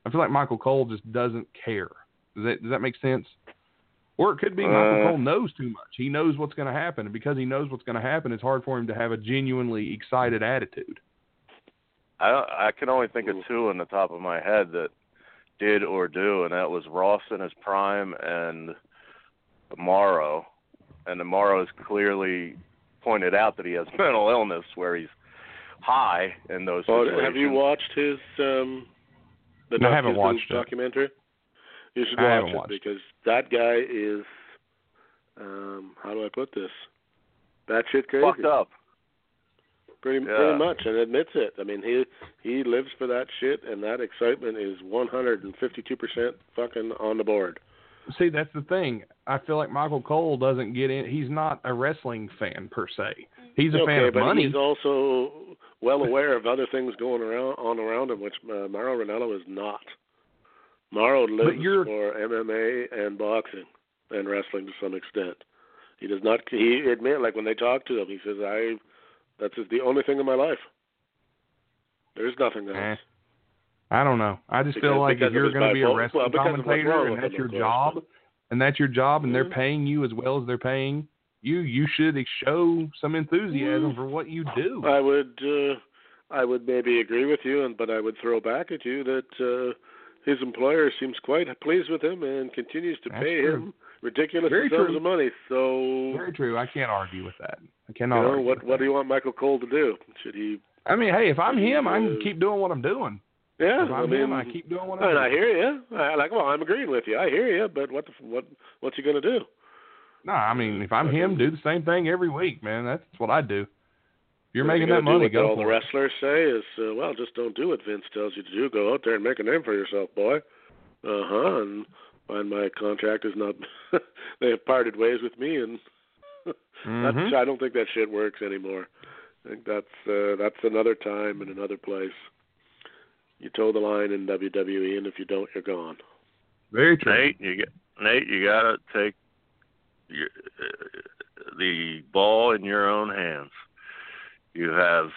I feel like Michael Cole just doesn't care. Does that does that make sense? Or it could be Michael Uh. Cole knows too much. He knows what's going to happen, and because he knows what's going to happen, it's hard for him to have a genuinely excited attitude. I don't- I can only think of two in the top of my head that did or do, and that was Ross in his prime and Morrow. And Morrow has clearly pointed out that he has mental illness where he's high in those Oh, situations. have you watched his um the No, I haven't Dawkins watched it. documentary? You should I watch haven't it watched it. because that guy is um how do I put this? That shit crazy. fucked up? Pretty, Yeah. pretty much, and admits it. I mean, he he lives for that shit, and that excitement is 152 percent fucking on the board. See, that's the thing. I feel like Michael Cole doesn't get in. He's not a wrestling fan per se. He's a okay, fan of but money. he's also well aware of other things going around on around him, which uh, Mauro Ranallo is not. Mauro lives you're- for MMA and boxing and wrestling to some extent. He does not. He admit like when they talk to him, he says, "I that's just the only thing in my life. There's nothing else." Eh. I don't know. I just Because- feel like because if of you're his going to be a bipolar- wrestling well, because of what's wrong commentator with and that's him, your of course. job, and that's your job, and they're Mhm. paying you as well as they're paying you, you should show some enthusiasm for what you do. I would Mm-hmm. uh, I would maybe agree with you, and but I would throw back at you that uh, his employer seems quite pleased with him and continues to That's pay true. him ridiculous Very sums true. of money. So Very true. I can't argue with that. I you cannot. know argue what with what do that. you want Michael Cole to do? Should he? I mean, hey, if I'm him, I can Uh, keep doing what I'm doing. Yeah, if I I'm mean, him, I keep doing what I'm and doing. I hear you. I, like, well, I'm agreeing with you. I hear you, but what the, f- what what's he gonna do? No, I mean, if I'm him, do the same thing every week, man. That's what I do. If you're What are making they that gonna do? money, What go all the for it. wrestlers say is, uh, well, just don't do what Vince tells you to do. Go out there and make a name for yourself, boy. Uh huh. And find my contract is not. they have parted ways with me, and Mhm. that's, I don't think that shit works anymore. I think that's uh, that's another time and another place. You toe the line in WWE, and if you don't, you're gone. Very true. Nate, you get Nate. You gotta take your, uh, the ball in your own hands. You have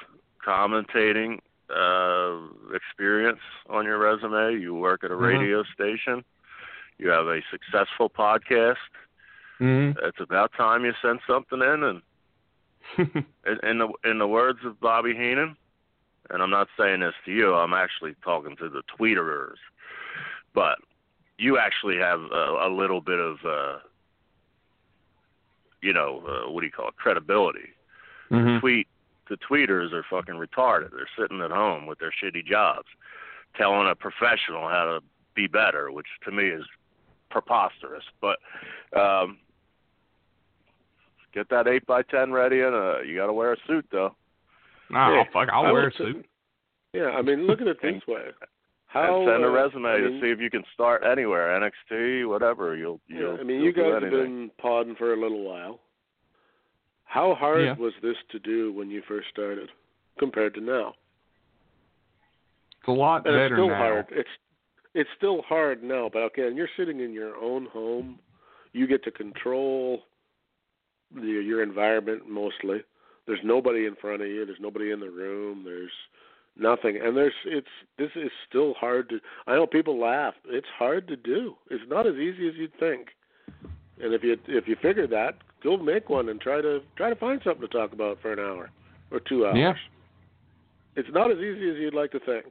commentating uh, experience on your resume. You work at a Mhm. radio station. You have a successful podcast. Mhm. It's about time you send something in and in, in the in the words of Bobby Heenan, and I'm not saying this to you, I'm actually talking to the tweeterers, but you actually have a, a little bit of, uh, you know, uh, what do you call it, credibility. Mhm. Tweet the tweeters are fucking retarded. They're sitting at home with their shitty jobs, telling a professional how to be better, which to me is preposterous. But um, get that eight by ten ready, and uh, you got to wear a suit though. Nah, Yeah. fuck, I'll I wear will a suit. Yeah, I mean, look at it this And- way. How and send a uh, resume I to mean- see if you can start anywhere, NXT, whatever. You'll, Yeah, you'll. I mean, you'll you do guys have anything. been podding for a little while. How hard Yeah. was this to do when you first started compared to now? It's a lot And it's better still now. hard. It's it's still hard now, but okay, and you're sitting in your own home. You get to control the, your environment mostly. There's nobody in front of you. There's nobody in the room. There's nothing, and there's it's this is still hard to. I know people laugh. It's hard to do. It's not as easy as you'd think. And if you if you figure that, go make one and try to try to find something to talk about for an hour or two hours Yeah. it's not as easy as you'd like to think.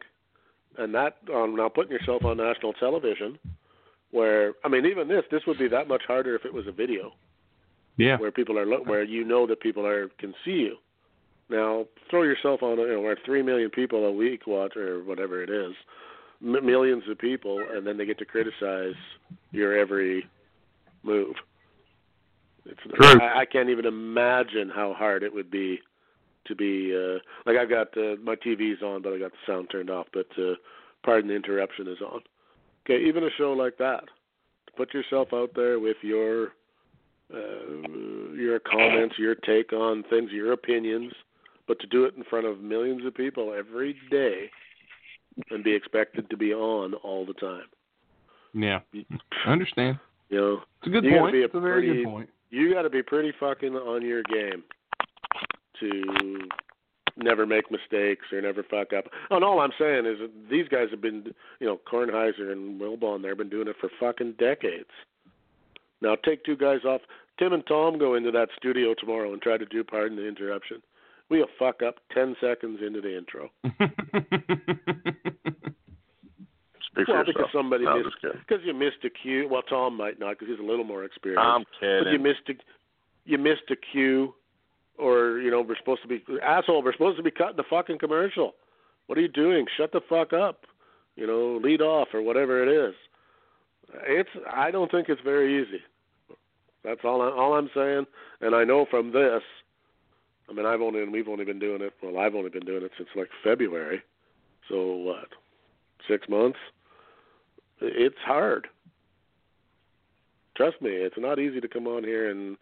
And that um, now putting yourself on national television, where I mean, even this this would be that much harder if it was a video Yeah. where people are lo- where you know that people are can see you. Now throw yourself on you know where three million people a week watch or whatever it is, m- millions of people, and then they get to criticize your every move. It's, True. I, I can't even imagine how hard it would be to be uh, like I've got uh, my TV's on, but I got the sound turned off. But uh, pardon the interruption is on. Okay, even a show like that, to put yourself out there with your uh, your comments, your take on things, your opinions, but to do it in front of millions of people every day and be expected to be on all the time. Yeah. You, I understand. you know, It's a good You gotta point. be a it's a very pretty- good point. you got to be pretty fucking on your game to never make mistakes or never fuck up. And all I'm saying is that these guys have been, you know, Kornheiser and Wilbon, they've been doing it for fucking decades. Now take two guys off. Tim and Tom go into that studio tomorrow and try to do pardon the interruption. We'll fuck up ten seconds into the intro. Speak well, for because yourself. somebody No, I'm missed just kidding. because you missed a cue. Well, Tom might not because he's a little more experienced. I'm but you kidding. missed a you missed a cue, or you know we're supposed to be asshole. We're supposed to be cutting the fucking commercial. What are you doing? Shut the fuck up. You know, lead off or whatever it is. It's I don't think it's very easy. That's all I, all I'm saying, and I know from this I mean, I've only and we've only been doing it. Well, I've only been doing it since like February, so what, six months? It's hard. Trust me, it's not easy to come on here and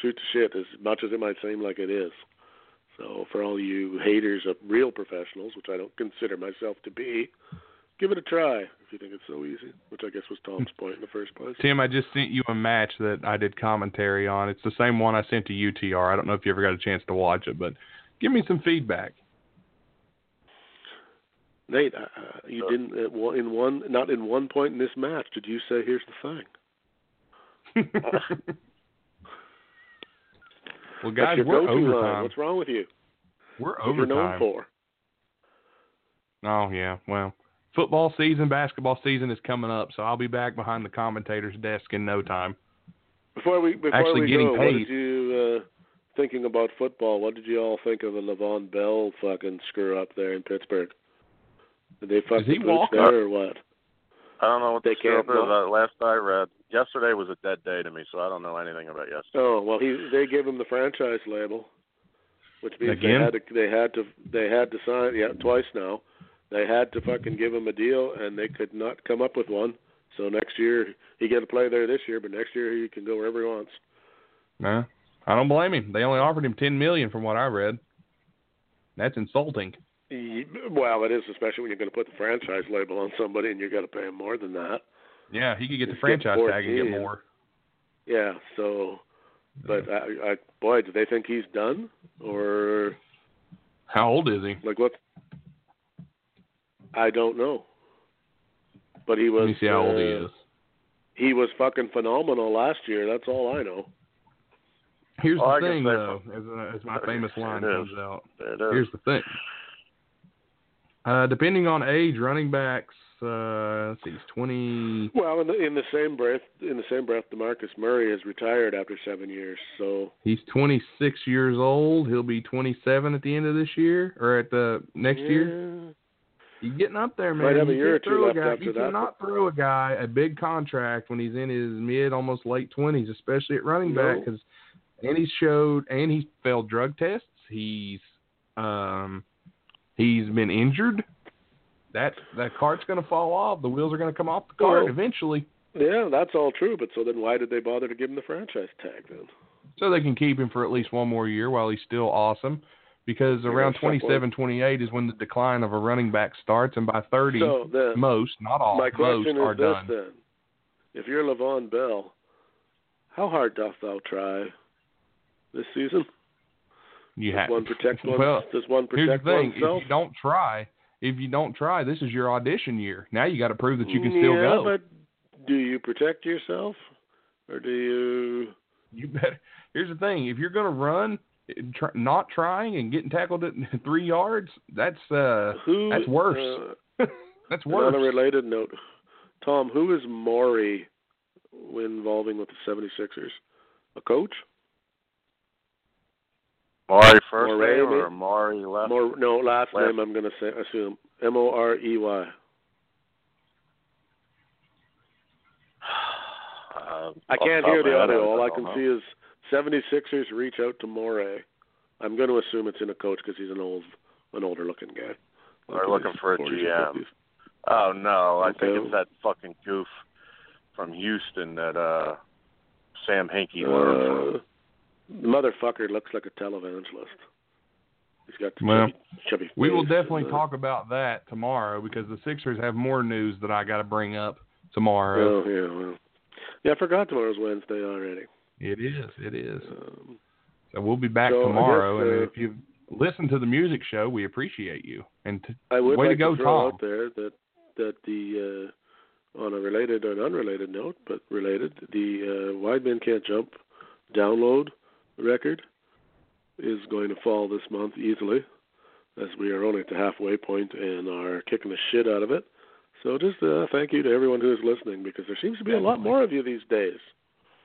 shoot the shit as much as it might seem like it is. So for all you haters of real professionals, which I don't consider myself to be, give it a try if you think it's so easy. Which I guess was Tom's point in the first place. Tim, I just sent you a match that I did commentary on. It's the same one I sent to UTR. I don't know if you ever got a chance to watch it, but give me some feedback. Nate, uh, you didn't at one- in one not in one point in this match did you say here's the thing? well, That's guys, your we're go-to line. overtime. What's wrong with you? We're What You're known overtime. for. Oh yeah, well, football season, basketball season is coming up, so I'll be back behind the commentator's desk in no time. Before we before Actually we getting go, what paid. did you uh, thinking about football? What did you all think of the Levon Bell fucking screw up there in Pittsburgh? Did they fuck Does the he pooch walk there up? or what? I don't know what They the can't scoop is. look. Uh, Last I read, yesterday was a dead day to me, so I don't know anything about yesterday. Oh well, he they gave him the franchise label, which means they Again? had to they had to they had to sign yeah twice now. They had to fucking give him a deal, and they could not come up with one. So next year he got to play there this year, but next year he can go wherever he wants. No, I don't blame him. They only offered him ten million, from what I read. That's insulting. Ye- Well, it is especially when you're going to put the franchise label on somebody and you're going to pay him more than that. Yeah, he could get the Just get franchise tag and 14. get more. Yeah. So, but I, I, boy, do they think he's done or How old is he? like what? I don't know. But he was. Let me see how old he uh, is. He was fucking phenomenal last year. That's all I know. Here's Oh, I the guess thing, that's- though, as, uh, as my famous line It comes is. out. There it is. Here's the thing. Uh, depending on age, running backs. Uh, let's see, he's twenty. Well, in the, in the same breath, in the same breath, Demarcus Murray is retired after seven years. So He's 26 years old. He'll be 27 at the end of this year or at the next year. Yeah. He's getting up there, man. Might have a you year or can't two throw a left guy- after you that. cannot throw a guy a big contract when he's in his mid, almost late 20s, especially at running No. back. Because and he showed and he failed drug tests. He's um he's been injured. That that cart's going to fall off. The wheels are going to come off the cart Well- eventually, Yeah, that's all true, but so then why did they bother to give him the franchise tag then? so they can keep him for at least one more year while he's still awesome. Because Yeah, around that's not 27, 28 is when the decline of a running back starts, and by 30, so then, most, not all, my Oh, most question are is this done. then: If you're Levon Bell, how hard doth thou try this season? you Does have one protect one? Well, does one here's protect the thing: oneself? if you don't try, if you don't try, this is your audition year. Now you got to prove that you can still yeah, go. but do you protect yourself, or do you? You better. Here's the thing: if you're going to run, tr- not trying and getting tackled at three yards, that's uh, Who? that's worse. uh, that's and worse. On a related note, Tom, who is Maury involving with the 76ers? A coach? Maury first Maury, name maybe? or Maury last? Mor- no, last Uh, last- name I'm going to say assume M O R E Y. Uh, I off can't top hear of the my head, audio. All I don't can know. see is 76ers reach out to Morey. I'm going to assume it's in a coach because he's an old, an older looking guy. They're looking for a 40s or GM. 50s. Oh no, I think Okay. it's that fucking goof from Houston that uh Sam Hinkie Uh, learned motherfucker looks like a televangelist. He's got the Well, chubby, chubby We will face definitely and, uh, talk about that tomorrow because the Sixers have more news that I got to bring up Oh tomorrow. yeah, well, yeah. I forgot tomorrow's Wednesday already. It is. It is. Um, So we'll be back So, I guess, tomorrow. uh, and if you've listened to the music show, we appreciate you. And t- I would Way to like go, to throw Tom. out there that that the uh, on a related or an unrelated note, but related, the uh, Wide Men Can't Jump download record is going to fall this month easily, as we are only at the halfway point and are kicking the shit out of it. So just uh, thank you to everyone who is listening because there seems to be a lot more of you these days.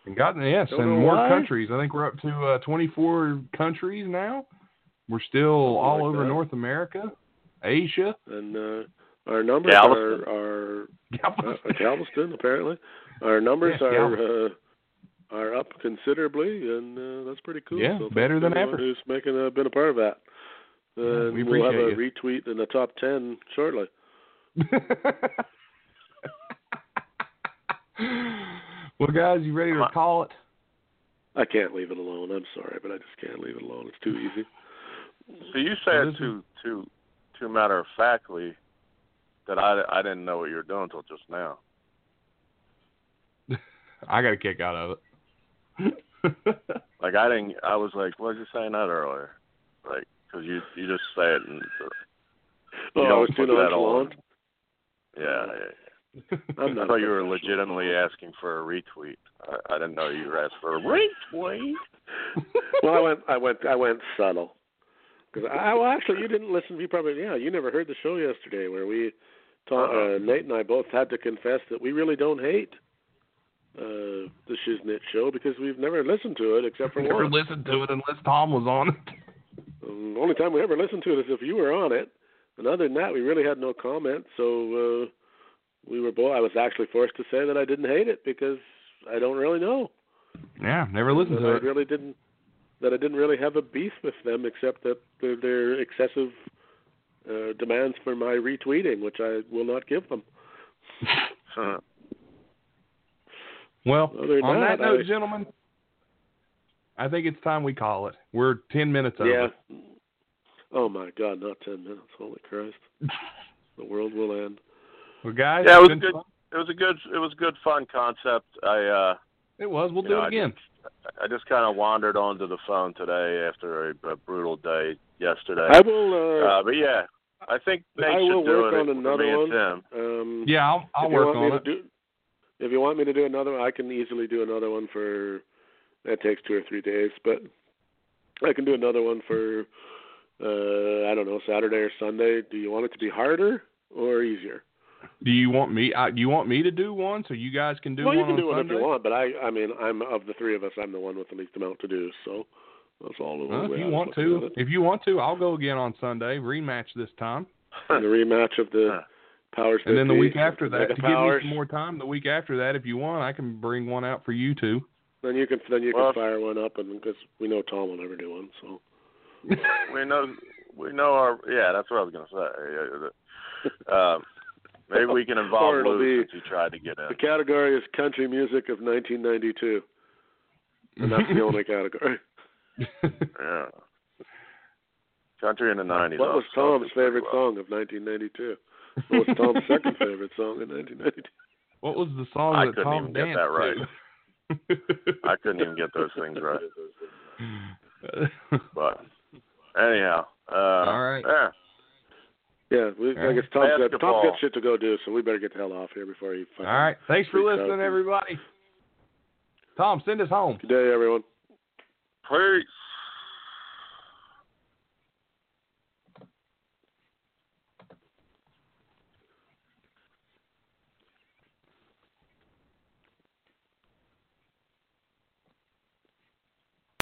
and gotten yes, Don't and know more why. countries. I think we're up to uh, 24 countries now. We're still Something all like over that. North America, Asia, And uh, our numbers Galveston. are, are uh, Galveston. Galveston apparently. Our numbers Yeah, are uh, are up considerably, and uh, that's pretty cool. Yeah, so thanks better to than everyone ever. Who's making a, been a part of that? Yeah, And we we'll have a appreciate retweet in the top ten shortly. well, guys, you ready to Huh. call it? I can't leave it alone. I'm sorry, but I just can't leave it alone. It's too easy. So you said this is- too too too matter of factly that I, I didn't know what you were doing until just now. I got a kick out of it. Like I didn't. I was like, "What was you saying that earlier?" Like, because you you just say it and Oh, you I don't was too put that nonchalant. on. Yeah, yeah. I'm not I thought you a were professional. legitimately asking for a retweet. I, I didn't know you were asking for a retweet. well, I went, I went, I went subtle. Because I well, actually, you didn't listen. You probably, yeah, you never heard the show yesterday where we, ta- Uh-uh. uh, Nate and I both had to confess that we really don't hate uh, the Shiznit show because we've never listened to it except for Never one. listened to it unless Tom was on it. Um, the only time we ever listened to it is if you were on it. And other than that, we really had no comment. So uh, we were both. I was actually forced to say that I didn't hate it because I don't really know. Yeah, never listened that to I it. really didn't that I didn't really have a beef with them except that their, their excessive uh, demands for my retweeting, which I will not give them. Huh. Well, Other than on that, that note, I- gentlemen, I think it's time we call it. We're ten minutes over. yeah. Oh my God, not ten minutes! Holy Christ, the world will end. Well, guys, Yeah, it was it's been good. fun. It was a good it was a good fun concept. I uh It was. We'll you do know, it I again. I just kind of wandered onto the phone today after a, a brutal day yesterday. I will. Uh, uh, but yeah, I think Nate I should will do work it on for another me and one. Tim. um, Yeah, I'll, I'll if you work want me on to it. do, if you want me to do another, one, I can easily do another one for. That takes two or three days, but I can do another one for. Uh, I don't know, Saturday or Sunday. Do you want it to be harder or easier? Do you want me? I, do you want me to do one so you guys can do well, one you can on do one Sunday? if you want, but I, I mean, I'm of the three of us, I'm the one with the least amount to do, so that's all. the Well, way if I you was want looking to, at it. if you want to, I'll go again on Sunday. Rematch this time, And the rematch of the powers. and that then the be, week after that, Mega to give me powers, some more time. The week after that, if you want, I can bring one out for you two. Then you can, then you Well, can fire one up, and because we know Tom will never do one, so. we know we know our yeah. That's what I was gonna say. Yeah, yeah, yeah. Um, maybe we can involve Or it'll Lou be- since he tried to get in. The category is country music of 1992, and that's the only category. Yeah. Country in the nineties. What was Tom's favorite song of 1992? What was Tom's second favorite song in 1992? what was the song I that couldn't Tom even get danced that right. to? I couldn't even get those things right. Uh, But anyhow, uh, All right. Yeah. Yeah, we, I guess Tom's got, Tom's Basketball. got shit to go do, so we better get the hell off here before he. All fucking- right. Thanks for Freaks out listening, here. everybody. Tom, send us home. Good day, everyone. Peace.